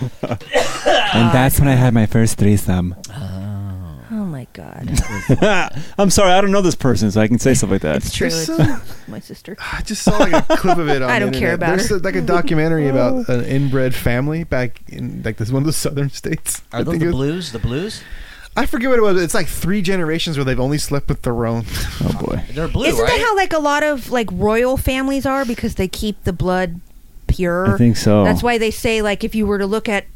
Speaker 2: and that's when I had my first threesome.
Speaker 4: Oh my god.
Speaker 2: I'm sorry, I don't know this person, so I can say stuff like that.
Speaker 4: It's true.
Speaker 3: There's
Speaker 4: It's
Speaker 3: some-
Speaker 4: my sister.
Speaker 3: I just saw like a clip of it. On
Speaker 4: I
Speaker 3: the
Speaker 4: don't care
Speaker 3: internet.
Speaker 4: about
Speaker 3: There's
Speaker 4: her.
Speaker 3: a- like a documentary about an inbred family back in like this one of the southern states.
Speaker 1: Are
Speaker 3: I
Speaker 1: those
Speaker 3: think
Speaker 1: the
Speaker 3: it was-
Speaker 1: blues? The blues?
Speaker 3: I forget what it was. It's like three generations where they've only slept with their own.
Speaker 2: Oh boy,
Speaker 1: They're blue,
Speaker 4: Isn't
Speaker 1: right?
Speaker 4: that how like a lot of like royal families are because they keep the blood pure?
Speaker 2: I think so.
Speaker 4: That's why they say like if you were to look at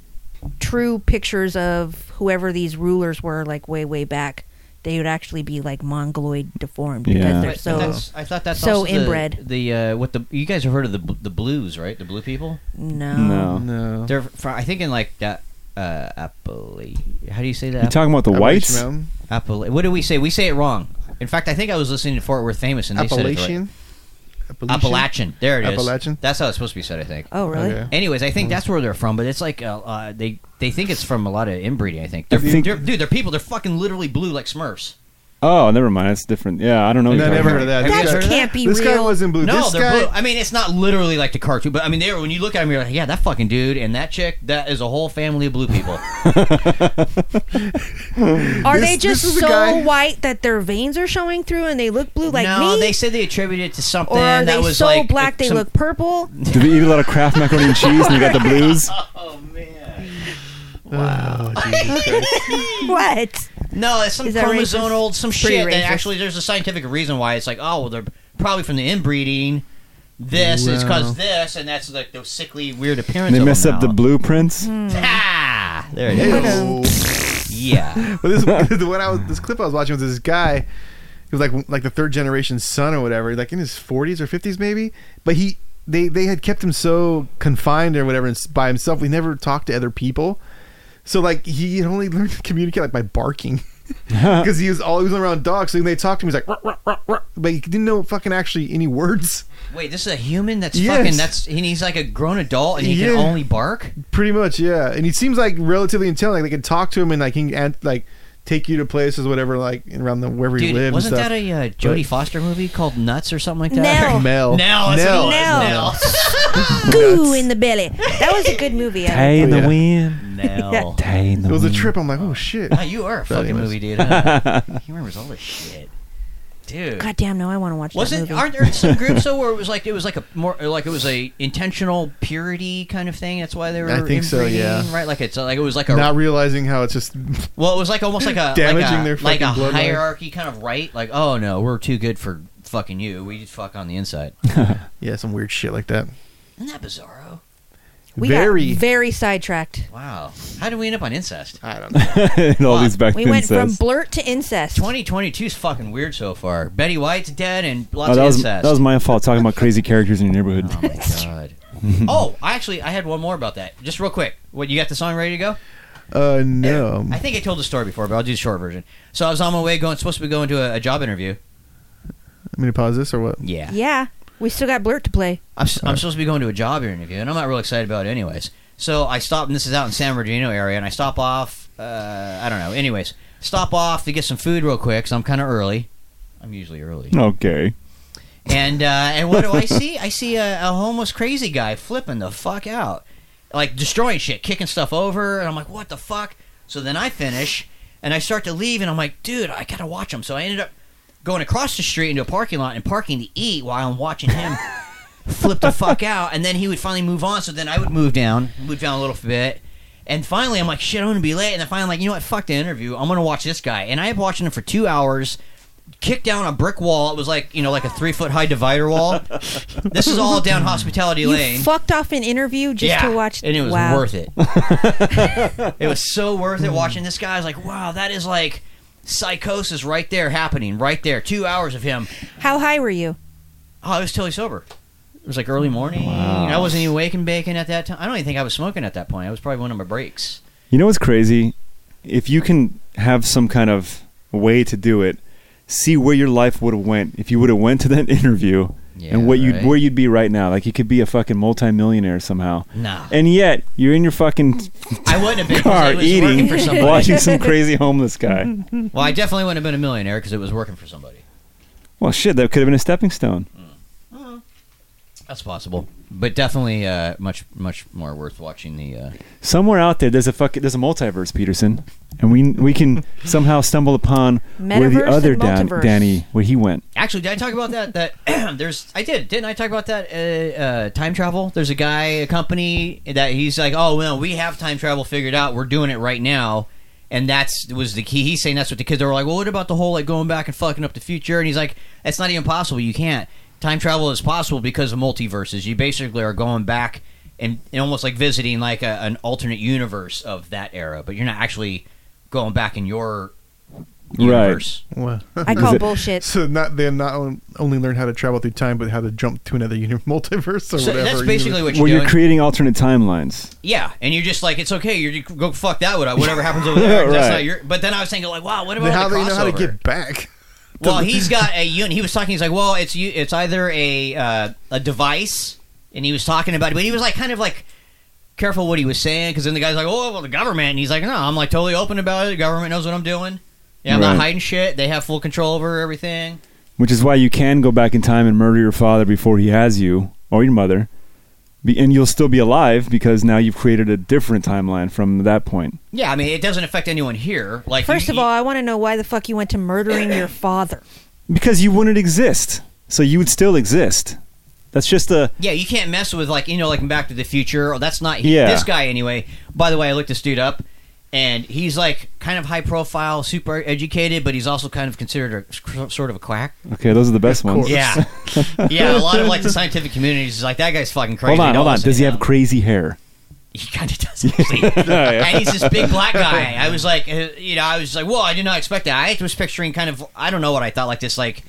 Speaker 4: true pictures of whoever these rulers were like way way back, they would actually be like mongoloid deformed
Speaker 2: Yeah.
Speaker 4: because they're
Speaker 1: But- but
Speaker 4: so
Speaker 1: that's- I thought that's
Speaker 4: so
Speaker 1: also the-
Speaker 4: inbred.
Speaker 1: The, uh, what the you guys have heard of the bl- the blues, right? The blue people.
Speaker 4: no.
Speaker 2: no.
Speaker 3: No.
Speaker 1: They're fr I think in like that uh, Appalachia. How do you say that?
Speaker 2: You talking about the whites?
Speaker 3: Appalachian Mountain?
Speaker 1: Appala- what do we say? We say it wrong. In fact, I think I was listening to Fort Worth Famous and they said it right.
Speaker 3: Appalachian.
Speaker 1: Appalachian. There it is.
Speaker 3: Appalachian?
Speaker 1: That's how it's supposed to be said, I think.
Speaker 4: Oh really?
Speaker 3: Okay.
Speaker 1: Anyways, I think that's where they're from, but it's like uh, uh, they they think it's from a lot of inbreeding. I think. They're,
Speaker 2: think-
Speaker 1: they're- dude, they're people. They're fucking literally blue like Smurfs.
Speaker 2: Oh, never mind. It's different. Yeah, I don't know. what
Speaker 3: No,
Speaker 2: you're
Speaker 3: I never
Speaker 2: talking
Speaker 3: heard
Speaker 1: Have
Speaker 3: of that.
Speaker 1: you guys
Speaker 3: This guy-
Speaker 1: heard of
Speaker 4: Can't be
Speaker 3: This guy
Speaker 4: real.
Speaker 3: wasn't blue.
Speaker 1: No,
Speaker 3: this
Speaker 1: they're
Speaker 3: guy,
Speaker 1: blue. I mean, it's not literally like the cartoon, but I mean, there when you look at them, you're like, yeah, that fucking dude and that chick, that is a whole family of blue people.
Speaker 4: Are
Speaker 3: This-
Speaker 4: they just
Speaker 3: this is a
Speaker 4: so
Speaker 3: guy-
Speaker 4: white that their veins are showing through and they look blue like
Speaker 1: no,
Speaker 4: me?
Speaker 1: they said they attributed it to something
Speaker 4: or are
Speaker 1: that
Speaker 4: they
Speaker 1: was
Speaker 4: so
Speaker 1: like
Speaker 4: black they
Speaker 1: some-
Speaker 4: look purple?
Speaker 2: about. Do they eat a lot of Kraft macaroni and cheese and they got the blues?
Speaker 3: Oh, Jesus Christ.
Speaker 4: what?
Speaker 1: No, it's some
Speaker 4: Is that
Speaker 1: chromosome
Speaker 4: racist?
Speaker 1: old some
Speaker 4: Pretty
Speaker 1: shit
Speaker 4: racist.
Speaker 1: that actually there's a scientific reason why it's like oh well they're probably from the inbreeding. This it's
Speaker 3: Wow.
Speaker 1: cause this and that's like the sickly weird appearance.
Speaker 2: They
Speaker 1: of
Speaker 2: mess
Speaker 1: them
Speaker 2: up the
Speaker 1: now.
Speaker 2: blueprints.
Speaker 3: Hmm.
Speaker 1: Ah, there it is.
Speaker 3: Oh.
Speaker 1: yeah.
Speaker 3: But this the one I was this clip I was watching was this guy. He was like like the third generation son or whatever, like in his forties or fifties maybe. But he they they had kept him so confined or whatever and s- by himself. We never talked to other people. So like he had only learned to communicate like by barking. Because he was always around dogs, so when they talked to him, he's like, "Ruh, ruh, ruh, ruh," but he didn't know fucking actually any words.
Speaker 1: Wait, this is a human that's
Speaker 3: Yes.
Speaker 1: fucking that's and he's like a grown adult and he
Speaker 3: Yeah.
Speaker 1: can only bark.
Speaker 3: Pretty much, yeah. And he seems like relatively intelligent. Like they could talk to him and like he can and, like take you to places, whatever, like around the wherever he
Speaker 1: Dude,
Speaker 3: lives.
Speaker 1: wasn't
Speaker 3: and stuff.
Speaker 1: that a uh, Jodie Foster movie called Nuts or something like
Speaker 4: Nell.
Speaker 1: that?
Speaker 3: Mel.
Speaker 1: Nell, that's
Speaker 3: Nell.
Speaker 1: what it was,
Speaker 4: Nell.
Speaker 1: Nell.
Speaker 4: Goo in the belly. That was a good movie. I
Speaker 2: Day in
Speaker 3: Yeah.
Speaker 2: the wind.
Speaker 1: Nell.
Speaker 2: Day in the
Speaker 3: It was a
Speaker 2: wind.
Speaker 3: trip. I'm like, oh shit.
Speaker 1: Ah, you are a fucking
Speaker 3: anyways.
Speaker 1: movie dude. huh? he remembers all this shit, dude.
Speaker 4: God damn, no, I want to watch that
Speaker 1: Wasn't
Speaker 4: movie.
Speaker 1: aren't there some groups though where it was like it was like a more like it was a intentional purity kind of thing? That's why they were.
Speaker 3: I think so,
Speaker 1: inbreeding,
Speaker 3: yeah.
Speaker 1: Right, like it's like it was like a
Speaker 3: Not realizing how it's just
Speaker 1: well, it was like almost like a
Speaker 3: Damaging
Speaker 1: like a,
Speaker 3: their
Speaker 1: like a
Speaker 3: fucking bloodline.
Speaker 1: hierarchy kind of right. Like oh no, we're too good for fucking you. We just fuck on the inside.
Speaker 3: yeah, some weird shit like that.
Speaker 1: Isn't that bizarro?
Speaker 4: we
Speaker 3: very
Speaker 4: got very sidetracked.
Speaker 1: Wow, how did we end up on incest?
Speaker 3: I don't know.
Speaker 2: and all these back
Speaker 4: We went from
Speaker 2: says.
Speaker 4: blurt to incest.
Speaker 1: 2022 is fucking weird so far. Betty White's dead and lots
Speaker 2: Oh, that
Speaker 1: of
Speaker 2: was
Speaker 1: incest.
Speaker 2: that was my fault talking about crazy characters in your neighborhood.
Speaker 1: Oh my god. oh, I actually I had one more about that. Just real quick. What you got the song ready to go?
Speaker 3: Uh, no.
Speaker 1: I think I told the story before, but I'll do the short version. So I was on my way going supposed to be going to a, a job interview.
Speaker 3: I'm gonna pause this or what?
Speaker 1: Yeah.
Speaker 4: Yeah, we still got blurt to play.
Speaker 1: I'm, s am supposed to be going to a job interview, and I'm not real excited about it, anyways. So I stop, and this is out in San Bernardino area, and I stop off. Uh, I don't know. Anyways, stop off to get some food real quick, so I'm kind of early. I'm usually early.
Speaker 2: Okay.
Speaker 1: And uh, and what do I see? I see a, a homeless crazy guy flipping the fuck out, like destroying shit, kicking stuff over, and I'm like, what the fuck? So then I finish, and I start to leave, and I'm like, dude, I gotta watch him. So I ended up going across the street into a parking lot and parking to eat while I'm watching him flip the fuck out, and then he would finally move on. So then I would move down, move down a little bit, and finally I'm like, shit, I'm gonna be late. And then finally, I'm like, you know what? Fuck the interview. I'm gonna watch this guy, and I had watching him for two hours. Kicked down a brick wall. It was like you know, like a three foot high divider wall. this is all down Hospitality Lane.
Speaker 4: You fucked off an interview just
Speaker 1: yeah,
Speaker 4: to watch.
Speaker 1: and it was
Speaker 4: wow.
Speaker 1: worth it. it was so worth it watching this guy. I was like, wow, that is like psychosis right there happening right there. Two hours of him
Speaker 4: How high were you?
Speaker 1: Oh, I was totally sober. It was like early morning. I wasn't even waking bacon at that time. I don't even think I was smoking at that point. I was probably one of my breaks.
Speaker 2: You know what's crazy? If you can have some kind of way to do it, see where your life would have went if you would have went to that interview
Speaker 1: Yeah,
Speaker 2: and what
Speaker 1: right.
Speaker 2: you'd where you'd be right now. Like you could be a fucking multimillionaire somehow.
Speaker 1: Nah.
Speaker 2: And yet you're in your fucking
Speaker 1: I wouldn't have been 'cause
Speaker 2: car
Speaker 1: it was
Speaker 2: eating,
Speaker 1: working for somebody. Mm-hmm.
Speaker 2: watching some crazy homeless guy.
Speaker 1: Well, I definitely wouldn't have been a millionaire because it was working for somebody.
Speaker 2: Well, shit, that could have been a stepping stone.
Speaker 1: That's possible, but definitely uh, much much more worth watching the. Uh,
Speaker 2: Somewhere out there, there's a fucking there's a multiverse, Peterson, and we we can somehow stumble upon where
Speaker 4: Metaverse
Speaker 2: the other
Speaker 4: and
Speaker 2: Dan,
Speaker 4: multiverse.
Speaker 2: Danny where he went.
Speaker 1: actually, did I talk about that? That there's I did didn't I talk about that uh, uh, time travel? There's a guy, a company that he's like, oh well, we have time travel figured out. We're doing it right now. And that's was the key. He's saying that's what the kids they were like. Well, what about the whole like going back and fucking up the future? And he's like, that's not even possible. You can't. Time travel is possible because of multiverses. You basically are going back and, and almost like visiting like a, an alternate universe of that era, but you're not actually going back in your
Speaker 2: Right.
Speaker 1: universe.
Speaker 3: Wow.
Speaker 4: I call
Speaker 2: it-
Speaker 4: bullshit.
Speaker 3: so not they not on- only learn how to travel through time, but how to jump to another uni- multiverse or
Speaker 1: So
Speaker 3: whatever.
Speaker 1: that's basically
Speaker 3: universe.
Speaker 1: what you're
Speaker 2: Where you're
Speaker 1: doing.
Speaker 2: creating alternate timelines.
Speaker 1: Yeah, and you're just like it's okay. You're just, go fuck that. What whatever happens over there. That's
Speaker 2: Right.
Speaker 1: not your. But then I was thinking like, wow, what about
Speaker 3: Then how
Speaker 1: the
Speaker 3: they know how to
Speaker 1: crossover?
Speaker 3: get back?
Speaker 1: Well, he's got a unit. He was talking. He's like, well, it's u- it's either a uh, a device, and he was talking about it, but he was like kind of like careful what he was saying because then the guy's like, oh, well, the government. And he's like, no, I'm like totally open about it. The government knows what I'm doing. Yeah, I'm not
Speaker 2: Right.
Speaker 1: hiding shit. They have full control over everything.
Speaker 2: Which is why you can go back in time and murder your father before he has you or your mother, be, and you'll still be alive because now you've created a different timeline from that point.
Speaker 1: Yeah, I mean, it doesn't affect anyone here. Like,
Speaker 4: First
Speaker 1: you-
Speaker 4: of all, I want to know why the fuck you went to murdering your father.
Speaker 2: Because you wouldn't exist, so you would still exist. That's just a
Speaker 1: Yeah, you can't mess with like you know like in Back to the Future. Or Oh, that's not he,
Speaker 2: Yeah.
Speaker 1: this guy anyway. By the way, I looked this dude up. and he's like kind of high profile, super educated, but he's also kind of considered a sort of a quack.
Speaker 2: Okay, those are the best ones.
Speaker 1: Yeah, yeah. A lot of like the scientific communities is like that guy's fucking crazy.
Speaker 2: Hold on,
Speaker 1: They
Speaker 2: hold
Speaker 1: all
Speaker 2: on.
Speaker 1: say
Speaker 2: Does he
Speaker 1: that.
Speaker 2: have crazy hair?
Speaker 1: He kind of does. Actually. And he's this big black guy. I was like, uh, you know, I was like, whoa, I did not expect that. I was picturing kind of, I don't know what I thought, like this like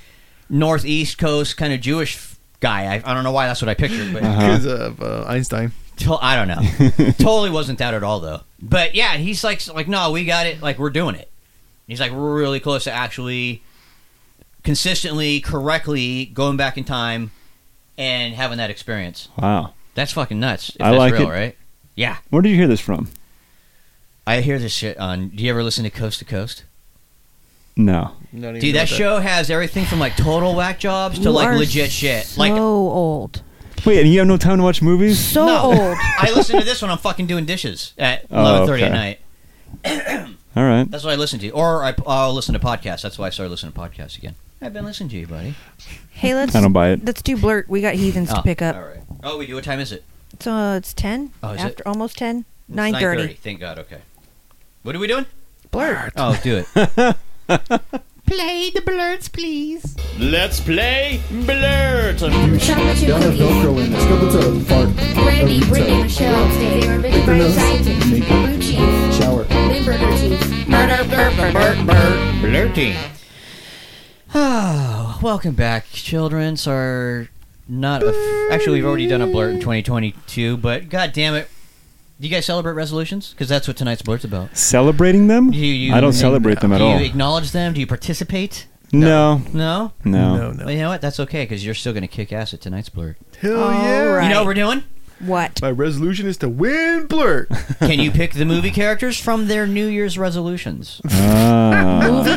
Speaker 1: northeast coast kind of Jewish f- guy. I, I don't know why that's what I pictured,
Speaker 2: Uh-huh.
Speaker 5: Uh-huh.
Speaker 1: but
Speaker 3: because of uh, Einstein.
Speaker 1: to- I don't know. totally wasn't that at all though. But yeah, he's like, like no, we got it. Like we're doing it. He's like we're really close to actually consistently, correctly going back in time and having that experience.
Speaker 2: Wow.
Speaker 1: That's fucking nuts. If
Speaker 2: I
Speaker 1: that's
Speaker 2: like
Speaker 1: real,
Speaker 2: it.
Speaker 1: right? Yeah.
Speaker 2: Where did you hear this from?
Speaker 1: I hear this shit on. Do you ever listen to Coast to Coast?
Speaker 2: No.
Speaker 1: Dude, that show has everything from like total whack jobs to
Speaker 4: You
Speaker 1: like
Speaker 4: are
Speaker 1: legit shit.
Speaker 4: So
Speaker 1: Like,
Speaker 4: old.
Speaker 2: Wait, and you have no time to watch movies?
Speaker 4: So
Speaker 1: No.
Speaker 4: old.
Speaker 1: I listen to this when I'm fucking doing dishes at
Speaker 2: Oh,
Speaker 1: 11:30 at
Speaker 2: okay.
Speaker 1: night.
Speaker 2: All right.
Speaker 1: That's what I listen to, or I, I'll listen to podcasts. That's why I started listening to podcasts again. I've been listening to you, buddy.
Speaker 4: Hey, let's
Speaker 2: I don't buy it.
Speaker 4: let's do blurt. We got heathens
Speaker 1: Oh,
Speaker 4: to pick up.
Speaker 1: All right. Oh, we do. What time is it?
Speaker 4: So uh, it's ten
Speaker 1: Oh, is it?
Speaker 4: after almost ten.
Speaker 1: It's
Speaker 4: Nine thirty.
Speaker 1: 9:30. Thank God. Okay. What are we doing?
Speaker 4: Blurt.
Speaker 1: Oh, do it.
Speaker 6: Let's play Blurt.
Speaker 7: Chocolate chip
Speaker 5: Down the
Speaker 7: cookie.
Speaker 5: Velcro in this. Double toe. Fart.
Speaker 7: Brandy,
Speaker 5: Burrito.
Speaker 7: Brittany, Michelle, Taylor, Big Bird,
Speaker 5: Nose.
Speaker 7: Scientist, Blue Cheese,
Speaker 5: Shower.
Speaker 7: Limburger Cheese. Murder,
Speaker 1: Blurting. Oh, welcome back, children. Are not a f- actually we've already done a blurt in 2022, but god damn it, do you guys celebrate resolutions? Because that's what tonight's blurt's about.
Speaker 2: Celebrating them?
Speaker 1: Do you,
Speaker 2: I don't celebrate them at
Speaker 1: do
Speaker 2: all.
Speaker 1: you acknowledge them? Do you participate?
Speaker 2: no.
Speaker 1: No.
Speaker 2: No.
Speaker 3: No,
Speaker 1: Well,
Speaker 3: no.
Speaker 1: you know what? That's okay because you're still gonna kick ass at tonight's blurt.
Speaker 3: Hell
Speaker 4: All
Speaker 3: Oh, yeah.
Speaker 4: right.
Speaker 1: You know what we're doing?
Speaker 4: what?
Speaker 3: My resolution is to win blurt.
Speaker 1: Can you pick the movie characters from their New Year's resolutions?
Speaker 2: Ah.
Speaker 4: Movie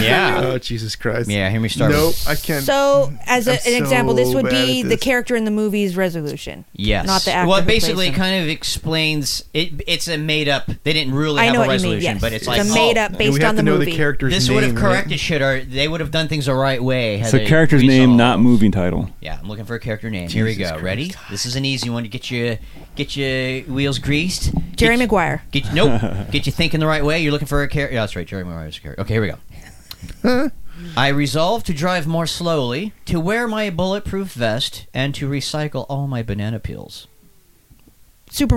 Speaker 1: Yeah.
Speaker 3: oh Jesus Christ.
Speaker 1: Yeah. Hear me start.
Speaker 3: Nope,
Speaker 1: with-
Speaker 3: I can't.
Speaker 4: So, as a,
Speaker 3: I'm
Speaker 4: an example, this
Speaker 3: so
Speaker 4: would
Speaker 3: bad
Speaker 4: be
Speaker 3: at
Speaker 4: the
Speaker 3: this.
Speaker 4: character in the movie's resolution.
Speaker 1: Yes.
Speaker 4: Not the actor.
Speaker 1: Well, it
Speaker 4: who plays
Speaker 1: basically
Speaker 4: them.
Speaker 1: kind of explains it. It's a made up. They didn't really
Speaker 4: I
Speaker 1: have
Speaker 4: know
Speaker 1: a
Speaker 4: what you
Speaker 1: resolution,
Speaker 4: mean. Yes,
Speaker 1: but it's
Speaker 4: it's
Speaker 1: like
Speaker 4: a
Speaker 1: oh,
Speaker 4: made up
Speaker 3: And
Speaker 4: based
Speaker 3: we have
Speaker 4: on
Speaker 3: to
Speaker 4: the
Speaker 3: know
Speaker 4: movie.
Speaker 3: the character's
Speaker 1: This
Speaker 3: name.
Speaker 1: would have
Speaker 3: right?
Speaker 1: corrected shit, or they would have done things the right way. had
Speaker 2: So
Speaker 1: they
Speaker 2: character's
Speaker 1: resolved.
Speaker 2: name, not movie title.
Speaker 1: Yeah, I'm looking for a character name. Here we go. Ready? This is an easy one to get you get your wheels greased.
Speaker 4: Jerry
Speaker 1: Get-
Speaker 4: Maguire.
Speaker 1: Get nope. get you thinking the right way. You're looking for a character. Yeah, that's right. Jerry Maguire's a character. Okay, here we go. I resolve to drive more slowly, to wear my bulletproof vest, and to recycle all my banana peels.
Speaker 4: Super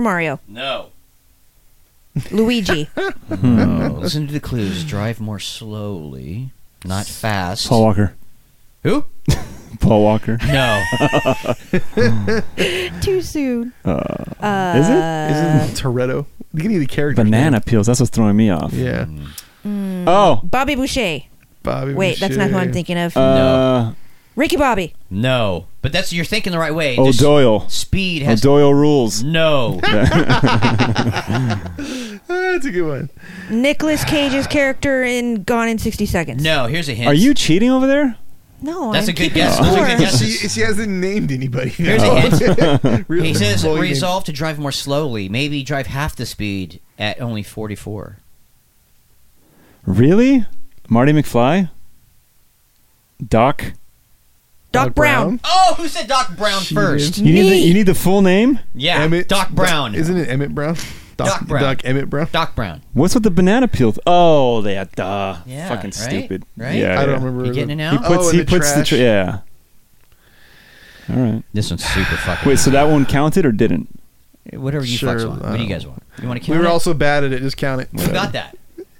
Speaker 4: Mario.
Speaker 1: No.
Speaker 4: Luigi.
Speaker 1: No. Hmm. Listen to the clues. Drive more slowly, not fast.
Speaker 2: Paul Walker.
Speaker 1: Who?
Speaker 2: Paul Walker.
Speaker 1: No.
Speaker 4: Too soon.
Speaker 2: Uh, Is it?
Speaker 4: Uh,
Speaker 3: Isn't Toretto? You can need the character.
Speaker 2: Banana peels. That's what's throwing me off.
Speaker 3: Yeah.
Speaker 1: Hmm.
Speaker 2: Oh.
Speaker 4: Bobby Boucher.
Speaker 3: Bobby.
Speaker 4: Wait, that's not who I'm
Speaker 3: Boucher.
Speaker 4: thinking of.
Speaker 2: Uh,
Speaker 4: Ricky Bobby.
Speaker 1: No. But that's you're thinking the right
Speaker 2: Oh,
Speaker 1: way. Just
Speaker 2: O'Doyle.
Speaker 1: Speed has
Speaker 2: O'Doyle rules.
Speaker 1: no.
Speaker 3: Ah, that's a good one.
Speaker 4: Nicolas Cage's character in Gone in 60 Seconds.
Speaker 1: No, here's a hint.
Speaker 2: Are you cheating over there?
Speaker 4: No,
Speaker 1: That's
Speaker 4: I'm
Speaker 1: a good
Speaker 4: keeping
Speaker 1: guess. Those are
Speaker 4: score.
Speaker 1: good guesses.
Speaker 3: She, she hasn't named anybody.
Speaker 1: Here's a hint.
Speaker 3: Really?
Speaker 1: He says
Speaker 3: Well, you named-
Speaker 1: resolve to drive more slowly, maybe drive half the speed at only 44.
Speaker 2: Really? Marty McFly? Doc?
Speaker 4: Doc, Brown.
Speaker 1: Oh, who said Doc Brown first?
Speaker 2: You need the,
Speaker 4: Me.
Speaker 2: you need the full name?
Speaker 1: Yeah,
Speaker 3: Emmett
Speaker 1: Doc Brown.
Speaker 3: Isn't it Emmett Brown?
Speaker 1: Doc Brown.
Speaker 3: Doc Emmett Brown.
Speaker 1: Doc Brown.
Speaker 2: What's with the banana peel? th- oh, they are duh.
Speaker 1: Yeah,
Speaker 2: Fucking
Speaker 1: right?
Speaker 2: stupid.
Speaker 1: Right?
Speaker 2: Yeah,
Speaker 3: I don't
Speaker 2: yeah.
Speaker 3: remember.
Speaker 1: You getting it
Speaker 3: the-
Speaker 1: now?
Speaker 2: He puts
Speaker 3: Oh, in
Speaker 2: he
Speaker 3: the
Speaker 2: puts the
Speaker 3: trash.
Speaker 2: tr- yeah. All right.
Speaker 1: This one's super fucking.
Speaker 2: Wait, so that one counted or didn't?
Speaker 1: Whatever you
Speaker 3: Sure,
Speaker 1: fucks want.
Speaker 3: I
Speaker 1: What do you
Speaker 3: don't-
Speaker 1: guys want? You want to kill
Speaker 3: We were all so bad at it. Just count it.
Speaker 1: Who got that?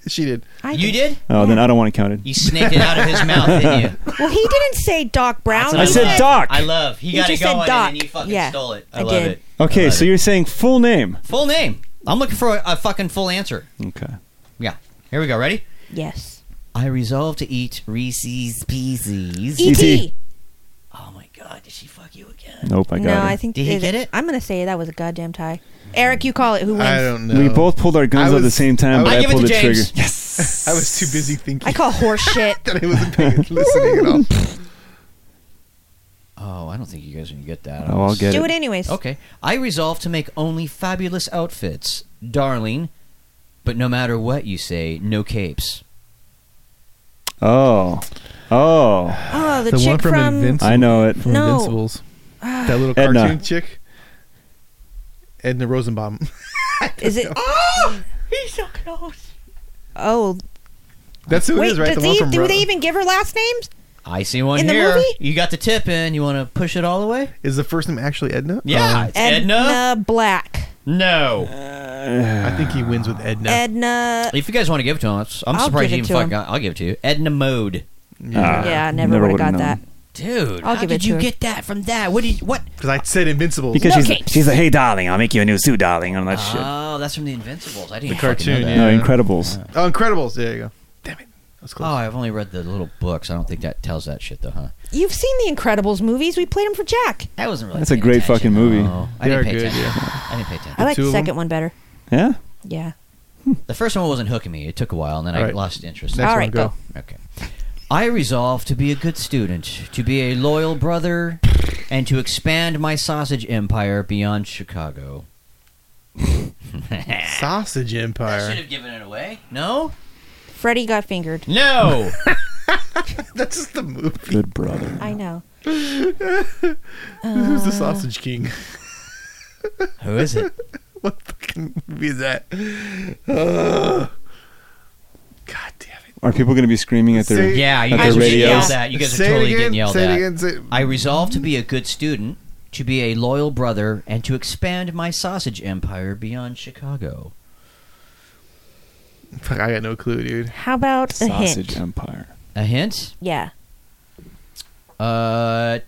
Speaker 3: She did.
Speaker 4: I
Speaker 1: You
Speaker 4: did.
Speaker 1: did?
Speaker 2: Oh, then I don't want it counted.
Speaker 1: You snaked it out of his mouth, didn't you?
Speaker 4: Well, he didn't say Doc Brown.
Speaker 1: what
Speaker 2: I
Speaker 4: He
Speaker 2: said Doc.
Speaker 1: I love. He
Speaker 4: You
Speaker 1: got it
Speaker 4: just said
Speaker 1: going,
Speaker 4: Doc.
Speaker 1: and then you fucking
Speaker 4: Yeah,
Speaker 1: stole it. I,
Speaker 4: I
Speaker 1: love
Speaker 4: did.
Speaker 1: it. I
Speaker 2: Okay,
Speaker 1: love
Speaker 2: so
Speaker 1: it.
Speaker 2: you're saying full name.
Speaker 1: full name. I'm looking for a, a fucking full answer.
Speaker 2: Okay.
Speaker 1: Yeah. Here we go. Ready?
Speaker 4: Yes.
Speaker 1: I resolve to eat Reese's Pieces.
Speaker 2: E
Speaker 4: E.T.
Speaker 1: Oh my god, did she fuck you again?
Speaker 2: Nope, I got
Speaker 4: No,
Speaker 2: it.
Speaker 4: I think
Speaker 1: Did he get it?
Speaker 4: I'm gonna say that was a goddamn tie. Eric, you call it. Who wins?
Speaker 3: I
Speaker 4: I,
Speaker 3: don't know.
Speaker 2: We both pulled our guns
Speaker 3: I
Speaker 2: out at the
Speaker 3: was-
Speaker 2: same time,
Speaker 3: I
Speaker 2: but
Speaker 1: I
Speaker 2: I,
Speaker 1: give it
Speaker 2: pulled
Speaker 1: to
Speaker 2: the
Speaker 1: James.
Speaker 2: trigger. Yes.
Speaker 3: I was too busy thinking.
Speaker 4: call horse shit.
Speaker 3: that I wasn't paying, listening at all.
Speaker 1: Oh, I don't think you guys can get that.
Speaker 2: Oh, I'll get
Speaker 4: Do
Speaker 2: it.
Speaker 4: it anyways.
Speaker 1: Okay. I resolve to make only fabulous outfits, darling. But no matter what you say, no capes.
Speaker 2: Oh. Oh.
Speaker 4: Oh, the, chick from.
Speaker 2: I know it.
Speaker 4: No.
Speaker 3: Invincibles. That little
Speaker 2: Edna.
Speaker 3: cartoon chick. Edna Rosenbaum.
Speaker 4: Is it? He's so close. Oh,
Speaker 3: That's who
Speaker 4: wait.
Speaker 3: it is, right?
Speaker 4: does
Speaker 3: The one
Speaker 4: he-
Speaker 3: from
Speaker 4: do
Speaker 3: Ro-
Speaker 4: they even give her last names?
Speaker 1: I see one
Speaker 4: In the
Speaker 1: here.
Speaker 4: movie?
Speaker 1: You got the tip in. You want to push it all the way?
Speaker 3: is the first name actually Edna?
Speaker 1: Yeah, it's Edna.
Speaker 4: Edna Black.
Speaker 1: No.
Speaker 3: I think he wins with Edna.
Speaker 4: Edna.
Speaker 1: If you guys want to give it to him, it's- I'm
Speaker 4: I'll
Speaker 1: surprised
Speaker 4: give
Speaker 1: you even
Speaker 4: it to him.
Speaker 1: fucking. got- I'll give it to you. Edna Mode,
Speaker 2: Ah,
Speaker 4: yeah, I never, would have got
Speaker 2: would've
Speaker 4: that.
Speaker 2: known.
Speaker 1: dude.
Speaker 4: I'll
Speaker 1: how
Speaker 4: give it
Speaker 1: did you
Speaker 4: to her.
Speaker 1: get that from that? What did you, what?
Speaker 3: Because I said Invincible.
Speaker 2: Because
Speaker 4: No
Speaker 2: she's,
Speaker 4: capes.
Speaker 2: she's like, hey, darling, I'll make you a new suit, darling, and all that
Speaker 1: Oh, that's from the Invincibles. I didn't
Speaker 3: The
Speaker 1: fucking know
Speaker 3: cartoon,
Speaker 1: that.
Speaker 2: shit. No,
Speaker 3: Ah. yeah.
Speaker 2: Incredibles.
Speaker 3: oh, Incredibles. There you go. Damn it. That's
Speaker 1: Oh,
Speaker 3: close.
Speaker 1: I've only read the little books. I don't think that tells that shit though, huh?
Speaker 4: You've seen the Incredibles movies. We played them for Jack.
Speaker 1: That wasn't really.
Speaker 2: That's a
Speaker 1: paying
Speaker 2: great
Speaker 1: attention.
Speaker 2: fucking movie.
Speaker 1: No, I
Speaker 3: They
Speaker 1: didn't
Speaker 3: are
Speaker 1: pay
Speaker 3: good,
Speaker 1: attention. I didn't pay attention.
Speaker 4: I like
Speaker 3: two
Speaker 4: the
Speaker 3: of 'em?
Speaker 4: second one better.
Speaker 2: Yeah?
Speaker 4: Yeah.
Speaker 1: The first one wasn't hooking me. It took a while, and then I
Speaker 3: Alright.
Speaker 1: lost interest.
Speaker 3: Next
Speaker 4: All
Speaker 3: one,
Speaker 4: right,
Speaker 3: go.
Speaker 4: go.
Speaker 1: Okay. I resolve to be a good student, to be a loyal brother, and to expand my sausage empire beyond Chicago. I
Speaker 3: Sausage
Speaker 1: should
Speaker 3: Empire.
Speaker 1: have given it away. No?
Speaker 4: Freddie got fingered.
Speaker 1: No!
Speaker 3: That's just the movie.
Speaker 2: Good brother.
Speaker 4: I know.
Speaker 3: Who's
Speaker 4: Oh.
Speaker 3: the Sausage King?
Speaker 1: Who is it?
Speaker 3: what fucking movie is that? Ugh. God damn it.
Speaker 2: Are people going to be screaming at their.
Speaker 3: Say-
Speaker 1: Yeah, you
Speaker 2: At
Speaker 1: guys
Speaker 2: the
Speaker 1: are getting
Speaker 2: radio.
Speaker 1: yelled at. You guys are
Speaker 3: Say it
Speaker 1: totally
Speaker 3: again,
Speaker 1: getting yelled
Speaker 3: say it
Speaker 1: at.
Speaker 3: again, say it-
Speaker 1: I resolve to be a good student, to be a loyal brother, and to expand my sausage empire beyond Chicago.
Speaker 3: Fuck, I got no clue, dude.
Speaker 4: How about a
Speaker 2: Sausage
Speaker 4: hint?
Speaker 2: Empire.
Speaker 1: A hint?
Speaker 4: Yeah.
Speaker 1: Uh,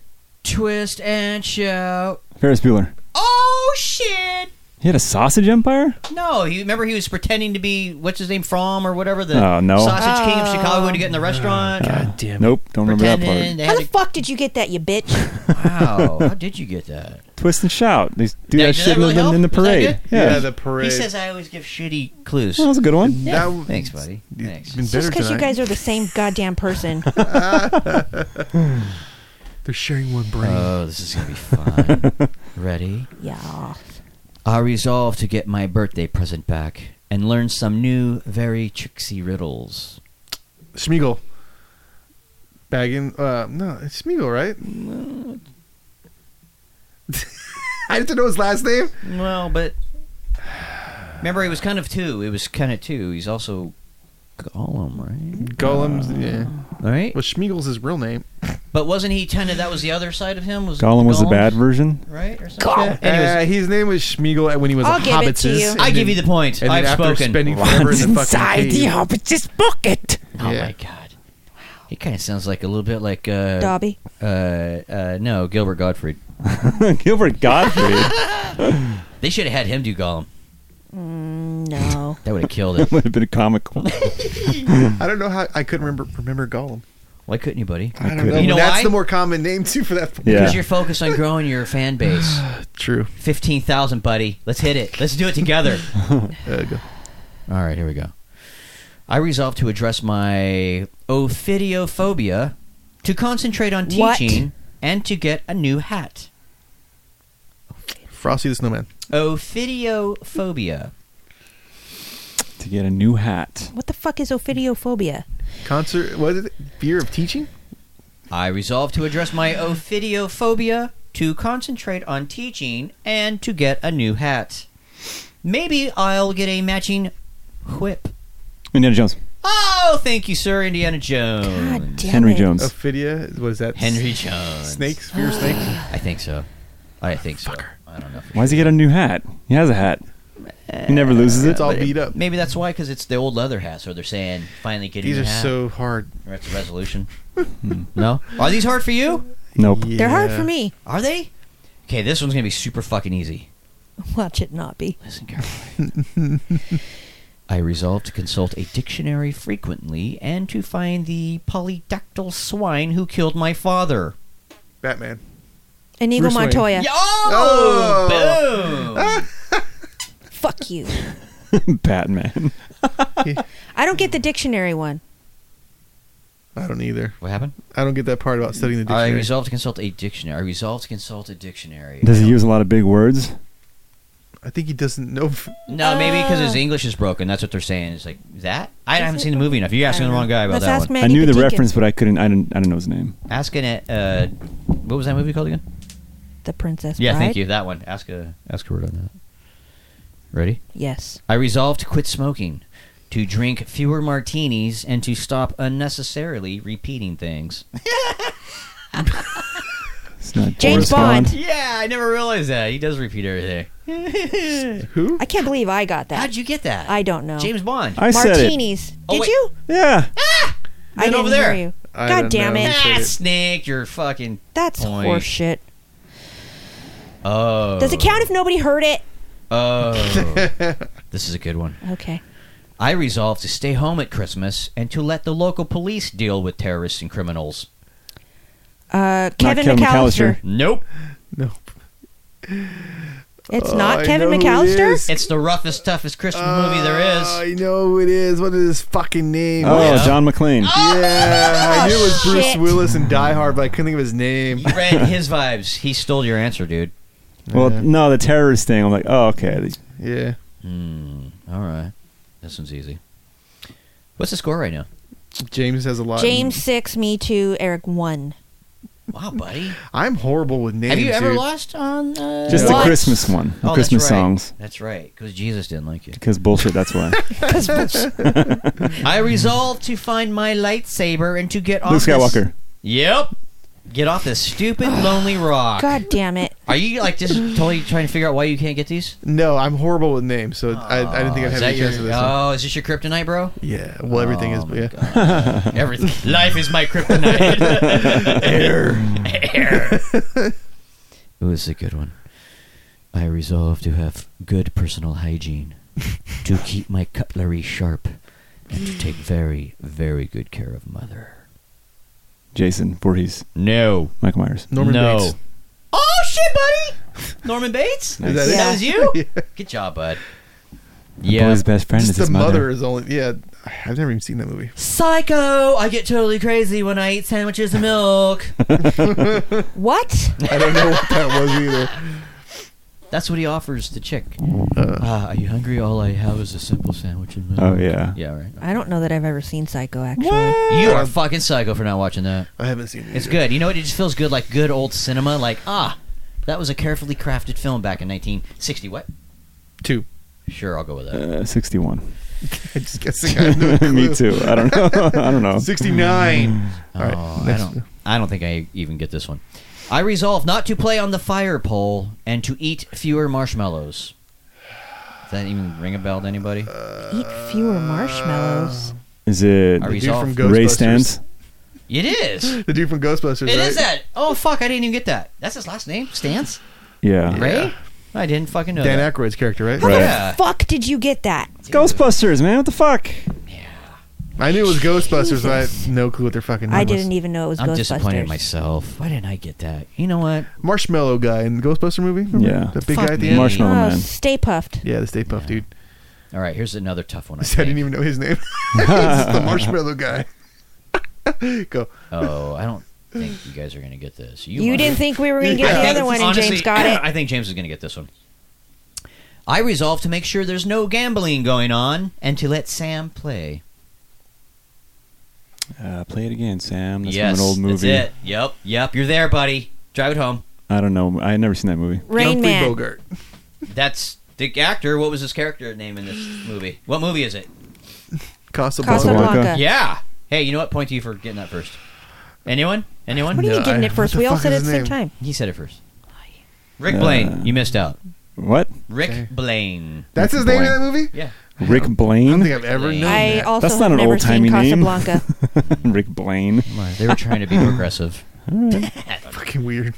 Speaker 1: twist and shout.
Speaker 2: Ferris Bueller.
Speaker 1: Oh, shit!
Speaker 2: He had a sausage empire?
Speaker 1: No, he remember he was pretending to be what's his name from or whatever the
Speaker 2: Oh, no.
Speaker 1: sausage king of Chicago when you get in the restaurant.
Speaker 2: Damn nope, don't remember that
Speaker 1: pretending
Speaker 2: part.
Speaker 1: they
Speaker 4: How
Speaker 1: had
Speaker 4: the fuck did you get that, you bitch?
Speaker 1: a, wow, how did you get that?
Speaker 2: Twist and shout. They do
Speaker 1: That-
Speaker 2: that,
Speaker 1: did that
Speaker 2: shit in
Speaker 1: really
Speaker 2: the-
Speaker 1: help?
Speaker 2: in, the
Speaker 1: Was that
Speaker 2: parade.
Speaker 1: good?
Speaker 2: Yeah.
Speaker 3: Yeah, the
Speaker 1: He
Speaker 3: parade.
Speaker 1: says I always give shitty clues.
Speaker 2: that was a good one.
Speaker 3: that w-
Speaker 1: Thanks, buddy. Thanks.
Speaker 3: Been better
Speaker 4: Just because you
Speaker 3: tonight.
Speaker 4: guys are the same goddamn person.
Speaker 3: They're sharing one brain.
Speaker 1: Oh, this is gonna be fun. Ready?
Speaker 4: yeah.
Speaker 1: I resolve to get my birthday present back and learn some new, very tricksy riddles.
Speaker 3: Schmiegel. Baggin. Uh, no, it's Schmiegel, right? I didn't know his last name.
Speaker 1: Well, but remember, he was kind of two. It was kind of two. He's also Gollum, right?
Speaker 3: Golems. yeah.
Speaker 1: All right.
Speaker 3: Well, Schmiegel's his real name.
Speaker 1: But wasn't he kind of that was the other side of him? Was
Speaker 2: Gollum was the bad version.
Speaker 1: right? Or something?
Speaker 3: uh,
Speaker 1: Anyways,
Speaker 3: his name was Schmiegel when he was
Speaker 4: I'll
Speaker 3: a
Speaker 4: give it to
Speaker 3: Hobbitus,
Speaker 4: you.
Speaker 3: and
Speaker 1: I give
Speaker 3: then-
Speaker 1: you the point.
Speaker 3: And then
Speaker 1: I've
Speaker 3: after
Speaker 1: spoken.
Speaker 3: spending forever in the fucking cave.
Speaker 8: Hobbit's pocket.
Speaker 1: oh
Speaker 3: yeah.
Speaker 1: my god, he kind of sounds like a little bit like uh,
Speaker 4: Dobby.
Speaker 1: Uh, uh, no, Gilbert Gottfried.
Speaker 2: Gilbert Godfrey
Speaker 1: They should have had him do Gollum.
Speaker 4: No.
Speaker 1: That would have killed it.
Speaker 2: would have been comical.
Speaker 3: I don't know how I couldn't remember remember Gollum.
Speaker 1: Why couldn't you, buddy?
Speaker 3: I don't know.
Speaker 1: You know
Speaker 3: That's
Speaker 1: why?
Speaker 3: the more common name too for that.
Speaker 1: Because
Speaker 2: Yeah.
Speaker 1: you're focused on growing your fan base.
Speaker 3: True.
Speaker 1: Fifteen thousand, buddy. Let's hit it. Let's do it together.
Speaker 3: Uh, go.
Speaker 1: All right, here we go. I resolve to address my ophidiophobia, to concentrate on
Speaker 4: What?
Speaker 1: teaching, and to get a new hat.
Speaker 3: Frosty the Snowman.
Speaker 1: Ophidiophobia.
Speaker 2: to get a new hat.
Speaker 4: What the fuck is ophidiophobia?
Speaker 3: Concert. What is it? Fear of teaching.
Speaker 1: I resolve to address my ophidiophobia, to concentrate on teaching, and to get a new hat. Maybe I'll get a matching whip.
Speaker 2: Indiana Jones.
Speaker 1: Oh, thank you, sir, Indiana Jones.
Speaker 4: God damn
Speaker 2: Henry
Speaker 4: it.
Speaker 2: Jones.
Speaker 3: Oh, Ophidia. What is that?
Speaker 1: Henry Jones.
Speaker 3: Snakes. Fear of snakes.
Speaker 1: I think so. I think so. I don't know. for
Speaker 2: Why does he get a new hat? He has a hat. He never loses it.
Speaker 3: It's all beat up.
Speaker 1: Maybe that's why, because it's the old leather hat. So they're saying finally getting
Speaker 3: These
Speaker 1: a
Speaker 3: are
Speaker 1: hat.
Speaker 3: so hard.
Speaker 1: That's a resolution. Hmm. no, are these hard for you?
Speaker 2: Nope.
Speaker 4: They're hard
Speaker 3: Yeah.
Speaker 4: for me.
Speaker 1: Are they? Okay, this one's gonna be super fucking easy.
Speaker 4: Watch it not be.
Speaker 1: Listen carefully. I resolved to consult a dictionary frequently and to find the polydactyl swine who killed my father.
Speaker 3: Batman.
Speaker 4: Inigo
Speaker 3: Bruce Wayne.
Speaker 4: Montoya.
Speaker 1: Oh, boom!
Speaker 4: Fuck you.
Speaker 2: Batman.
Speaker 4: I don't get the dictionary one.
Speaker 3: I don't either.
Speaker 1: what happened?
Speaker 3: I don't get that part about studying the
Speaker 1: I
Speaker 3: dictionary.
Speaker 1: resolved to consult a dictionary. I resolved to consult a dictionary.
Speaker 2: Does he use a lot of big words?
Speaker 3: I think he doesn't know. f-
Speaker 1: No, maybe because his English is broken. That's what they're saying. It's like that. I haven't
Speaker 4: Uh. it
Speaker 1: seen the movie enough. You're asking the wrong guy about
Speaker 4: Let's
Speaker 1: that
Speaker 4: ask
Speaker 1: one.
Speaker 4: Mandy
Speaker 2: I knew the
Speaker 4: Patinkin.
Speaker 2: reference, but I couldn't. I didn't. I don't know his name.
Speaker 1: Asking it. Uh, what was that movie called again?
Speaker 4: The Princess
Speaker 1: Yeah,
Speaker 4: Bride.
Speaker 1: thank you. That one. Ask a ask a word on that. Ready?
Speaker 4: Yes.
Speaker 1: I resolved to quit smoking, to drink fewer martinis, and to stop unnecessarily repeating things.
Speaker 2: It's not
Speaker 4: James
Speaker 2: Forrest Gump.
Speaker 4: Bond.
Speaker 1: Yeah, I never realized that. He does repeat everything.
Speaker 4: I can't believe I got that.
Speaker 1: How'd you get that?
Speaker 4: I don't know.
Speaker 1: James Bond.
Speaker 2: I said it.
Speaker 4: Martinis. Did
Speaker 1: Oh, wait.
Speaker 4: you?
Speaker 2: Yeah.
Speaker 4: I
Speaker 1: Then
Speaker 4: didn't
Speaker 1: over there.
Speaker 4: hear you.
Speaker 3: I
Speaker 4: God
Speaker 3: don't
Speaker 4: damn
Speaker 3: know.
Speaker 4: it.
Speaker 1: Ah, snake, you're fucking.
Speaker 4: That's
Speaker 1: Point.
Speaker 4: horseshit.
Speaker 1: Oh.
Speaker 4: Does it count if nobody heard it?
Speaker 1: Oh. this is a good one.
Speaker 4: Okay.
Speaker 1: I resolved to stay home at Christmas and to let the local police deal with terrorists and criminals.
Speaker 4: Uh, Kevin,
Speaker 2: Kevin
Speaker 4: McAllister.
Speaker 2: McAllister.
Speaker 1: Nope.
Speaker 4: It's
Speaker 3: Oh,
Speaker 4: not
Speaker 3: I
Speaker 4: Kevin
Speaker 3: know who it
Speaker 4: McAllister.
Speaker 3: is.
Speaker 1: It's the roughest, toughest Christmas movie there is.
Speaker 3: Ah, I know who it is. What is his fucking name?
Speaker 2: Oh,
Speaker 1: yeah.
Speaker 2: John McClane.
Speaker 3: Yeah, I knew it was Bruce
Speaker 4: shit.
Speaker 3: Willis in Die Hard, but I couldn't think of his name.
Speaker 1: You read his vibes. He stole your answer, dude.
Speaker 2: Well, no, the terrorist thing. I'm like, oh, okay.
Speaker 3: Yeah,
Speaker 1: Hmm. All right. This one's easy. What's the score right now?
Speaker 3: James has a lot.
Speaker 4: James six, me two, Eric one.
Speaker 1: Wow, buddy.
Speaker 3: I'm horrible with names.
Speaker 1: Have you ever
Speaker 3: dude.
Speaker 1: lost on uh,
Speaker 2: Just
Speaker 1: what?
Speaker 2: the Christmas one, the
Speaker 1: Oh,
Speaker 2: Christmas
Speaker 1: that's right.
Speaker 2: songs.
Speaker 1: That's right, because Jesus didn't like you.
Speaker 2: Because bullshit, that's why.
Speaker 1: I resolved to find my lightsaber and to get off.
Speaker 2: Luke
Speaker 1: this-
Speaker 2: Skywalker.
Speaker 1: Yep. Get off this stupid lonely rock.
Speaker 4: God damn it.
Speaker 1: Are you like just totally trying to figure out why you can't get these? Oh,
Speaker 3: No, I'm horrible with names, so I, I didn't think
Speaker 1: Is
Speaker 3: I'd have
Speaker 1: that
Speaker 3: any
Speaker 1: your,
Speaker 3: chance of this. one.
Speaker 1: oh, is this your kryptonite, bro?
Speaker 3: Yeah, well, everything is. Yeah.
Speaker 1: Everything. Life is my kryptonite. Air. Air. Ooh, this is a good one. I resolve to have good personal hygiene, to keep my cutlery sharp, and to take very, very good care of mother.
Speaker 2: Jason Voorhees,
Speaker 1: No.
Speaker 2: Michael Myers.
Speaker 3: Norman
Speaker 1: no.
Speaker 3: Bates.
Speaker 1: Oh, shit, buddy! Norman Bates?
Speaker 2: Nice.
Speaker 3: Is that it?
Speaker 1: was you? Good job, bud. Yeah.
Speaker 2: Boy's best friend
Speaker 3: Just
Speaker 2: is his
Speaker 3: the
Speaker 2: mother.
Speaker 3: mother is only. Yeah, I've never even seen that movie.
Speaker 1: Psycho! I get totally crazy when I eat sandwiches and milk.
Speaker 4: What?
Speaker 3: I don't know what that was either.
Speaker 1: That's what he offers the chick.
Speaker 3: Uh,
Speaker 1: Ah, are you hungry? All I have is a simple sandwich and milk.
Speaker 2: Oh, yeah.
Speaker 1: Yeah, right.
Speaker 4: I don't know that I've ever seen Psycho. Actually,
Speaker 1: You are fucking psycho for not watching that.
Speaker 3: I haven't seen it.
Speaker 1: It's
Speaker 3: either.
Speaker 1: good. You know what? It just feels good, like good old cinema. Like ah, that was a carefully crafted film back in 1960. What?
Speaker 3: Two.
Speaker 1: Sure, I'll go with that.
Speaker 2: Uh, 61.
Speaker 3: I'm just guessing. I have no
Speaker 2: Me
Speaker 3: clue.
Speaker 2: too. I don't know. I don't know.
Speaker 3: Sixty-nine. All right,
Speaker 1: Oh, I
Speaker 3: next.
Speaker 1: don't. I don't think I even get this one. I resolve not to play on the fire pole and to eat fewer marshmallows. Does that even ring a bell to anybody?
Speaker 4: eat fewer marshmallows.
Speaker 2: Is it
Speaker 1: I
Speaker 3: The dude from
Speaker 1: resolve.
Speaker 3: Ghostbusters.
Speaker 2: Ray Stans?
Speaker 1: It is.
Speaker 3: The dude from Ghostbusters.
Speaker 1: It
Speaker 3: right?
Speaker 1: is that. Oh fuck! I didn't even get that. That's his last name, Stance
Speaker 2: Yeah.
Speaker 1: Ray. I didn't fucking know.
Speaker 3: Dan
Speaker 1: that.
Speaker 3: Aykroyd's character, right?
Speaker 4: How
Speaker 1: Yeah.
Speaker 4: the fuck did you get that?
Speaker 2: Ghostbusters, man. What the fuck?
Speaker 3: I knew it was Ghostbusters, but I had no clue what their fucking name
Speaker 4: I didn't
Speaker 3: was.
Speaker 4: even know it was
Speaker 1: I'm
Speaker 4: Ghostbusters.
Speaker 1: disappointed in myself. Why didn't I get that? You know what?
Speaker 3: Marshmallow guy in the Ghostbuster movie. Remember?
Speaker 2: Yeah.
Speaker 3: The big
Speaker 1: e- Fuck
Speaker 3: guy at the
Speaker 1: me.
Speaker 3: end.
Speaker 2: Marshmallow
Speaker 4: Oh,
Speaker 2: Man.
Speaker 4: Stay puffed.
Speaker 3: yeah, the Stay Puff dude.
Speaker 1: All right, here's another tough one. I
Speaker 3: I didn't
Speaker 1: think.
Speaker 3: even know his name. it's the Marshmallow guy. Go.
Speaker 1: Oh, I don't think you guys are gonna get this.
Speaker 4: You, didn't think we were going to get
Speaker 3: Yeah.
Speaker 4: the other one, and
Speaker 1: Honestly,
Speaker 4: James got it.
Speaker 1: I think James is going to get this one. I resolve to make sure there's no gambling going on and to let Sam play.
Speaker 2: Uh, play it again, Sam. That's
Speaker 1: yes,
Speaker 2: from an old movie.
Speaker 1: that's it. Yep, yep. You're there, buddy. Drive it home.
Speaker 2: I don't know. I had never seen that movie.
Speaker 4: Rain
Speaker 3: Humphrey
Speaker 4: Man.
Speaker 3: Bogart.
Speaker 1: That's the actor. What was his character name in this movie? What movie is it?
Speaker 3: Casablanca.
Speaker 4: Casablanca.
Speaker 1: Yeah. Hey, you know what? Point to you for getting that first. Anyone? Anyone?
Speaker 4: What are you
Speaker 3: No,
Speaker 4: getting
Speaker 3: I-
Speaker 4: it first?
Speaker 3: what the
Speaker 4: We all
Speaker 3: fuck
Speaker 4: said it
Speaker 3: is
Speaker 4: at the
Speaker 3: his
Speaker 4: same
Speaker 3: name?
Speaker 4: time.
Speaker 1: He said it first. Rick
Speaker 2: Uh,
Speaker 1: Blaine. You missed out.
Speaker 2: What?
Speaker 1: Rick
Speaker 3: Okay.
Speaker 1: Blaine.
Speaker 3: That's his name in that movie?
Speaker 1: Yeah.
Speaker 2: Rick
Speaker 3: I don't
Speaker 2: Blaine?
Speaker 3: think I've ever known
Speaker 4: I
Speaker 3: that.
Speaker 4: also
Speaker 2: That's not
Speaker 4: have
Speaker 2: an
Speaker 4: never seen
Speaker 2: old-timey name.
Speaker 4: Casablanca.
Speaker 2: Rick Blaine.
Speaker 1: They were trying to be progressive.
Speaker 3: fucking weird.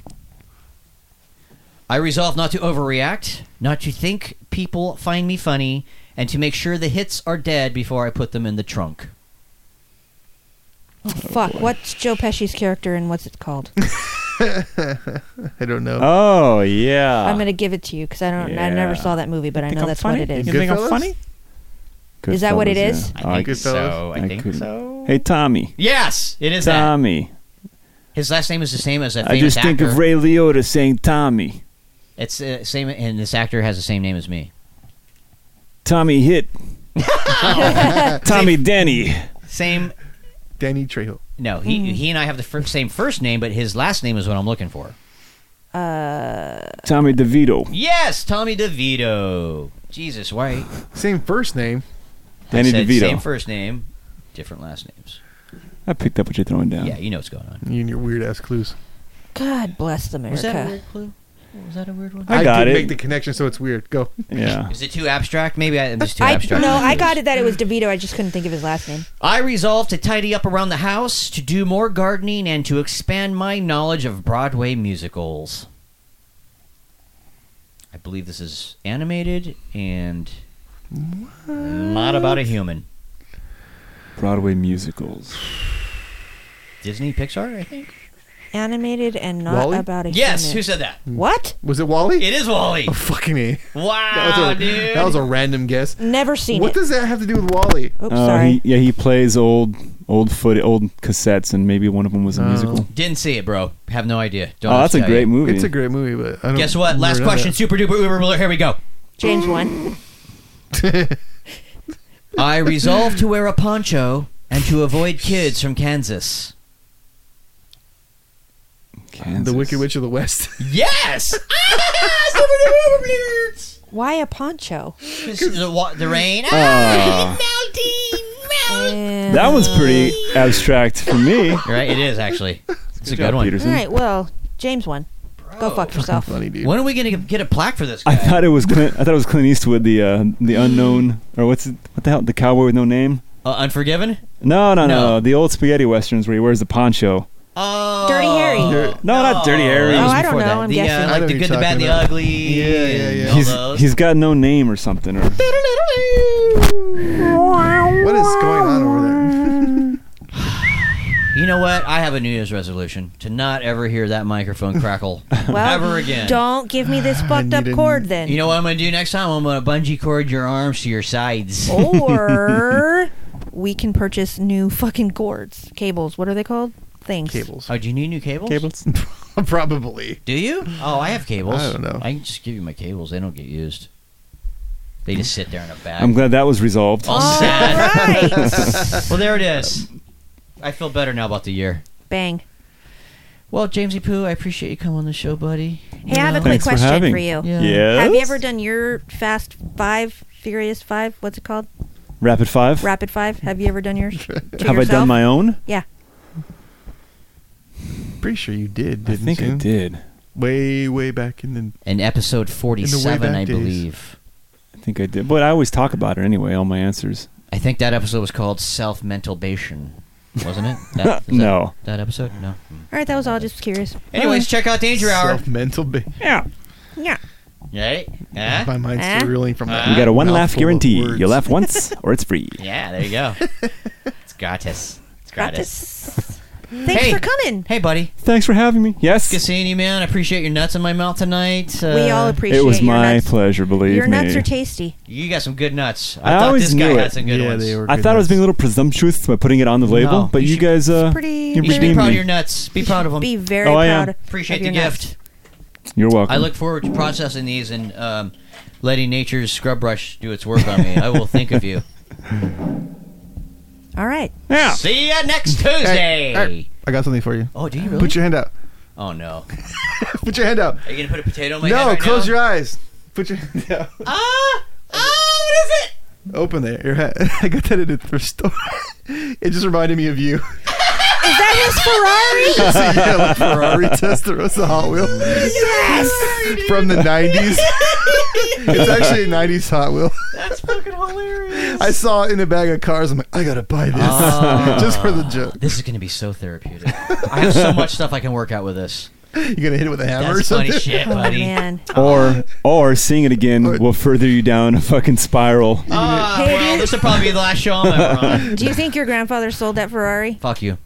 Speaker 1: I resolve not to overreact, not to think people find me funny, and to make sure the hits are dead before I put them in the trunk.
Speaker 4: oh, fuck. What's Joe Pesci's character, and what's it called?
Speaker 3: I don't know.
Speaker 2: Oh, yeah.
Speaker 4: I'm going to give it to you because I don't. I
Speaker 2: Yeah.
Speaker 4: never saw that movie, but I know that's what it
Speaker 3: Ah. You
Speaker 4: is.
Speaker 3: think I'm Goodfellas? funny?
Speaker 4: Is that what it
Speaker 2: Goodfellas,
Speaker 4: is?
Speaker 2: yeah.
Speaker 1: I think
Speaker 3: Goodfellas?
Speaker 1: so. I,
Speaker 2: I
Speaker 1: think
Speaker 2: couldn't-
Speaker 1: so.
Speaker 2: Hey, Tommy.
Speaker 1: Yes, it is that.
Speaker 2: Tommy.
Speaker 1: His last name is the same as that
Speaker 2: I
Speaker 1: famous
Speaker 2: just think
Speaker 1: actor.
Speaker 2: of Ray Liotta saying Tommy.
Speaker 1: it's uh, same, and this actor has the same name as me.
Speaker 2: Tommy hit. Tommy Denny.
Speaker 1: Same.
Speaker 3: Danny Trejo.
Speaker 1: Hmm. No, he he and I have the fir- same first name, but his last name is what I'm looking for.
Speaker 2: Tommy DeVito,
Speaker 1: Yes, Tommy DeVito. Jesus, why?
Speaker 3: Same first name.
Speaker 2: Danny
Speaker 1: I said
Speaker 2: DeVito.
Speaker 1: Same first name, different last names.
Speaker 2: I picked up what you're throwing down.
Speaker 1: Yeah, you know what's going on.
Speaker 3: You and your weird ass clues.
Speaker 4: God bless America.
Speaker 1: Was that a weird clue? Was that a weird one?
Speaker 2: I got
Speaker 3: did
Speaker 2: it.
Speaker 3: make the connection, so it's weird. Go.
Speaker 2: Yeah.
Speaker 1: Is it too abstract? Maybe I, it was too
Speaker 4: I,
Speaker 1: abstract.
Speaker 4: no, I got it that it was DeVito. I just couldn't think of his last name.
Speaker 1: I resolved to tidy up around the house, to do more gardening, and to expand my knowledge of Broadway musicals. I believe this is animated and not about a human.
Speaker 2: Broadway musicals.
Speaker 1: Disney, Pixar, I think.
Speaker 4: Animated and not
Speaker 3: Wally?
Speaker 4: about a
Speaker 1: Yes, who
Speaker 4: human.
Speaker 1: said that?
Speaker 4: What?
Speaker 3: Was it Wally?
Speaker 1: It is Wally.
Speaker 3: oh, fucking me.
Speaker 1: Wow,
Speaker 3: That was, a,
Speaker 1: dude.
Speaker 3: that was a random guess.
Speaker 4: Never seen
Speaker 3: What
Speaker 4: it.
Speaker 3: does Uh, that have to do with Wally?
Speaker 4: Oops,
Speaker 2: Oh,
Speaker 4: sorry.
Speaker 2: He, yeah, he plays old, old foot, old cassettes, and maybe one of them was
Speaker 3: Oh,
Speaker 2: a musical.
Speaker 1: Didn't see it, bro. Have no idea. Don't
Speaker 2: Oh, that's a
Speaker 1: tell you.
Speaker 2: great movie.
Speaker 3: It's a great movie, but I don't
Speaker 1: Guess what?
Speaker 3: remember
Speaker 1: Last
Speaker 3: that.
Speaker 1: question, super duper uber ruler. Here we go.
Speaker 4: Change one.
Speaker 1: I resolved to wear a poncho and to avoid kids from Kansas.
Speaker 2: Kansas.
Speaker 3: The Wicked Witch of the West.
Speaker 1: Yes! Ah, super duper uber blurs.
Speaker 4: Why a poncho?
Speaker 1: This is the, wa- the rain. Ah,
Speaker 2: Ah,
Speaker 1: melting,
Speaker 4: And-
Speaker 2: that was pretty abstract for me.
Speaker 1: melt. Right, it is actually. It's a good one.
Speaker 4: All
Speaker 2: Peterson.
Speaker 4: right, well, James won. Go fuck yourself.
Speaker 3: Funny dude.
Speaker 1: When are we gonna get a plaque for this? Guy?
Speaker 2: I thought it was Clint, I thought it was Clint Eastwood, the uh, the unknown, or what's it, what the hell, the cowboy with no name.
Speaker 1: uh, Unforgiven.
Speaker 2: No, no, no,
Speaker 1: No.
Speaker 2: the old spaghetti westerns where he wears the poncho.
Speaker 1: Oh,
Speaker 4: Dirty Harry.
Speaker 2: No, not Dirty Harry.
Speaker 1: that was
Speaker 4: Oh, I don't
Speaker 1: before
Speaker 4: know,
Speaker 1: that.
Speaker 4: I'm
Speaker 1: the,
Speaker 4: guessing.
Speaker 1: Uh,
Speaker 3: I know
Speaker 1: like the
Speaker 3: who
Speaker 1: good, the
Speaker 3: you're
Speaker 1: bad, and the
Speaker 3: talking about.
Speaker 1: ugly.
Speaker 3: Yeah, yeah,
Speaker 1: and
Speaker 3: yeah.
Speaker 1: all
Speaker 2: He's
Speaker 1: those.
Speaker 2: he's got no name or something. Or
Speaker 3: What is going on over there?
Speaker 1: You know what? I have a New Year's resolution to not ever hear that microphone crackle
Speaker 4: Well,
Speaker 1: ever again.
Speaker 4: Don't give me this fucked up
Speaker 3: need a-
Speaker 4: cord then.
Speaker 1: You know what I'm going to do next time? I'm going to bungee cord your arms to your sides.
Speaker 3: Oh.
Speaker 4: or we can purchase new fucking cords, cables. What are they called? Things.
Speaker 3: Cables.
Speaker 1: Oh, do you need new cables?
Speaker 2: cables.
Speaker 3: Probably.
Speaker 1: Do you? Oh, I have cables.
Speaker 3: I don't know.
Speaker 1: I can just give you my cables. They don't get used. They just sit there in a bag.
Speaker 2: I'm glad that was resolved.
Speaker 1: All
Speaker 4: All
Speaker 1: sad.
Speaker 4: right.
Speaker 1: well, there it is. I feel better now about the year.
Speaker 4: Bang.
Speaker 1: Well, Jamesy Poo, I appreciate you coming on the show, buddy.
Speaker 4: Hey, I have a
Speaker 1: No.
Speaker 4: quick
Speaker 2: Thanks for
Speaker 4: question
Speaker 2: having
Speaker 4: for
Speaker 2: me.
Speaker 4: you.
Speaker 1: Yeah.
Speaker 2: Yes?
Speaker 4: Have you ever done your Fast Five, Furious Five? What's it called?
Speaker 2: Rapid Five?
Speaker 4: Rapid Five. Have you ever done yours? To
Speaker 2: Have I done
Speaker 4: yourself?
Speaker 2: my own?
Speaker 4: Yeah.
Speaker 3: Pretty sure you did,
Speaker 2: I
Speaker 3: didn't
Speaker 2: think
Speaker 3: you?
Speaker 2: I did.
Speaker 3: Way, way back in the.
Speaker 1: In episode 47,
Speaker 3: back
Speaker 1: I
Speaker 3: days.
Speaker 1: believe.
Speaker 2: I think I did. But I always talk about it anyway. All my answers.
Speaker 1: I think that episode was called Self Mentalbation, wasn't it? That, is
Speaker 2: No.
Speaker 1: That, that episode? No.
Speaker 4: All right, that was all. Just curious.
Speaker 1: Anyways, check out Danger Hour.
Speaker 3: Self mental. Ba-
Speaker 2: Yeah.
Speaker 4: Yeah.
Speaker 1: Right? Yeah?
Speaker 3: My mind's
Speaker 4: Huh?
Speaker 3: still reeling from that.
Speaker 4: Ah.
Speaker 2: You got a one laugh
Speaker 3: Mouthful of
Speaker 2: guarantee.
Speaker 3: words.
Speaker 2: You laugh once or it's free.
Speaker 1: Yeah, there you go. it's gratis. It's gratis.
Speaker 4: Gratis. Thanks
Speaker 1: Hey.
Speaker 4: for coming.
Speaker 1: Hey, buddy.
Speaker 2: Thanks for having me. Yes.
Speaker 1: Good seeing you, man. I appreciate your nuts in my mouth tonight. Uh,
Speaker 4: we all appreciate
Speaker 2: It was
Speaker 4: your
Speaker 2: my
Speaker 4: nuts.
Speaker 2: pleasure, believe
Speaker 4: Your
Speaker 2: me.
Speaker 4: nuts are tasty.
Speaker 1: You got some good nuts. I,
Speaker 2: I
Speaker 1: thought
Speaker 2: always
Speaker 1: this guy
Speaker 2: knew
Speaker 1: had
Speaker 2: it.
Speaker 1: some good
Speaker 3: yeah,
Speaker 1: ones.
Speaker 3: they were.
Speaker 2: I
Speaker 3: good
Speaker 2: thought I was
Speaker 3: nuts.
Speaker 2: being a little presumptuous by putting it on the label,
Speaker 1: No,
Speaker 2: but
Speaker 1: you
Speaker 2: you
Speaker 1: should-
Speaker 2: guys uh,
Speaker 4: pretty-
Speaker 2: you
Speaker 1: You should be
Speaker 2: redeemed
Speaker 1: proud of
Speaker 2: me.
Speaker 1: your nuts. Be proud of them.
Speaker 4: Be very
Speaker 2: Oh, I am.
Speaker 4: proud. of
Speaker 1: Appreciate the
Speaker 4: your nuts.
Speaker 1: gift.
Speaker 2: You're welcome.
Speaker 1: I look forward to processing these and um, letting nature's scrub brush do its work on me. I will think of you.
Speaker 4: All right.
Speaker 2: yeah.
Speaker 1: See ya next
Speaker 3: Hey,
Speaker 1: Tuesday.
Speaker 3: hey, I got something for you.
Speaker 1: Oh, do you really?
Speaker 3: Put your hand out.
Speaker 1: oh no.
Speaker 3: Put your hand out.
Speaker 1: Are you gonna put a potato in my head
Speaker 3: No,
Speaker 1: right
Speaker 3: close
Speaker 1: now?
Speaker 3: your eyes. Put your hand out.
Speaker 1: Ah, ah, what is it?
Speaker 3: Open there. Your head. I got that at a thrift store. It just reminded me of you.
Speaker 4: Is that his Ferrari?
Speaker 3: So you got like Ferrari Testarossa Hot Wheel. Yes! From the 90s. it's actually a 90s Hot Wheel.
Speaker 1: That's fucking hilarious.
Speaker 3: I saw it in a bag of cars. I'm like, I gotta buy this. Just for the joke.
Speaker 1: Ah. This is gonna be so therapeutic. I have so much stuff I can work out with this.
Speaker 3: You gonna hit it with a hammer or
Speaker 1: That's funny
Speaker 3: something?
Speaker 1: shit,
Speaker 4: Oh,
Speaker 1: buddy.
Speaker 4: man.
Speaker 2: Or or seeing it again will further you down a fucking spiral.
Speaker 1: Ah,
Speaker 4: Hey,
Speaker 1: well,
Speaker 4: dude.
Speaker 1: this will probably be the last show I'm ever on.
Speaker 4: Do you think your grandfather sold that Ferrari?
Speaker 1: Fuck you.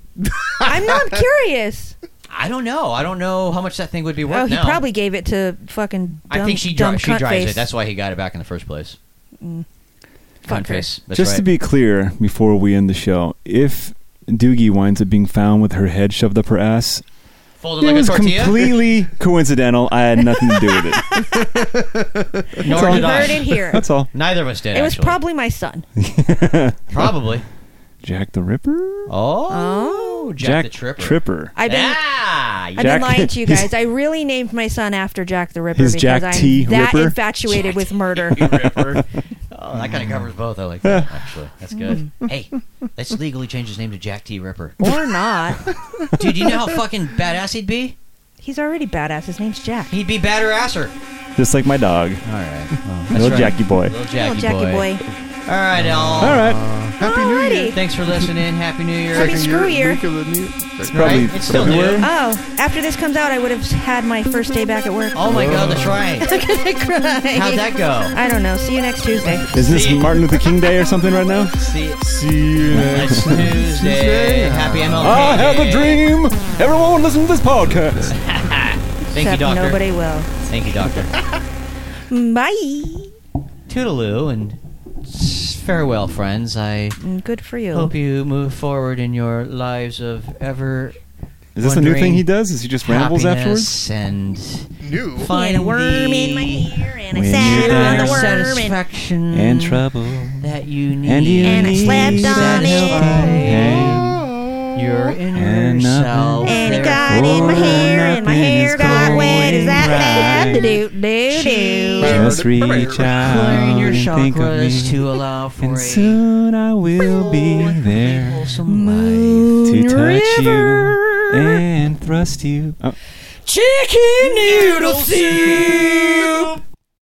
Speaker 4: I'm not curious.
Speaker 1: I don't know. I don't know how much that thing would be worth.
Speaker 4: Oh, he
Speaker 1: now.
Speaker 4: probably gave it to fucking. Dumb,
Speaker 1: I think she,
Speaker 4: dumb
Speaker 1: dri- she
Speaker 4: cunt
Speaker 1: drives
Speaker 4: face. Mm.
Speaker 1: it. That's why he got it back in the first place.
Speaker 4: Fuck
Speaker 1: Cunt
Speaker 4: her.
Speaker 1: face. That's
Speaker 2: Just
Speaker 1: right.
Speaker 2: to be clear, before we end the show, if Doogie winds up being found with her head shoved up her ass,
Speaker 1: folded
Speaker 2: it
Speaker 1: like a
Speaker 2: was
Speaker 1: tortilla.
Speaker 2: completely coincidental. I had nothing to do with it.
Speaker 1: Nor
Speaker 2: all.
Speaker 1: did
Speaker 4: You
Speaker 1: I.
Speaker 4: heard it here.
Speaker 2: That's all.
Speaker 1: Neither of us did.
Speaker 4: it was
Speaker 1: actually.
Speaker 4: probably my son.
Speaker 1: probably.
Speaker 2: Jack the Ripper.
Speaker 1: Oh.
Speaker 4: Oh.
Speaker 1: Oh, Jack, the Tripper.
Speaker 2: Tripper.
Speaker 4: I've been
Speaker 1: ah,
Speaker 4: I've
Speaker 2: Jack-
Speaker 4: been lying to you
Speaker 2: his-
Speaker 4: guys. I really named my son after Jack the Ripper
Speaker 2: His
Speaker 4: because
Speaker 2: Jack
Speaker 4: I'm
Speaker 2: T.
Speaker 4: that
Speaker 2: Ripper?
Speaker 4: infatuated with murder.
Speaker 1: you ripper. Oh, that
Speaker 4: Mm.
Speaker 1: kind of covers both. I like that actually. That's good. hey, let's legally change his name to Jack T. Ripper.
Speaker 4: or not.
Speaker 1: Dude, you know how fucking badass he'd be?
Speaker 4: He's already badass. His name's Jack.
Speaker 1: He'd be badder-asser.
Speaker 2: Just like my dog.
Speaker 1: All right.
Speaker 2: Little Jackie boy.
Speaker 1: Little
Speaker 4: Oh,
Speaker 1: Jackie,
Speaker 4: Jackie boy.
Speaker 1: All right, all.
Speaker 2: All right.
Speaker 3: Happy New Year.
Speaker 4: Alrighty.
Speaker 1: Thanks for listening. Happy New Year.
Speaker 4: Happy screw year.
Speaker 3: Week of the new-
Speaker 2: Probably
Speaker 1: It's still new.
Speaker 2: February.
Speaker 4: Oh, after this comes out, I would have had my first day back at work.
Speaker 1: Oh my God, that's right.
Speaker 4: I'm gonna cry.
Speaker 1: How'd that go?
Speaker 4: I don't know. See you next Tuesday.
Speaker 2: Is this
Speaker 1: See.
Speaker 2: Martin Luther King Day or something right now?
Speaker 1: See,
Speaker 3: See you
Speaker 1: it's
Speaker 3: next
Speaker 1: Tuesday. Happy MLK.
Speaker 2: I have a
Speaker 1: Day.
Speaker 2: dream. Everyone listen to this podcast.
Speaker 1: Thank you,
Speaker 4: Except
Speaker 1: Doctor.
Speaker 4: nobody will.
Speaker 1: Thank you, Doctor.
Speaker 4: Bye.
Speaker 1: Toodaloo and s- farewell, friends. I
Speaker 4: Mm, Good for you.
Speaker 1: hope you move forward in your lives of ever
Speaker 2: Is this a new thing
Speaker 1: Wondering
Speaker 2: he does? Is he just rambles afterwards?
Speaker 1: happiness and
Speaker 3: New.
Speaker 1: find
Speaker 4: and a worm
Speaker 1: the
Speaker 4: in my ear, and I
Speaker 2: When
Speaker 4: sat
Speaker 2: you're
Speaker 4: on
Speaker 1: inner
Speaker 4: the worm, and
Speaker 1: satisfaction
Speaker 2: trouble.
Speaker 1: that you need.
Speaker 2: And you
Speaker 4: And I
Speaker 2: need
Speaker 4: slept
Speaker 2: that
Speaker 4: on it.
Speaker 2: help.
Speaker 1: your inner
Speaker 2: And nothing-
Speaker 1: self.
Speaker 4: And it
Speaker 1: There-
Speaker 4: got in my hair, and my
Speaker 2: Oh, Nothing
Speaker 4: hair
Speaker 2: is
Speaker 4: got wet. Is that
Speaker 2: going
Speaker 4: bad?
Speaker 2: right.
Speaker 4: Do do do.
Speaker 2: Just reach
Speaker 1: Clearing
Speaker 2: out
Speaker 1: your
Speaker 2: and think of
Speaker 1: chakras
Speaker 2: me.
Speaker 1: to allow for
Speaker 2: And
Speaker 1: a
Speaker 2: soon I will be there
Speaker 1: wholesome life.
Speaker 2: to touch you and thrust you.
Speaker 1: Chicken noodle soup.